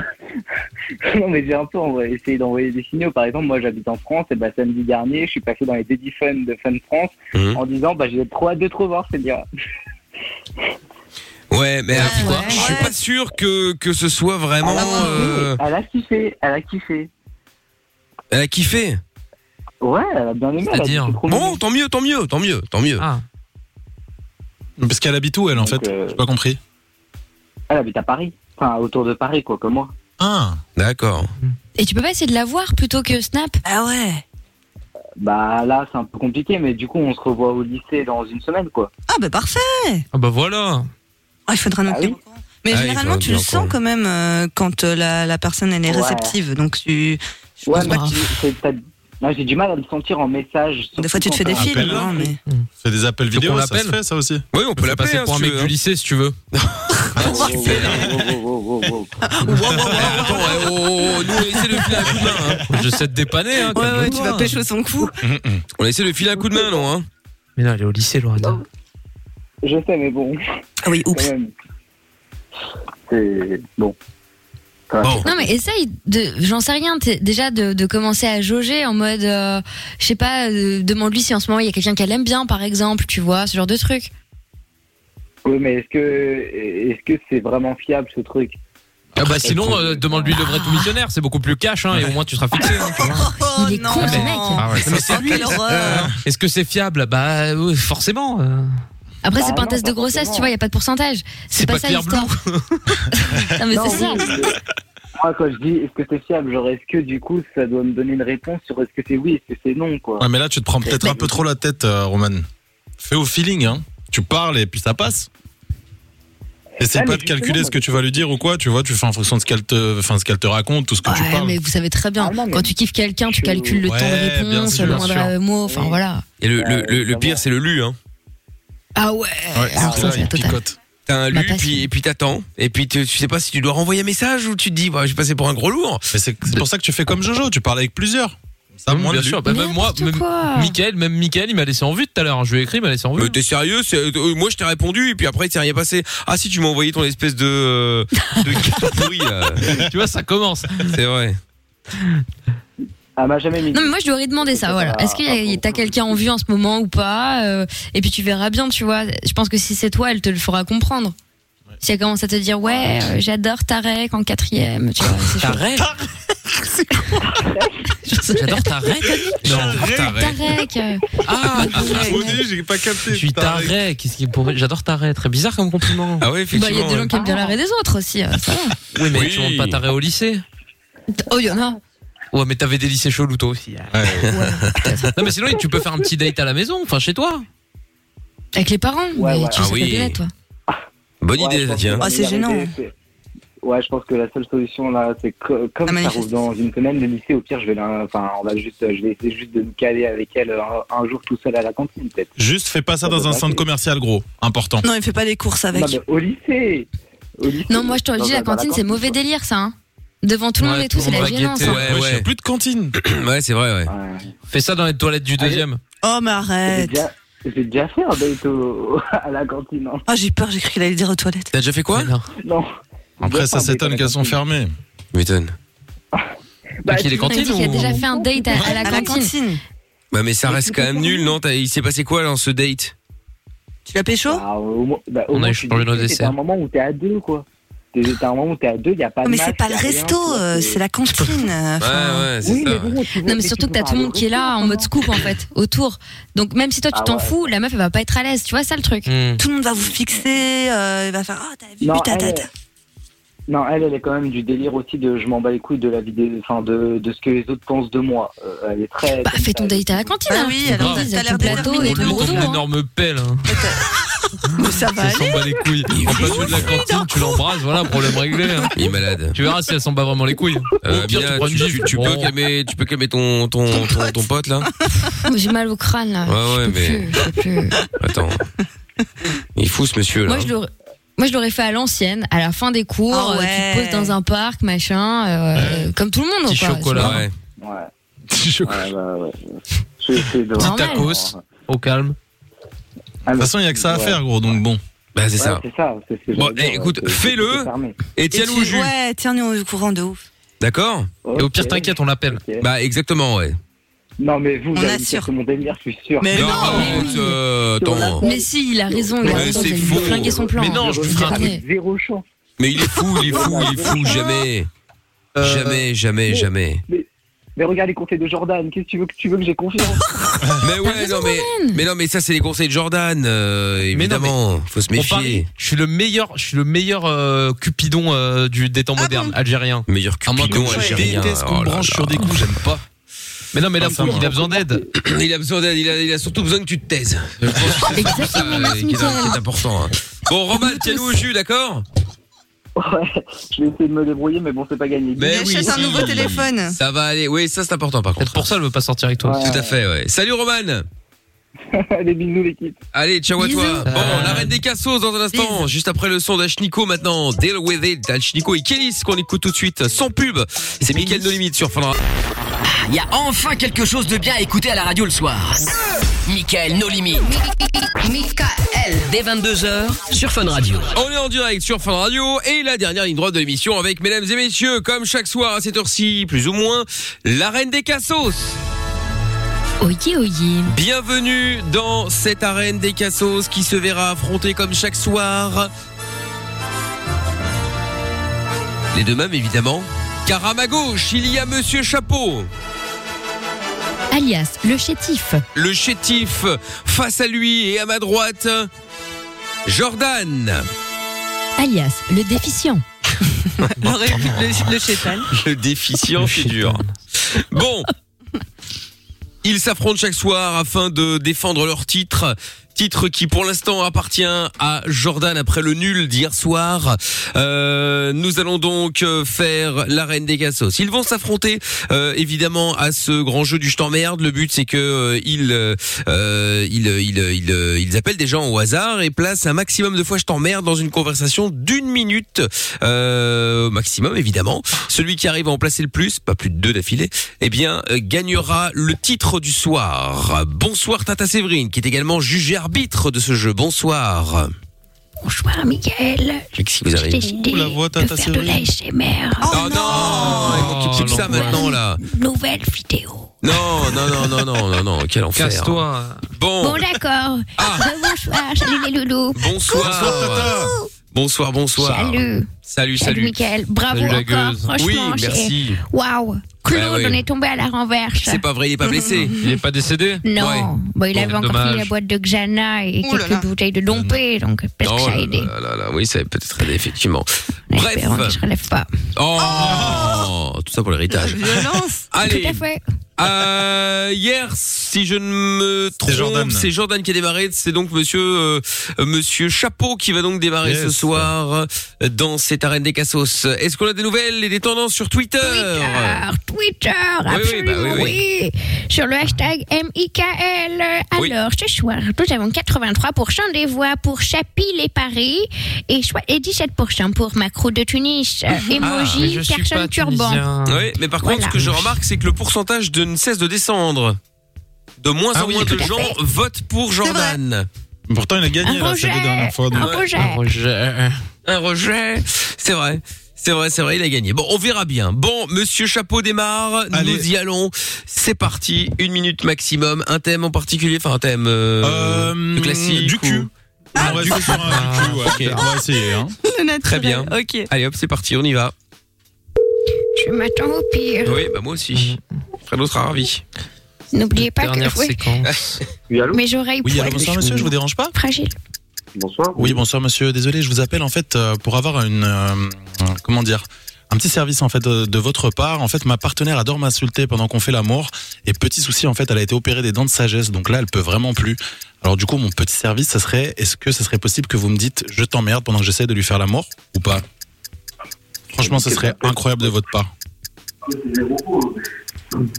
[LAUGHS] non, mais j'ai un peu envoyé- essayé d'envoyer des signaux. Par exemple, moi, j'habite en France, et bah, samedi dernier, je suis passé dans les Daddy Fun de Fun France Mhm. en disant, bah, j'ai trop hâte de te revoir, c'est [LAUGHS] bien. Ouais, mais après, je suis pas sûr que, que ce soit Ah, Ah, vraiment. bah, Ah, bah, euh, Elle a kiffé, elle a kiffé. Elle a kiffé. Ouais, elle a bien aimé. elle a dit, c'est trop mignon. Bon, tant mieux, tant mieux, tant mieux, tant mieux. Parce qu'elle habite où, elle, en fait J'ai pas compris. Elle habite à Paris. Enfin, autour de Paris, quoi, comme moi. Ah D'accord. Et tu peux pas essayer de la voir plutôt que Snap Ah ouais. Bah là, c'est un peu compliqué, mais du coup, on se revoit au lycée dans une semaine, quoi. Ah, bah parfait [LAUGHS] Ah bah voilà. Ah, il faudra nous tenir au courant. Mais Ah oui, généralement, faudra tu le tenir au sens courant. quand même euh, quand euh, la, la personne elle est Ouais. réceptive. Donc tu. je Ouais, pense mais pas que- tu- c'est- t'as- non, j'ai du mal à le sentir en message. Des fois, tu te fais des surtout quand films, t'as- hein, mais- Fais des appels Faut qu'on vidéo, ça l'appelle. se fait, ça aussi Oui, on peut la passer l'appeler, pour hein, un si mec tu veux, du hein. lycée si [LAUGHS] tu veux. Ah, oh, nous on essaie de filer un coup de main. Je sais te dépanner. Hein, Ouais, ouais, tu calme-toi. Mm, vas pécho son cou. On a essayé de filer un coup de main, non hein Mais non, elle est au lycée, Lorenza. Oh, Je sais, mais bon. [LAUGHS] Ah oui, oups. C'est bon. Ça va. Non mais essaye de, j'en sais rien, t'es- déjà de, de commencer à jauger en mode, euh, je sais pas, euh, demande-lui si en ce moment il y a quelqu'un qu'elle aime bien par exemple, tu vois, ce genre de truc. Oui, mais est-ce que est-ce que c'est vraiment fiable ce truc Ah bah sinon, euh, demande-lui le vrai tout missionnaire, c'est beaucoup plus cash hein, et au moins tu seras [LAUGHS] fixé. hein, tu vois. il est con, ce mec. Ah ouais, Mais c'est lui. Quelle horreur. Est-ce que c'est fiable Bah oui, forcément. euh. Après Bah c'est pas un non, test pas de grossesse, forcément. tu vois, il y a pas de pourcentage. C'est pas, ça Pierre l'histoire. [LAUGHS] euh, non mais c'est ça. [LAUGHS] Moi, quand je dis est-ce que c'est fiable, genre est-ce que du coup ça doit me donner une réponse sur est-ce que c'est oui, est-ce que c'est non, quoi. Ouais, mais là, tu te prends peut-être un peu trop la tête, euh, Roman. Fais au feeling, hein. Tu parles et puis ça passe. Essaye Ouais, pas mais de calculer justement, ce que tu vas lui dire ou quoi, tu vois, tu fais en fonction de ce qu'elle te, enfin, ce qu'elle te raconte, tout ce que tu Ouais, parles. mais vous savez très Ah bien, quand tu kiffes quelqu'un, tu calcules le Ouais, temps de bien réponse, sûr, le bien moindre sûr. euh, mot, enfin voilà. Et le, le, le, le pire, c'est le lu, hein. Ah ouais. Ouais, Euh, alors ça, c'est la totale. T'as un lu, puis, et puis t'attends. Et puis tu, tu sais pas si tu dois renvoyer un message ou tu te dis, bah, je vais passer pour un gros lourd. Mais c'est pour ça que tu fais comme Jojo, tu parles avec plusieurs. Ça, moins bien de sûr. vues. Bah, même moi, N'importe même quoi. Mickaël, même Mickaël, il m'a laissé en vue tout à l'heure. Je lui ai écrit, il m'a laissé en vue. Mais t'es sérieux C'est- euh, Moi je t'ai répondu et puis après il s'est rien passé. Ah si tu m'as envoyé ton espèce de euh, de carte pourrie, là. [LAUGHS] tu vois ça commence. C'est vrai. Elle Ah, m'a jamais mis. Non, mais moi, je lui aurais demandé ça, voilà. Est-ce que t'as quelqu'un en vue en ce moment ou pas Euh, Et puis tu verras bien, tu vois. Je pense que si c'est toi, elle te le fera comprendre. Si elle commence à te dire, ouais, euh, j'adore Tarek en quatrième, tu vois. c'est chaud. Tarek J'adore Tarek. Non, Tarek. Tarek euh, Ah, Tarek. Au début, j'ai pas capté. Je suis Tarek. Qu'est-ce qui pourrait- J'adore Tarek. Très bizarre comme compliment. Ah ouais, bah, Il y a des gens qui aiment bien l'arrêt des autres aussi. euh, ça va. Oui, mais tu montes pas Tarek au lycée. Oh, il y en a. Ouais, mais t'avais des lycées chelous toi aussi. hein. non, mais sinon, tu peux faire un petit date à la maison, enfin chez toi. Avec les parents. mais tu Ah sais oui. pas quelle est, toi. Bonne idée, ça, tiens. Ah Ah, c'est gênant, hein. Ouais, je pense que la seule solution là, c'est que comme ça roule dans une semaine, le lycée, au pire, je vais la- enfin, on va juste, je vais essayer juste de me caler avec elle euh, un, un jour tout seul à la cantine, peut-être. Juste fais pas ça dans un centre commercial gros, important. Non, il fait pas des courses avec. Non, mais au lycée. Au lycée. Non, moi, je te le dis, la cantine, c'est mauvais délire, ça. hein. Devant tout le monde et tout, c'est la gênance. hein. Ouais, ouais. plus de cantine. ouais, c'est vrai, ouais. Fais ça dans les toilettes du deuxième. Oh, mais J'ai arrête. déjà, j'ai déjà fait un date au- [LAUGHS] à la cantine. hein. Ah, j'ai peur, j'ai cru qu'il allait dire aux toilettes. T'as déjà fait quoi Non. Après, ça s'étonne qu'elles sont fermées. M'étonne. Bah, Donc, il Il est dit cantine qu'il a ou- déjà fait un date à, à la À la cantine. cantine. Bah mais ça reste quand même nul, non T'as- Il s'est passé quoi dans ce date Tu l'as pécho Bah, Au On a moins, échangé tu dis, nos c'est desserts. un moment où t'es à deux, quoi. T'es t'es un moment où t'es à deux, y a pas de Oh, Mais masque, c'est pas le y a rien, resto, tu vois, euh, c'est la cantine. euh, [LAUGHS] enfin. ouais, c'est ça. ouais. Non, mais surtout que t'as tout le monde qui est là en mode scoop en fait, autour. Donc même si toi tu Ah t'en ouais. fous, la meuf elle va pas être à l'aise, tu vois ça le truc. Hmm. Tout le monde va vous fixer, euh, il va faire Ah, t'as vu, Non, t'as, t'as, elle- t'as. Non, elle, elle est quand même du délire aussi de je m'en bats les couilles de la vidéo, enfin de, de ce que les autres pensent de moi. Euh, elle est très. Bah fais ton date à la cantine. Bah alors. oui, Ils alors, disent, t'as l'air ton plateau et déterminée, tout tout le le monde. monde. Une [LAUGHS] énorme pelle. hein. Mais ça va Ça s'en aller. bat les couilles. En plein milieu de la cantine, tu l'embrasses, voilà, problème réglé. hein. Il est malade. Tu verras si elle s'en bat vraiment les couilles. Euh, Au pire, Mia, tu prends une tu, tu- gifle. tu peux Bon. calmer, tu peux calmer ton ton ton, ton pote là. Oh, J'ai mal au crâne là. Ouais ouais mais attends. Il est fou ce monsieur là. Moi je l'aurais. Moi, je l'aurais fait à l'ancienne, à la fin des cours, Ah euh, ouais. tu te poses dans un parc, machin, euh, comme tout le monde. quoi, c'est marrant. Ouais. Ouais. [LAUGHS] Petit chocolat. Ouais, ouais, ouais. Je vais essayer de- Petit Normal. Tacos, au calme. De toute façon, il y a que ça à Ouais. faire, gros, donc bon. Bah c'est Ouais, ça. C'est ça. c'est ce que Bon, j'allais eh, dire, écoute, ouais, c'est- fais-le. c'est fermé. Et Et tiens-le au tu- jus. Ouais, tiens-nous au courant de ouf. D'accord Et au pire, t'inquiète, on l'appelle. Bah exactement ouais. Non, mais vous, On vous allez me assure. dire que mon délire, je suis sûr. bah, Mais non, arrête, euh, attends. Mais si, il a raison, il a Ouais, raison, c'est il a faux. flingué son plan. Mais non, je Je me veux ferai dire, un truc. avec zéro chance. Mais il est fou, il est fou, il est fou jamais. Euh, Jamais, jamais, mais- jamais. Mais regarde les conseils de Jordan. Qu'est-ce que tu veux que tu veux que j'ai confiance Mais ouais, non mais, mais non mais ça c'est les conseils de Jordan, euh, évidemment. Faut se On méfier. parie. Je suis le meilleur, je suis le meilleur euh, Cupidon euh, du des temps Ah modernes algérien. Meilleur À moins que cupidon je algérien. déteste qu'on Oh me là branche là. sur des coups, j'aime pas. Mais non, mais là, Ah, ça il a va. besoin d'aide. [COUGHS] Il a besoin d'aide, il a, il a surtout besoin que tu te taises. Je pense que c'est surtout ça Exactement, euh, merci, qui est, Mickaël. qui est important. hein. Bon, Roman, tiens-nous au jus, d'accord Ouais, je vais essayer de me débrouiller, mais bon, c'est pas gagné. [LAUGHS] Mais achète un si. nouveau téléphone. Ça va aller, oui, ça c'est important par Peut-être contre. pour ça, elle veut pas sortir avec toi. Tout à fait, ouais. Salut Roman Allez, bisous, l'équipe. Allez, ciao à Bisous. toi. Bon, la reine des cassos dans un instant, juste après le son d'Achnico maintenant. Deal with it d'Achnico et Kélis qu'on écoute tout de suite sans pub. C'est Mickaël No Limite sur Fun Radio. Il y a enfin quelque chose de bien à écouter à la radio le soir. Michael No Limit. Michael. Dès 22h sur Fun Radio. On est en direct sur Fun Radio et la dernière ligne droite de l'émission avec mesdames et messieurs, comme chaque soir à cette heure-ci, plus ou moins, la reine des cassos. Oyez, oyez. Bienvenue dans cette arène des Cassos qui se verra affronter comme chaque soir. Les deux mêmes évidemment. Car à ma gauche, il y a Monsieur Chapeau, Alias, le chétif. le chétif. Face à lui et à ma droite, Jordan, Alias, le déficient. [LAUGHS] Le, le chétan. le déficient figure. Bon, ils s'affrontent chaque soir afin de défendre leur titre. Titre qui pour l'instant appartient à Jordan après le nul d'hier soir. Euh, nous allons donc euh, faire la reine des cassos. Ils vont s'affronter euh, évidemment à ce grand jeu du je t'emmerde. Le but c'est que euh, ils, euh, euh, ils, ils, ils, euh, ils appellent des gens au hasard et placent un maximum de fois je t'emmerde dans une conversation d'une minute euh, maximum évidemment. Celui qui arrive à en placer le plus, pas plus de deux d'affilée, eh bien euh, gagnera le titre du soir. Bonsoir Tata Séverine qui est également jugée arbitre de ce jeu. Bonsoir. Bonsoir, Mickaël. Qu'est-ce qui vous arrive Décidé de faire de l'ASMR. Oh non Il manque qu'il clique ça maintenant là. Nouvelle vidéo. Non, non, non, non, non, non, non, quel enfer. Casse-toi. Bon. Bon, d'accord. Bonsoir, salut les loulous. Ah. Bonsoir. Bonsoir, Tata. Bonsoir, bonsoir. Salut. Salut, Salut, salut. Mickaël. Bravo Salut, la encore. gueuse. Franchement, Oui, j'ai- merci. Waouh. Claude, Bah oui. on est tombé à la renverse. C'est pas vrai, il est pas [LAUGHS] blessé. il est pas décédé Non. Bon, il avait encore pris dommage. la boîte de Xana et quelques bouteilles de Dompé, donc peut-être que Oh ça a aidé. là là là, oui, ça va peut-être aider, effectivement. Bref. Je relève pas. Oh, Tout ça pour [LAUGHS] l'héritage. Allez. Tout à fait. Euh, hier, si je ne me trompe, c'est Jordan. qui a démarré. C'est donc Monsieur euh, euh, Monsieur Chapeau qui va donc démarrer Yes. ce soir euh, dans cette arène des Cassos. Est-ce qu'on a des nouvelles et des tendances sur Twitter, Twitter, Oui, oui, bah absolument, oui, oui, oui. Sur le hashtag MIKL. Alors, Oui. ce soir, nous avons 83% des voix pour Chapi les Paris et, soi- et 17% pour Macro de Tunis. Euh, Ah, mais emoji, je suis personne turban. Oui, mais par contre, Voilà. ce que je remarque, c'est que le pourcentage de, ne cesse de descendre. De moins en Ah oui, moins de tout à gens fait. votent pour Jordan. Pourtant, il a gagné Un là, ces deux rejet, dernières fois. un donc. rejet. Un Un rejet. C'est vrai. C'est vrai, c'est vrai, il a gagné. Bon, on verra bien. Bon, Monsieur Chapeau démarre, nous y allons. C'est parti, une minute maximum. Un thème en particulier, enfin un thème euh, de classique du cul. ou- On reste sur un du cul, ouais. Ok. On va essayer. Hein. Très bien. Ok. Allez hop, c'est parti, on y va. Je m'attends au pire. Oui, bah moi aussi. Fredo sera ravi. N'oubliez pas que ouais, oui, mes oreilles Oui, poilent. alors, bonsoir, monsieur, je vous dérange pas Fragile. Bonsoir. Oui, bonsoir monsieur. Désolé, je vous appelle en fait euh, pour avoir une euh, comment dire un petit service en fait de, de votre part. En fait, ma partenaire adore m'insulter pendant qu'on fait l'amour et petit souci en fait, elle a été opérée des dents de sagesse. Donc là, elle peut vraiment plus. Alors du coup, mon petit service, ça serait est-ce que ça serait possible que vous me dites je t'emmerde pendant que j'essaie de lui faire l'amour ou pas Franchement, ce serait incroyable de votre part.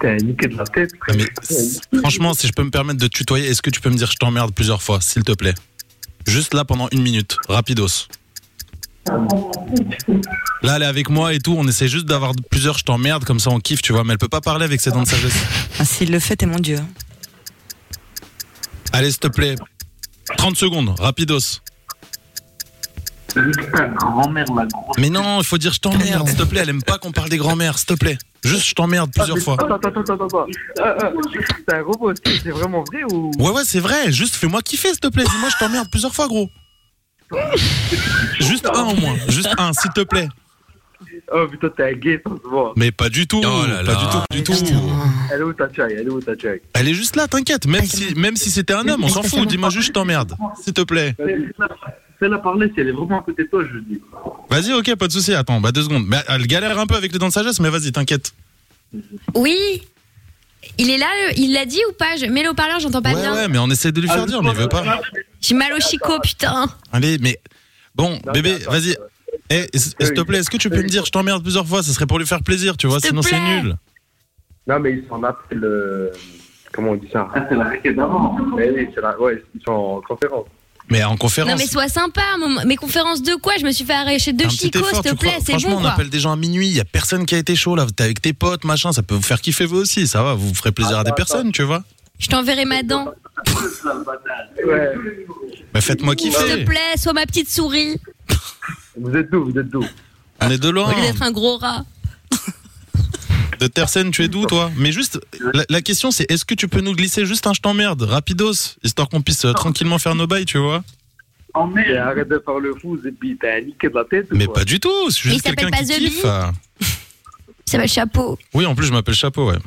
Ah, mais s- franchement, si je peux me permettre de te tutoyer, est-ce que tu peux me dire je t'emmerde plusieurs fois, s'il te plaît Juste là pendant une minute, rapidos. Là, elle est avec moi et tout, on essaie juste d'avoir plusieurs je t'emmerde, comme ça on kiffe, tu vois, mais elle peut pas parler avec ses dents de sagesse. Ah, S'il le fait, t'es mon dieu. Allez, s'il te plaît, 30 secondes, rapidos. Mais non, il faut dire je t'emmerde, s'il te plaît, elle aime pas qu'on parle des grands-mères, s'il te plaît. Juste je t'emmerde plusieurs fois. Attends, attends, attends, attends, attends. Euh, euh, C'est un robot, c'est c'est vraiment vrai ou. Ouais, ouais, c'est vrai, juste fais-moi kiffer, s'il te plaît, dis-moi je t'emmerde plusieurs fois, gros. Juste un au moins, juste un, s'il te plaît. Oh putain, t'es un gay, ça se voit. Mais pas du tout, pas du tout, du tout. Elle est où ta chai Elle est où ta chai Elle est juste là, t'inquiète, même si, même si c'était un homme, on s'en fout, dis-moi juste je t'emmerde, s'il te plaît. Fais-la parler si elle est vraiment à côté de toi, je dis. Vas-y, ok, pas de souci. Attends, bah deux secondes. Mais elle galère un peu avec les dents de sagesse, mais vas-y, t'inquiète. Oui. Il est là, le- il l'a dit ou pas Je mets le haut-parleur, j'entends pas ouais, Bah, bien. ouais, mais on essaie de lui faire dire, mais il veut pas. J'ai mal au chicot, putain. Allez, mais bon, bébé, vas-y. Eh, s- s'il te plaît, est-ce que tu peux me dire, je t'emmerde plusieurs fois, ce serait pour lui faire plaisir, tu vois, S'il te sinon c'est plaît. nul. Non, mais ils s'en appellent. euh, Comment on dit ça Ah, c'est la raquette d'avant. Oui, c'est la. Ouais, ils sont en conférence. Mais en conférence. Non mais sois sympa, mon- mes conférences de quoi Je me suis fait arracher deux un petit chicots, s'il effort, te tu plaît, crois. c'est Franchement, bon on quoi. appelle des gens à minuit, il y a personne qui a été chaud là, t'es avec tes potes, machin, ça peut vous faire kiffer vous aussi, ça va, vous ferez plaisir à des personnes, tu vois. Je t'enverrai ma dent. Ouais. Bah faites-moi S'il te kiffer. plaît, sois ma petite souris. Vous êtes d'où Vous êtes d'où On est de loin. Vous êtes un gros rat. De Tersen, tu es d'où toi Mais juste, la, la question c'est est-ce que tu peux nous glisser juste un je t'emmerde, rapidos, histoire qu'on puisse euh, tranquillement faire nos bails, tu vois Et arrête de faire le fou, Zepi, t'as niqué de la tête Mais pas du tout, je suis Mais juste il s'appelle quelqu'un qui pas The Bee kiffe. euh. Ça va le chapeau. Oui, en plus je m'appelle Chapeau, ouais.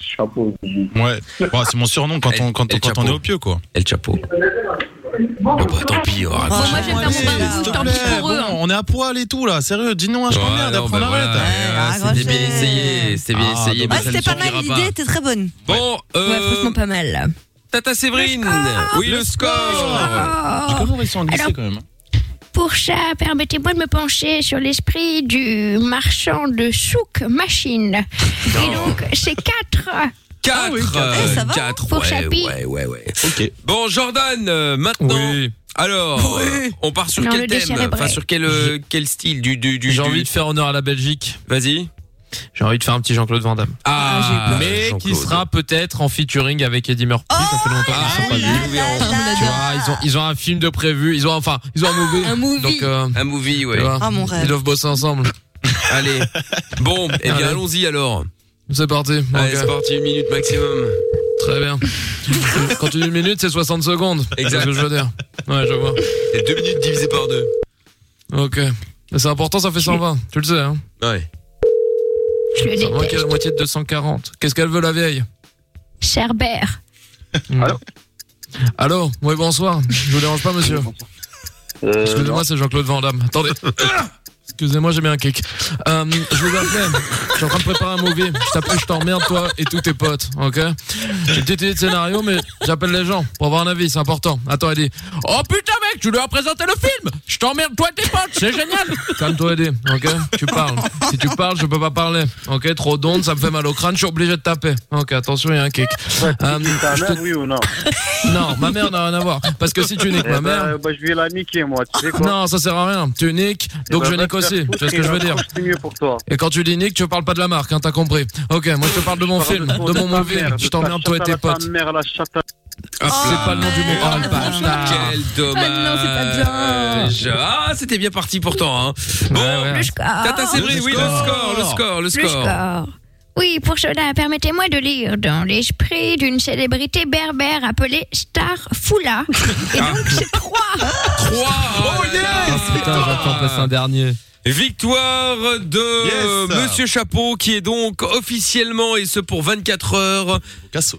Chapeau. Ouais, Bon, c'est mon surnom quand, on, quand, quand on est au pieu, quoi. El Chapeau. Bah, Tant pis, on va raccrocher. moi, je vais faire mon bain rouge, tant pis pour eux. hein. on est à poil et tout là, sérieux, dis-nous un je t'emmerde, Voilà, après on bah arrête. voilà, ah, C'était bien essayé, c'était bien Ah, essayé. dommage. mais ça ne C'était pas mal, suffira l'idée était très bonne. Bon, euh, Franchement pas mal. là. Tata Séverine. Oui, le score. Ah. J'ai comment ils sont en glisser quand même. Pour ça, permettez-moi de me pencher sur l'esprit du marchand de souk machine. Et donc, c'est 4. 4 Eh, hein ça va Pour Chapi. ouais, ouais, ouais. Bon, Jordan, euh, maintenant. Alors, euh, on part sur Non, quel le thème dessert est vrai. Enfin, sur quel, euh, quel style du, du, du- J'ai du- envie de faire honneur à la Belgique. Vas-y. J'ai envie de faire un petit Jean-Claude Van Damme. Ah, j'ai peur. mais qui Jean-Claude. sera peut-être en featuring avec Eddie Murphy. ça fait longtemps qu'ils Ah, sont pas vus. Tu vois, ils ont, ils ont un film de prévu. Ils ont enfin, ils ont un movie. Un movie. Donc, euh, Un movie, ouais. tu vois, Ah, mon rêve. Ils doivent bosser ensemble. Allez. Bon, eh bien, Allez. allons-y alors. C'est parti. Allez, Ok. c'est parti, une minute maximum. [LAUGHS] Très bien. Quand tu dis une minute, c'est 60 secondes. Exact. C'est ce que je veux dire. Ouais, je vois. Et deux minutes divisées par deux. Ok. C'est important, ça fait 120. Tu le sais, hein Ouais. Je le Ça manque à déteste. la moitié de 240. Qu'est-ce qu'elle veut, la vieille Cerbère. Allô Mmh. Allô Oui, bonsoir. Je vous dérange pas, monsieur Euh, Excusez-moi, Euh, c'est Jean-Claude Van Damme. Attendez. Excusez-moi, j'ai mis un kick. Euh, je vous appelais. Je suis en train de préparer un movie. Je t'appelle, je t'emmerde, toi et tous tes potes. Ok J'ai une petite idée de scénario, mais j'appelle les gens pour avoir un avis. C'est important. Attends, Eddie. Oh putain, mec, tu dois présenter le film. Je t'emmerde, toi et tes potes. C'est génial. Calme-toi, Eddie. Ok Tu parles. Si tu parles, je peux pas parler. Ok Trop d'ondes, ça me fait mal au crâne. Je suis obligé de taper. Ok, attention, il y a un kick. Euh, Ta je mère, te- oui ou non Non, ma mère n'a rien à voir. Parce que si tu niques Eh ma ben, mère. bah, Je vais la niquer, moi, tu sais quoi Non, ça sert à rien. Tu niques, Eh donc ben, je va nique te faire foutre, aussi. Tu vois ce que et je veux va dire faire C'est mieux pour toi. Et quand tu dis nique, tu parles pas de la marque, hein, t'as compris. Ok, moi je te parle de mon film, de mon ta movie. mère, Je de t'emmerde, ta toi et chatte à tes la potes. ta mère, la chatte à- Ah, C'est pas le nom du mot. Oh le bâtard. Quel dommage. Ah, c'était bien parti pourtant. Hein. Bon, Tata Séverine, oui, le score, le score, le score. Oui, pour cela, permettez-moi de lire dans l'esprit d'une célébrité berbère appelée Star Foula. Et donc, c'est 3. 3 Oh yes Putain, j'attends passer un dernier. Ah. Victoire de euh, Monsieur Chapeau qui est donc officiellement et ce pour 24 heures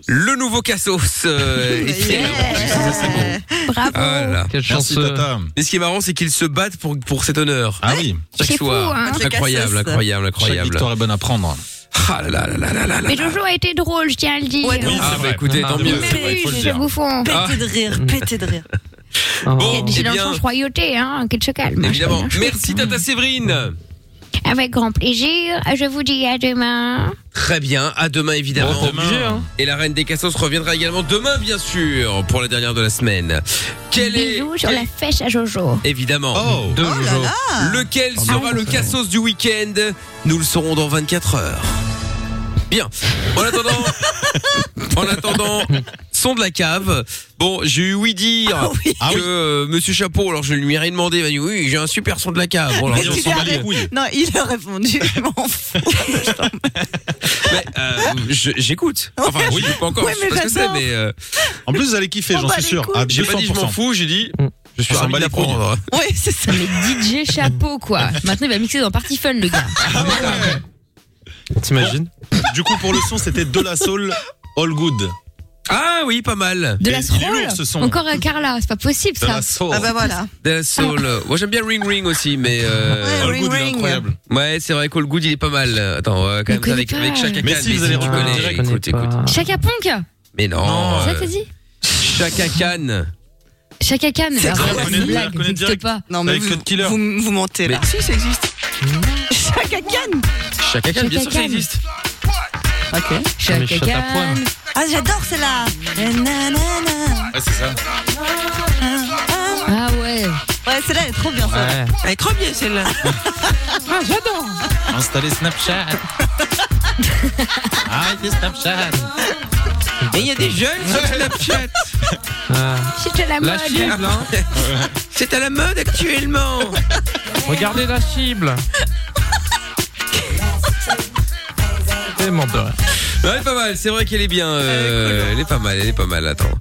le nouveau Cassos. [LAUGHS] euh, est- Ah, Bravo. Ah là Oh, là. Merci, Tata. Mais ce qui est marrant, c'est qu'ils se battent pour, pour cet honneur. Ah oui. Chaque C'est fou, fois. hein. Incroyable, incroyable, incroyable. Chaque victoire est bonne à prendre. Ah là là là là là là. Mais Jojo a été drôle, je tiens à le dire. Ah bah écoutez, tant mieux. Je vous font. Pété de rire, pété de rire. Ah. Il y a Ah. Bon, des eh enfants bien, je royauté, hein, qu'ils se calment. évidemment. Merci Tata Séverine. Avec grand plaisir, je vous dis à demain. Très bien, à demain évidemment. Bon, pas obligé, hein. Et la reine des cassos reviendra également demain bien sûr pour la dernière de la semaine. Quel est Bisous sur la fesse à Jojo. évidemment Deux Jojo. lequel sera le cassos du week-end Nous le saurons dans 24 heures. Bien. En attendant, en attendant, son de la cave. Bon, j'ai eu oui dire que euh, Monsieur Chapeau, alors je lui ai rien demandé, il m'a dit oui, j'ai un super son de la cave. Ah, Bon, alors, Qu'est-ce on qu'il s'en a bat les ré- couilles. Non, il a [LAUGHS] répondu. je m'en fous. Mais, euh, je- j'écoute. Enfin, Ouais. oui, pas encore. Ouais, je sais mais pas ce que c'est, j'adore. mais. euh, En plus, vous allez kiffer, On j'en bat suis les sûr. couilles. À J'ai pas dit je 200%. m'en fous, j'ai dit je suis On s'en ravi bat les d'apprendre. [LAUGHS] Ouais, c'est ça. Mais DJ chapeau, quoi. Maintenant, il va mixer dans Party Fun, le gars. T'imagines Du coup, pour le son, c'était De La Soul, All Good. Ah oui, pas mal. De la Il est scroll lourd, ce son. Encore un Carla, c'est pas possible, De ça. La Soul. Ah bah voilà. De la soul. [LAUGHS] Moi j'aime bien Ring Ring aussi, mais. Ouais, Euh... Ring Ring. Ouais, c'est vrai qu'All Good il est pas mal. Attends, euh, quand même, connais avec, pas. avec Chaka Khan. Mais si, vous allez tu reconnaître connais, direct. Écoute, écoute. Chaka Ponk Mais Oh, non. Ça, euh, t'as dit Chaka Khan. Chaka Khan C'est Ah, vrai, ouais, on C'est connaît une bien, blague, on connaît n'existe direct. pas. Non, mais Avec vous, Cut Killer. vous, vous mentez là. Mais- Si, [LAUGHS] ça existe. Chaka Khan. Chaka Khan, bien Chaka sûr que ça Khan. existe. Ok. mais Chaka chatte à Khan. poil. Ah, j'adore celle-là. Nanana. Ouais, c'est ça. Ah ouais. Hein Ouais, celle-là, elle est trop bien, celle-là. Ouais. Elle est trop bien, [LAUGHS] celle-là. Ah, Installer [LAUGHS] Snapchat. Arrêtez Snapchat. Et Eh il y a des jeunes sur Snapchat. Ah. C'était La la mode. cible, hein. C'est à la mode actuellement. Regardez la cible. C'est menteur. hein. Ouais, elle est pas mal, c'est vrai qu'elle est bien. euh, Elle est pas mal, elle est pas mal, attends.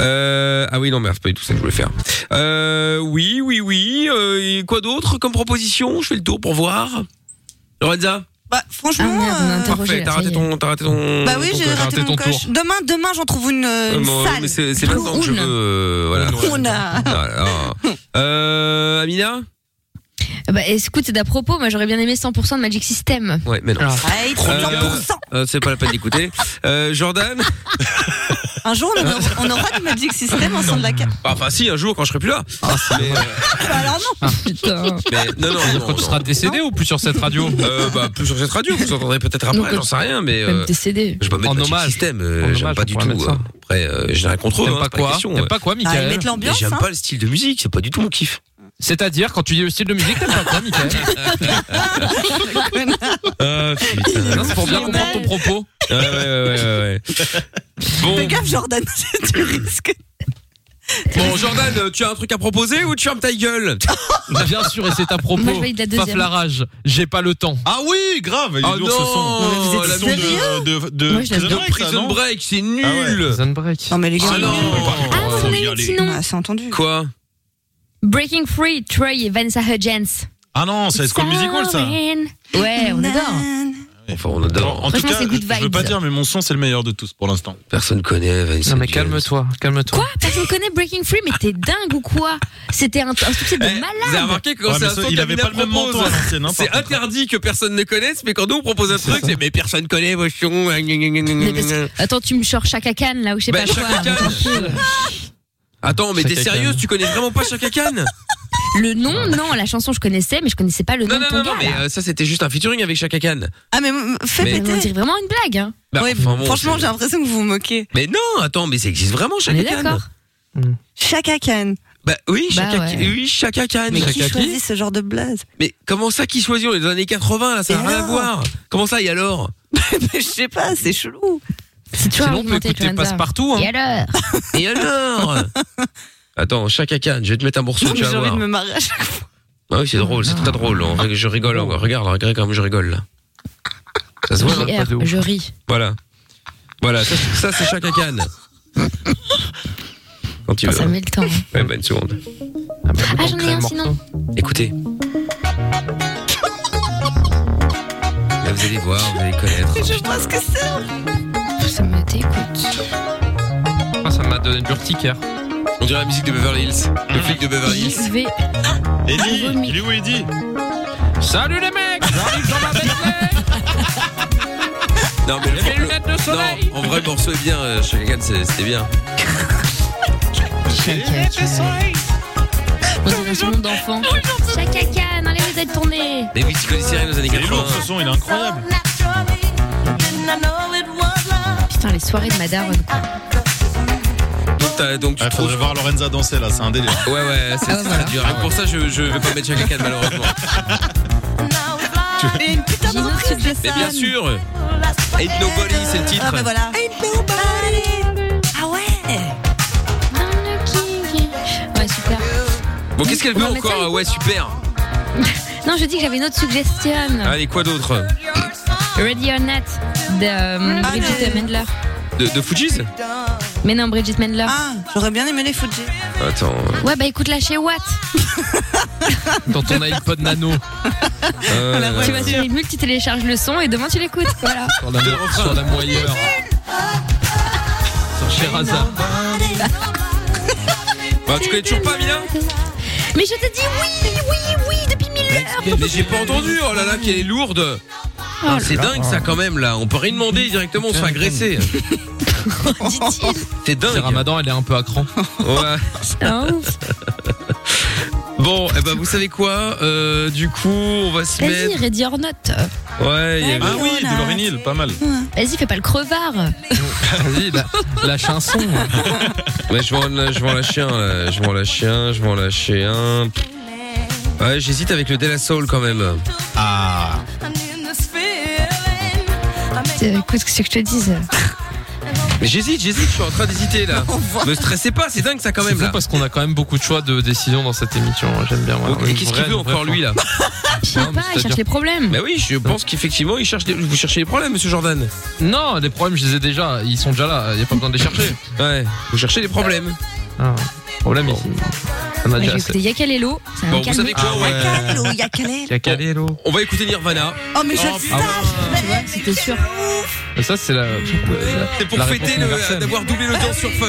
Euh, ah oui, non, merde, c'est pas du tout ça que je voulais faire. Euh, oui, oui, oui. euh, et quoi d'autre comme proposition Je fais le tour pour voir. Lorenza Bah, Ah franchement. merde, on a euh, interrogé. là, Parfait, t'as ça y raté est. ton. T'as raté ton Bah oui, ton j'ai coche. raté raté mon ton coche. tour. Demain, demain, j'en trouve une, euh, Euh, une bon, mais salle. c'est c'est maintenant que je veux. euh, voilà. On a. Voilà, [LAUGHS] alors. Euh, Amina Ah Bah écoute, c'est d'à propos, moi j'aurais bien aimé 100% de Magic System. Ah. Ouais, mais non. Alors, Allez, Euh, 100%. euh, c'est pas la peine d'écouter. Euh, Jordan Un jour, on, aura- on aura du [LAUGHS] Magic System ensemble de la carte. Bah, Enfin, si, un jour, quand je serai plus là. Ah, Mais, Bah, Alors Ah, non, putain. [LAUGHS] mais non, non, non, Quand tu seras décédé ou plus sur cette radio Euh, bah, plus sur cette radio, vous entendrez peut-être Donc, après, euh, j'en sais rien, mais. même euh, décédé. Je vais pas mettre En Magic hommage. System, euh, En j'aime hommage, pas on du pourrait tout. mettre euh, ça. Après, euh, j'ai rien contre eux. T'aimes hein, pas c'est la quoi question, T'aimes ouais. pas quoi, Michael Ah, ils mettent l'ambiance, Mais J'aime hein. [LAUGHS] pas le style de musique, c'est pas du tout mon kiff. C'est-à-dire, quand tu dis le style de musique, t'aimes pas quoi, [LAUGHS] Michael Ah, Euh, putain. Non, c'est pour bien comprendre ton propos. Ouais, ouais, ouais, ouais, ouais. Bon. Fais gaffe, Jordan, [LAUGHS] tu risques. Bon, Jordan, euh, tu as un truc à proposer ou tu fermes ta gueule Bien sûr, et c'est à propos. Moi, je valide la deuxième. Paf la rage, j'ai pas le temps. Ah oui, grave. Ah non, non, la musique de, de, de Moi, je Prison l'aime bien. Break, ça, Prison non Break, c'est nul. Ah ouais. Non, mais les gars, Ah non. vous en avez Ah, une, sinon. Bah, c'est entendu. Quoi Breaking Free, Troy et Vanessa Hudgens. Ah non, c'est School Musical, ça. Ouais, on adore. Enfin, on adore. En tout Franchement, cas, c'est good je veux vibes. pas dire, mais mon son, c'est le meilleur de tous pour l'instant. Personne connaît Vanessa Non, mais calme-toi, calme-toi. Quoi Personne connaît Breaking Free, mais t'es dingue ou quoi C'était un, un succès Eh. de malade. Vous avez remarqué que quand Ouais, c'est mais un ça, son il avait Camina pas le même propose, menton à l'ancienne, hein, par C'est interdit que personne ne connaisse, mais quand nous on propose un truc, c'est mais personne connaît vos chons. Mais parce que- Attends, tu me sors Chaka Khan là ou je sais Bah, pas quoi. Chaka Khan. Attends, mais t'es Chaka Khan. sérieuse Tu connais vraiment pas Chaka [LAUGHS] Khan Le nom, non, la chanson je connaissais, mais je connaissais pas le nom Non, de non, ton non, gars. non, mais là. euh, ça c'était juste un featuring avec Chaka Khan. Ah, mais fais Mais- péter. On dirait vraiment une blague. Hein. Bah, Ouais, enfin, bon, franchement, c'est- j'ai l'impression que vous vous moquez. Mais non, attends, mais ça existe vraiment Chaka Khan Chaka Khan. Bah oui, Bah Chaka, ouais. oui, Chaka Khan. Mais qui Ah, Chaka Khan. choisit ce genre de blaze Mais comment ça qui choisit On est dans les années 80 là, ça n'a Et rien à alors voir. Comment ça et [LAUGHS] alors Je sais pas, c'est chelou. C'est toujours Sinon, on peut argumenté, écouter Johanna. Passepartout, hein. Et alors Et alors Attends, Chaka Khan, je vais te mettre un morceau, Non, mais tu vas J'ai envie voir. de me marrer à chaque fois. Ah oui, c'est drôle, c'est très drôle. On- Je rigole, on- regarde, regarde comme je rigole. là. Ça se voit, hein JR, Je ris. Voilà. Voilà, ça, c'est- ça, c'est Chaka Khan. Quand tu veux. Ça met le temps. hein. Ouais, bah, une seconde. Ah, j'en ai un sinon. Écoutez. Là, vous allez voir, vous allez connaître. Je pense que c'est. Ah, Ça me t'écoute. Ah, ça m'a donné de l'urticaire. On dirait la musique de Beverly Hills. Le flic de Beverly Hills. Je vais. Eddie, il est où Eddie Salut les mecs J'arrive dans ma Non, mais le Et mes le- lunettes de soleil. Non, en vrai, le morceau est bien. euh, Chaka Khan, c'est- c'était bien. On dirait un nom d'enfant. Chaka Khan, allez vous êtes tournés. Mais oui, tu connaissais rien aux années 80. ce son, il est incroyable. Putain, les soirées de ma daronne. quoi. Donc, t'as- donc tu Ouais, Ah, faudrait voir Lorenza danser là, c'est un délire. Ah, Ouais, ouais, Ah, c'est c'est très dur. hein. Pour ça, je, je vais pas mettre Chaka Khan, malheureusement. [LAUGHS] Ah, Mais une putain de reprise de ça. Mais bien sûr Ain't Nobody, c'est le titre. Ah, bah voilà. Ain't nobody. Ah ouais. Ouais, super. Bon, qu'est-ce qu'elle On veut va mettre ça, encore Ah Ouais, super. Non, je dis que j'avais une autre suggestion. Allez, quoi d'autre Ready or Not de euh, Bridget Mendler. de, de Fujis Mais non, Bridget Mendler. Ah, J'aurais bien aimé les Fuji. Attends. Ouais, bah écoute-la chez Watt. Dans ton iPod Nano. [LAUGHS] Euh, Tu vas sur les mules, tu télécharges le son et demain tu l'écoutes. Voilà. Sur la, sur la moyeure. Sur Sherazade. Bah, tu connais toujours pas Mila Mais je te dis oui, oui, oui, depuis mille heures. Mais j'ai pas entendu. Oh là là, qu'elle est lourde. Oh Ah, c'est dingue ça quand même là. On peut rien demander [LAUGHS] directement, on se fait agresser. C'est dingue. C'est Ramadan, elle est un peu à cran. Ouais. un [LAUGHS] Bon, eh ben vous savez quoi Euh, Du coup, on va se Vas-y, mettre. Ready or Not. Ouais. il y avait- Ah oui, de Lauryn Hill, pas mal. Vas-y, fais pas le crevard. Vas-y, la, la chanson. hein. Ouais, je vais en, je vais en lâcher un. là. Je vais en lâcher un. Je vais en lâcher un. Ouais, j'hésite avec le De La Soul quand même. Ah. Euh, Écoute ce que c'est que je te dise. Mais j'hésite, j'hésite. Je suis en train d'hésiter là. Me stressez pas, c'est dingue ça quand C'est même fou là. parce qu'on a quand même beaucoup de choix de décisions dans cette émission. hein, J'aime bien. moi. Donc, et qu'est-ce qu'il Une vraie- veut une vraie encore lui là [LAUGHS] Je sais pas, il cherche les problèmes. Bah oui, je pense qu'effectivement, il cherche. des- Vous cherchez les problèmes, Monsieur Jordan. Non, les problèmes, je les ai déjà. Ils sont déjà là. Il n'y a pas besoin de les chercher. Ouais, vous cherchez les problèmes. Ah, problème ici. Ça m'a Ouais, déjà J'ai assez. écouté Yakalelo. Ça m'a Bon, vous calmé. savez quoi ouais. Ah Yakalelo, Yakalelo. Y'a qu'à aller, l'eau. On va écouter Nirvana. Oh, mais je le ah ouais. savais. Tu vois, c'était sûr. Mais ça, c'est la. C'est pour la réponse fêter le- universelle. d'avoir doublé l'audience sur Fun.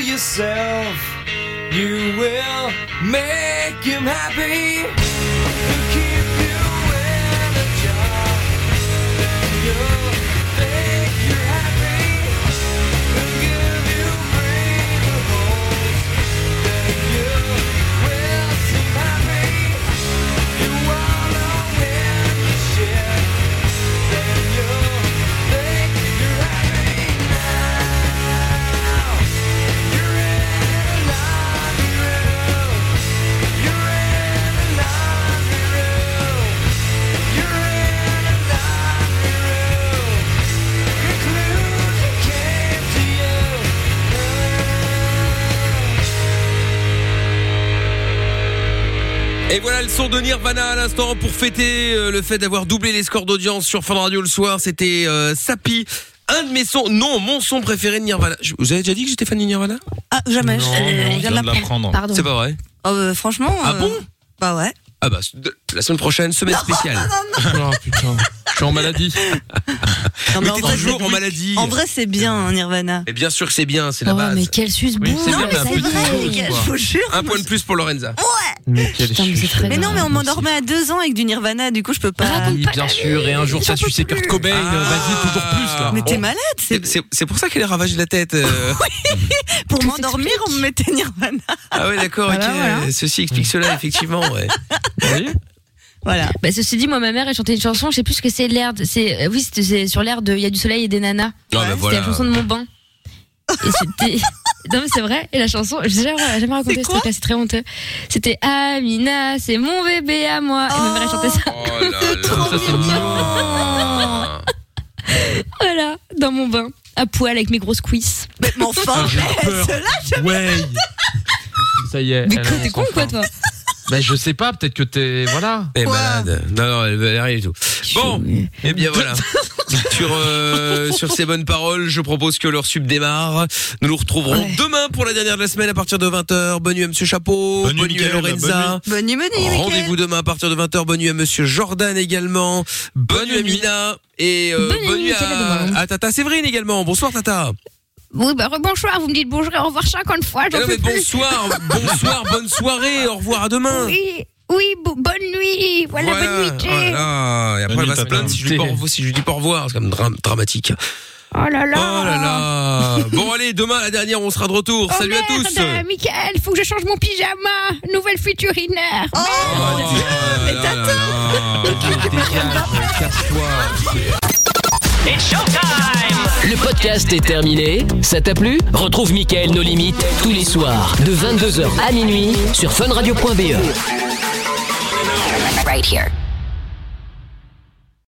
yourself. You will make him happy. He'll keep you in a job that you'll think you're happy. He'll give you greater hopes that you will seem happy. You wanna win the shit, then you'll think you're happy now. You're in a lobby room. You're in a lobby room. You're in a lobby room. Conclusion came to Et voilà le son de Nirvana à l'instant pour fêter euh, le fait d'avoir doublé les scores d'audience sur Fun Radio le soir. C'était euh, Sapi. Un de mes sons, non, mon son préféré de Nirvana. Je- Vous avez déjà dit que j'étais fan de Nirvana Ah, jamais. je- on vient de l'apprendre. Pardon. C'est pas vrai. Oh, euh, franchement. Ah bon Bah ouais. Ah bah de- la semaine prochaine, semaine spéciale. Oh putain, je suis en [LAUGHS] maladie. Non, mais en t'es vrai, toujours c'est- en maladie. En vrai, c'est bien, hein, Nirvana. Et bien sûr que c'est bien, c'est la Oh, base. mais quel suce bon c'est bien, mais un peu de vrai, tout, je quoi. vous jure. Un point de plus pour Lorenza. Mais quel Mais non, mais on m'endormait à deux ans avec du Nirvana, du coup, je peux pas. Ah, Oui, bien sûr, et un jour ça suce Kurt Cobain, euh, vas-y toujours plus là. Ah. Oh. Mais t'es On- malade, c'est. C'est pour ça qu'elle est ravagée de la tête. [LAUGHS] euh. [LAUGHS] Pour m'endormir, on me mettait Nirvana. Ah ouais, d'accord, ok. Ceci explique cela, effectivement, ouais. Voilà. Bah, ceci dit, moi, ma mère, elle chantait une chanson, je sais plus ce que c'est l'air. de- C'est, euh, oui, c'était- c'est sur l'air de Il y a du soleil et des nanas. Ben Non, mais Ah, c'était voilà. la chanson de mon bain. Et c'était. Non mais c'est vrai, et la chanson, j'ai jamais, j'ai jamais raconté ce truc-là, c'est très honteux. C'était Amina, c'est mon bébé à moi. Et ma mère elle chantait ça. Oh. [LAUGHS] voilà, dans mon bain, à poil avec mes grosses cuisses. Mais enfin, J'ai peur. Ouais. [LAUGHS] Ça y est. [LAUGHS] Mais elle quoi, t'es avance con ou quoi, enfin. toi Bah je sais pas, peut-être que t'es voilà. Elle est malade. Non, non, elle, elle arrive et tout. Bon, eh bien [LAUGHS] voilà. sur, euh, sur ces bonnes paroles, je propose que leur sub démarre. Nous nous retrouverons demain pour la dernière de la semaine à partir de 20h. Bonne nuit à Monsieur Chapeau. Bonne, nuit à Mickaël, Lorenza. Bonne nuit, bonne nuit, Mickaël. Rendez-vous demain à partir de 20h. Bonne nuit à Monsieur Jordan également. Bonne, nuit à Mina. Et euh, bonne, nuit à, à Tata Séverine également. Bonsoir Tata. Oui, bah rebonsoir, vous me dites bonjour, au revoir 50 fois, j'en Eh non, peux mais plus. [LAUGHS] bonsoir, bonsoir, bonne soirée. Au revoir à demain. Oui, oui, bo- bonne nuit, voilà, bonne nuit, Jay. Voilà. Et après, elle va se plaindre si je, lui dis pas au revoir- si je lui dis pas au revoir. C'est quand même dram- dramatique. Oh là là. Oh là là. Bon, allez, demain, la dernière, on sera de retour. Salut à Ah. Merde, tous. euh, Michael, faut que je change mon pyjama, nouvelle futurinaire. Oh Ah, oh mais Ah, Le podcast est terminé. Ça t'a plu Retrouve Mickaël Nos Limites tous les soirs de E. 22h à minuit sur funradio.be. Right here.